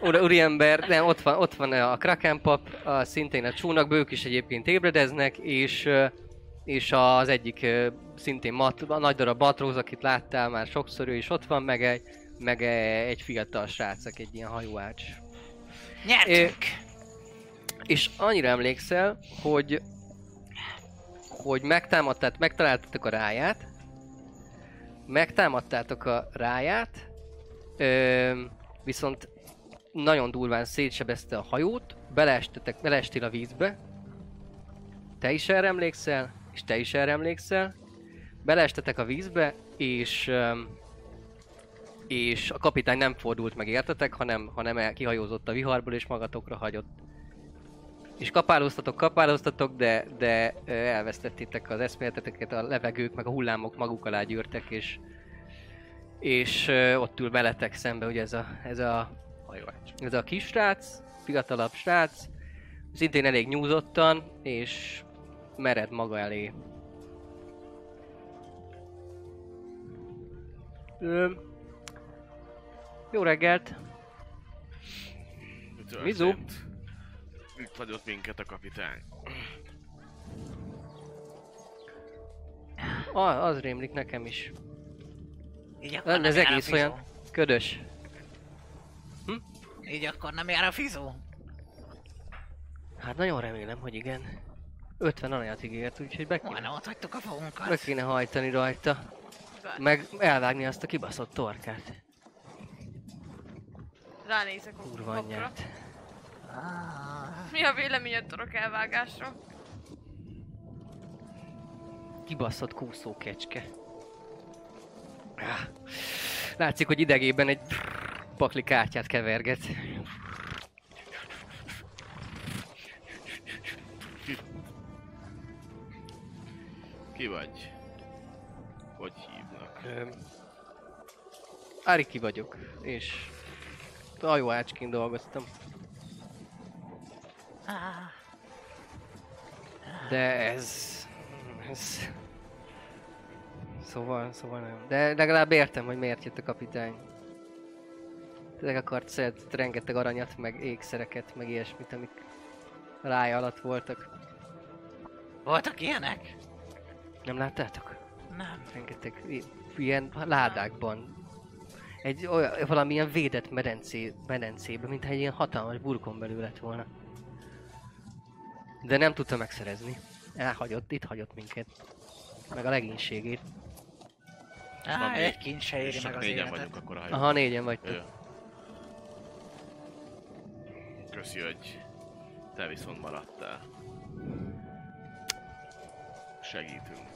Speaker 2: Ura, úriember, nem, ott van, ott van a Kraken pap, a, szintén a csónak, ők is egyébként ébredeznek, és, ö, és az egyik ö, szintén mat, a nagy darab matróz, akit láttál már sokszor, ő is ott van, meg egy, meg egy fiatal srác, aki egy ilyen hajóács. Nyertünk! És annyira emlékszel, hogy hogy megtámadtát, megtaláltatok a ráját, megtámadtátok a ráját, ö, viszont nagyon durván szétsebezte a hajót, beleestetek, beleestél a vízbe, te is erre emlékszel, és te is erre emlékszel, beleestetek a vízbe, és öm, és a kapitány nem fordult meg értetek, hanem, hanem el- kihajózott a viharból és magatokra hagyott. És kapálóztatok, kapálóztatok, de, de ö, elvesztettétek az eszméleteteket, a levegők meg a hullámok maguk alá gyűrtek, és, és ö, ott ül veletek szembe, ugye ez a, ez a
Speaker 5: Hajóács.
Speaker 2: ez a kis srác, fiatalabb srác, szintén elég nyúzottan, és mered maga elé. Ö, jó reggelt!
Speaker 6: Mi történt?
Speaker 2: Mizu?
Speaker 6: Itt hagyott minket a kapitány.
Speaker 2: A, az rémlik nekem is.
Speaker 5: Így akkor
Speaker 2: Lenne
Speaker 5: nem
Speaker 2: ez
Speaker 5: jár a
Speaker 2: egész
Speaker 5: fizó.
Speaker 2: olyan ködös.
Speaker 5: Így akkor nem jár a fizó.
Speaker 2: Hát nagyon remélem, hogy igen. 50 aranyat ígért, úgyhogy be kéne,
Speaker 5: Majdnem ott hagytuk a fogunkat.
Speaker 2: be kéne hajtani rajta.
Speaker 3: van.
Speaker 2: Meg elvágni azt a kibaszott torkát.
Speaker 3: Ránézek a
Speaker 2: Kurva
Speaker 3: kupakra.
Speaker 2: anyját.
Speaker 3: Mi a véleményed a torok elvágásról?
Speaker 2: Kibaszott kúszó kecske. Áh. Látszik, hogy idegében egy pakli kártyát keverget.
Speaker 6: Ki vagy? Hogy hívnak?
Speaker 2: Öm, Ariki vagyok, és hajóácskin dolgoztam. De ez... ez... Szóval, szóval nem. De legalább értem, hogy miért jött a kapitány. Tényleg akart szeret rengeteg aranyat, meg ékszereket, meg ilyesmit, amik rája alatt voltak.
Speaker 5: Voltak ilyenek?
Speaker 2: Nem láttátok?
Speaker 5: Nem.
Speaker 2: rengeteg i- ilyen ládákban. Egy olyan, valamilyen védett medencé, medencébe, mintha egy ilyen hatalmas burkon belül lett volna. De nem tudta megszerezni. Elhagyott, itt hagyott minket. Meg a legénységét.
Speaker 5: Á,
Speaker 6: még-
Speaker 5: egy kint se éri meg
Speaker 6: És csak
Speaker 5: az
Speaker 6: négyen
Speaker 5: életet.
Speaker 6: vagyunk akkor a hajóban.
Speaker 2: Aha, négyen vagytok.
Speaker 6: Ö. Köszi, hogy te viszont maradtál. Segítünk.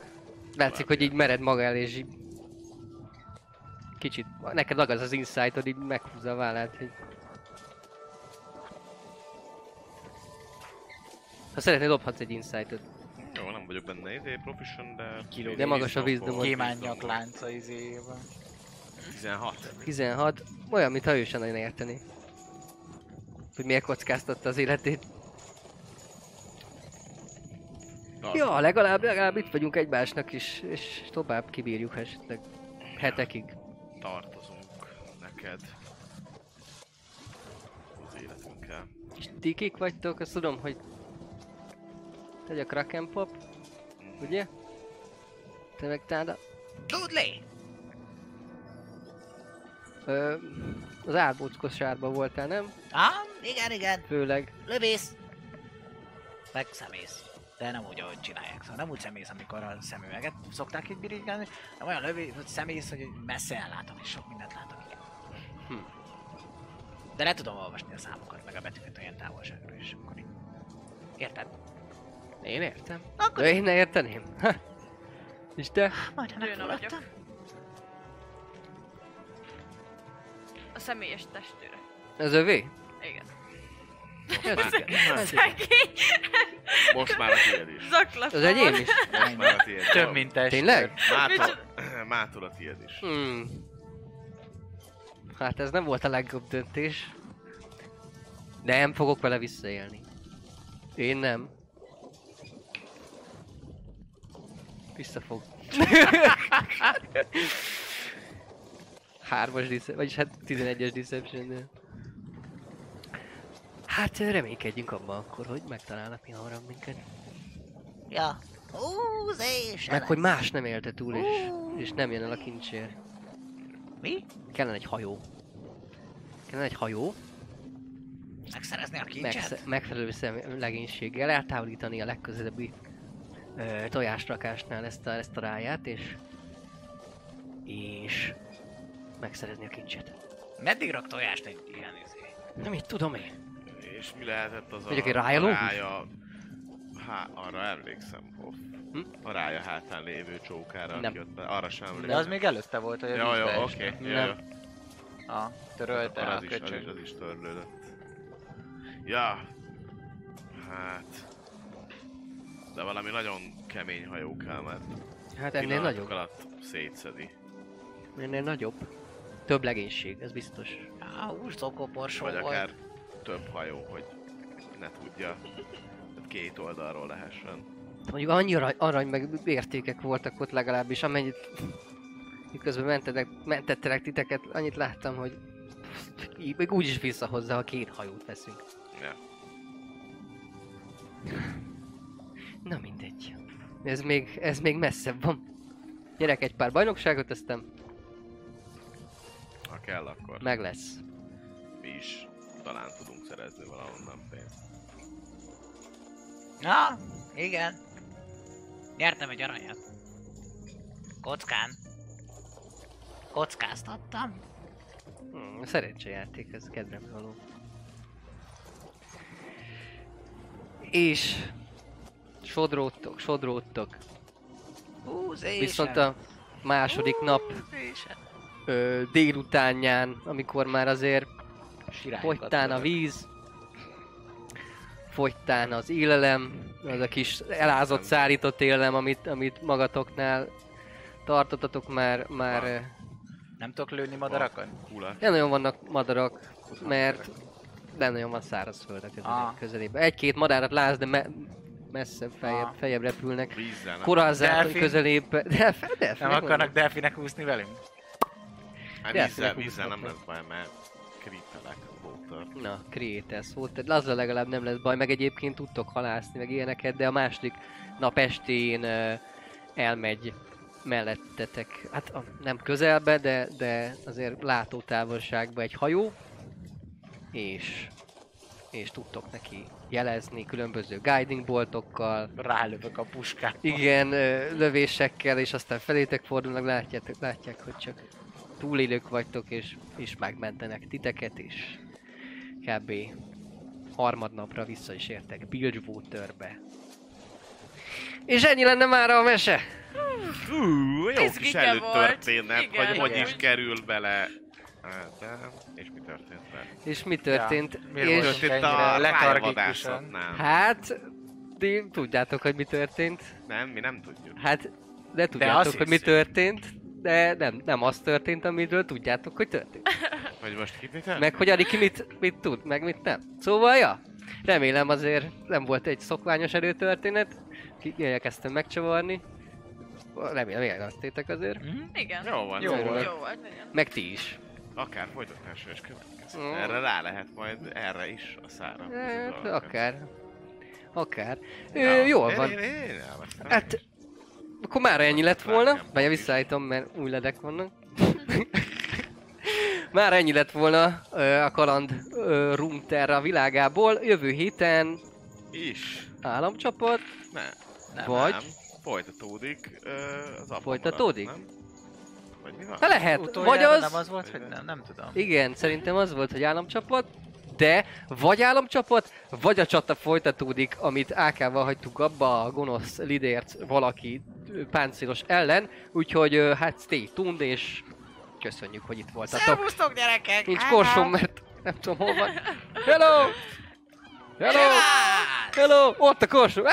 Speaker 2: Látszik, hogy így mered maga el, és így... Kicsit, neked agaz az insightod, így meghúzza a vállát, hogy... Ha szeretnél, dobhatsz egy insightot.
Speaker 6: Jó, nem vagyok benne izé profession, de...
Speaker 5: Kiló.
Speaker 2: De magas a
Speaker 6: Wisdom-ból.
Speaker 2: wisdomod.
Speaker 5: Gyémán nyaklánca izéjében.
Speaker 6: 16.
Speaker 2: 16, olyan, mintha ő sem nagyon érteni. Hogy miért kockáztatta az életét.
Speaker 6: Az.
Speaker 2: Ja, legalább, legalább itt vagyunk egymásnak is, és tovább kibírjuk ha esetleg hetekig.
Speaker 6: Tartozunk neked. Az életünkkel.
Speaker 2: És ti kik vagytok? Azt tudom, hogy... Te vagy a Kraken Pop, ugye? Te meg Táda?
Speaker 5: Dudley!
Speaker 2: Ö, az árbóckosárban voltál, nem?
Speaker 5: Ám, Ah, igen, igen,
Speaker 2: Főleg.
Speaker 5: lövész. Meg szemész. De nem úgy, ahogy csinálják. Szóval nem úgy szemész, amikor a szemüveget szokták itt birigálni, hanem olyan lövész, hogy szemész, hogy messze ellátom, és sok mindent látok, igen.
Speaker 2: Hm.
Speaker 5: De le tudom olvasni a számokat, meg a betűket olyan távolságról is. Akkor így. Érted?
Speaker 2: Én értem.
Speaker 5: Akkor-
Speaker 2: Akkor... Én ne érteném. Ha. És te?
Speaker 5: Majd, ha
Speaker 3: Lőna
Speaker 5: megfulladtam.
Speaker 3: A személyes testőre.
Speaker 2: Az övé?
Speaker 3: Igen.
Speaker 2: Ez- ez-
Speaker 3: Szegény
Speaker 6: Most már a tiéd is.
Speaker 3: zaklapom.
Speaker 2: Az enyém is?
Speaker 6: Most már a tiéd.
Speaker 5: Több mint testőr.
Speaker 2: Tényleg?
Speaker 6: Mától,
Speaker 3: Micsoda?
Speaker 6: mától a tiéd is.
Speaker 2: Hmm. Hát ez nem volt a legjobb döntés. Nem fogok vele visszaélni. Én nem. Vissza fog. Hármas deception, vagyis hát 11-es deception Hát reménykedjünk abban akkor, hogy megtalálnak mi hamarabb minket.
Speaker 7: Ja. Húzés!
Speaker 2: Meg hogy más nem élte túl, és, és nem jön el a kincsér.
Speaker 5: Mi?
Speaker 2: Kellene egy hajó. Kellene egy hajó,
Speaker 5: Megszerezni a kincset?
Speaker 2: megsze- megfelelő szem- legénységgel eltávolítani a legközelebbi ö, tojásrakásnál ezt a, ezt a ráját, és... és... megszerezni a kincset.
Speaker 5: Meddig rak tojást egy ilyen izé?
Speaker 2: Nem mit tudom én.
Speaker 6: És mi lehetett az a,
Speaker 2: Mondjuk egy
Speaker 6: a
Speaker 2: rája lóbusz?
Speaker 6: rája... Há, arra emlékszem, Hoff.
Speaker 2: Hm?
Speaker 6: A rája hátán lévő csókára,
Speaker 2: Nem.
Speaker 6: aki ott be, arra sem
Speaker 5: De az
Speaker 6: emlékszem.
Speaker 5: még előtte volt, hogy a
Speaker 6: Ja,
Speaker 5: vízbe
Speaker 6: jó,
Speaker 5: esett.
Speaker 6: oké. Okay.
Speaker 2: Nem.
Speaker 6: Ja,
Speaker 5: A,
Speaker 6: ja.
Speaker 5: törölte a
Speaker 6: Az, is, az, is,
Speaker 5: köcsög.
Speaker 6: az is törlődött. Ja. Hát... De valami nagyon kemény hajó kell, mert
Speaker 2: Hát ennél
Speaker 6: pillanatok
Speaker 2: nagyobb.
Speaker 6: alatt szétszedi.
Speaker 2: Ennél nagyobb. Több legénység, ez biztos.
Speaker 5: Á, úgy szokoporsó
Speaker 6: Vagy
Speaker 5: volt.
Speaker 6: akár több hajó, hogy ne tudja. Tehát Két oldalról lehessen.
Speaker 2: Mondjuk annyi arany, arany meg értékek voltak ott legalábbis, amennyit miközben mentetek, mentettelek titeket, annyit láttam, hogy így, még úgy is visszahozza, ha két hajót veszünk.
Speaker 6: Ja.
Speaker 2: Na mindegy. Ez még, ez még messzebb van. Gyerek egy pár bajnokságot, aztán
Speaker 6: Ha kell, akkor
Speaker 2: meg lesz.
Speaker 6: mi is talán tudunk szerezni valahonnan pénzt.
Speaker 5: Na, igen. Nyertem egy aranyat. Kockán. Kockáztattam?
Speaker 2: Hmm, szerencsejáték, ez kedvem való. És sodródtok, sodródtok.
Speaker 5: Húzésen!
Speaker 2: Viszont a második nap
Speaker 5: Húzésen!
Speaker 2: ö, délutánján, amikor már azért Fogytán a víz, fogytán az élelem, az a kis elázott, szárított élelem, amit, amit magatoknál tartottatok már, már
Speaker 5: Ah.
Speaker 2: ö,
Speaker 5: Nem tudok lőni madarakat?
Speaker 6: Kula.
Speaker 2: nem nagyon vannak madarak, mert nem nagyon van szárazföld a
Speaker 5: Ah.
Speaker 2: közel- közelében. Egy-két madárat látsz, de me- messze feljebb,
Speaker 5: Ah.
Speaker 2: feljebb repülnek.
Speaker 6: Vízzel nem.
Speaker 2: Korallzárkony
Speaker 5: Delfin.
Speaker 2: közelében. De, de, de,
Speaker 5: Nem akarnak delfinek úszni velünk?
Speaker 6: Hát
Speaker 2: Lehet,
Speaker 6: vízzel,
Speaker 2: hogy
Speaker 6: vízzel nem
Speaker 2: meghúzhatod.
Speaker 6: lesz baj, mert kritelek water.
Speaker 2: Na, Krétes volt, tehát azzal legalább nem lesz baj, meg egyébként tudtok halászni, meg ilyeneket, de a második nap estén ö, elmegy mellettetek, hát a, nem közelbe, de, de azért látótávolságba egy hajó, és, és tudtok neki jelezni különböző guiding boltokkal,
Speaker 5: Rálövök a puskát.
Speaker 2: igen, ö, lövésekkel, és aztán felétek fordulnak, látjátok, látják, hogy csak túlélők vagytok, és, és megmentenek titeket, és kb. harmadnapra vissza is értek Bilgewaterbe. És ennyi lenne már a mese.
Speaker 6: Hú, jó kis
Speaker 3: Izgike
Speaker 6: előtörténet,
Speaker 3: volt. Igen,
Speaker 6: hogy hogy
Speaker 3: igen.
Speaker 6: is kerül bele. Ádám, és mi történt vele?
Speaker 2: És mi történt?
Speaker 5: Ja,
Speaker 2: Ja,
Speaker 5: miért
Speaker 2: és
Speaker 5: volt?
Speaker 6: Történt
Speaker 5: ennyire
Speaker 6: a
Speaker 5: letargikusan?
Speaker 6: rájvadászatnál.
Speaker 2: hát, ti tudjátok, hogy mi történt.
Speaker 6: Nem, mi nem tudjuk.
Speaker 2: Hát, de tudjátok,
Speaker 5: azt
Speaker 2: hogy mi
Speaker 6: hiszük.
Speaker 2: történt. De nem, nem az történt, amiről tudjátok, hogy történt.
Speaker 6: Hogy most kipitel?
Speaker 2: Hát- Meg hogy Ariki mit, mit tud, meg mit nem. Szóval, ja, remélem azért nem volt egy szokványos erőtörténet. Ki- Elkezdtem megcsavarni. Remélem élveztétek azért.
Speaker 5: Hm?
Speaker 3: Igen.
Speaker 6: Jó van,
Speaker 5: Jó
Speaker 6: jó.
Speaker 5: volt.
Speaker 3: Jó volt, nagyon.
Speaker 2: Meg ti is.
Speaker 6: akár folytatásra is következik.
Speaker 2: Ó.
Speaker 6: Erre rá lehet majd, erre is a szára. húzni
Speaker 2: Hát,
Speaker 6: dolgokat.
Speaker 2: akár. Akár.
Speaker 6: Ja.
Speaker 2: Ö, jól
Speaker 6: Én-
Speaker 2: van.
Speaker 6: én- én elvesztem.
Speaker 2: Hát, akkor már ennyi lett volna.
Speaker 6: Várjál,
Speaker 2: Vagy
Speaker 6: Bob is.
Speaker 2: visszaállítom, mert új ledek vannak. már ennyi lett volna ö, a kaland ö, Room Terra világából. Jövő héten
Speaker 6: Is.
Speaker 2: államcsapat.
Speaker 6: Ne.
Speaker 5: Nem,
Speaker 2: Vagy?
Speaker 6: Nem. Folytatódik ö, az apa
Speaker 2: Folytatódik?
Speaker 6: marad, nem? Vagy mi van?
Speaker 2: Na lehet, vagy
Speaker 5: Utoljára
Speaker 2: az...
Speaker 5: nem az volt, hogy nem, nem tudom.
Speaker 2: Igen, szerintem az volt, hogy államcsapat, de vagy államcsapat, vagy a csata folytatódik, amit AK-val hagytuk abba a gonosz lidért valaki ö, páncélos ellen, úgyhogy ö, hát stay tuned, és köszönjük, hogy itt voltatok.
Speaker 7: Szervusztok gyerekek!
Speaker 2: Nincs korsom, mert nem tudom hol van. Hello! Hello! Hello! Ott a korsom! Ah!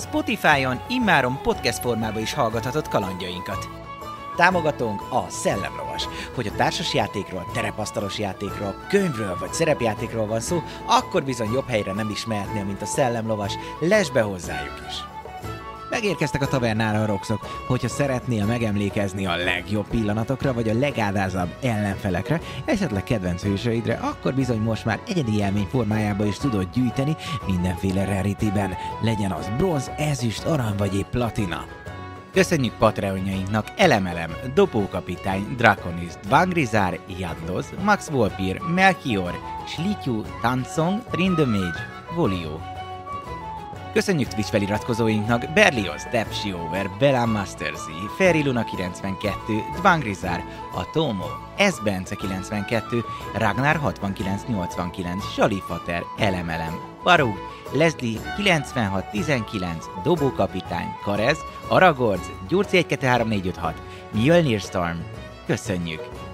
Speaker 1: Spotify-on immáron podcast formában is hallgathatod kalandjainkat. Támogatónk a Szellemlovas. Hogy a társas játékról, terepasztalos játékról, könyvről vagy szerepjátékról van szó, akkor bizony jobb helyre nem is mehetnél, mint a Szellemlovas. Lesz be hozzájuk is! Megérkeztek a tavernára a roxok. Hogyha szeretnél megemlékezni a legjobb pillanatokra, vagy a legádázabb ellenfelekre, esetleg kedvenc hősöidre, akkor bizony most már egyedi élmény formájába is tudod gyűjteni mindenféle rarityben. Legyen az bronz, ezüst, arany vagy épp platina. Köszönjük Patreonjainknak Elemelem, Dopókapitány, Draconis, Dvangrizár, Jadloz, Max Volpir, Melchior, Slityu, Tansong, Trindomage, Volio, Köszönjük Twitch feliratkozóinknak Berlioz, Depsi Over, Bella Masters Z, Feri Luna 92, Dvangrizár, Atomo, S. Bence 92, Ragnar 6989, Salifater, Elemelem, Barug, Leslie 9619, Dobókapitány, Karez, Aragorz, Gyurci 123456, Mjölnir Storm. Köszönjük!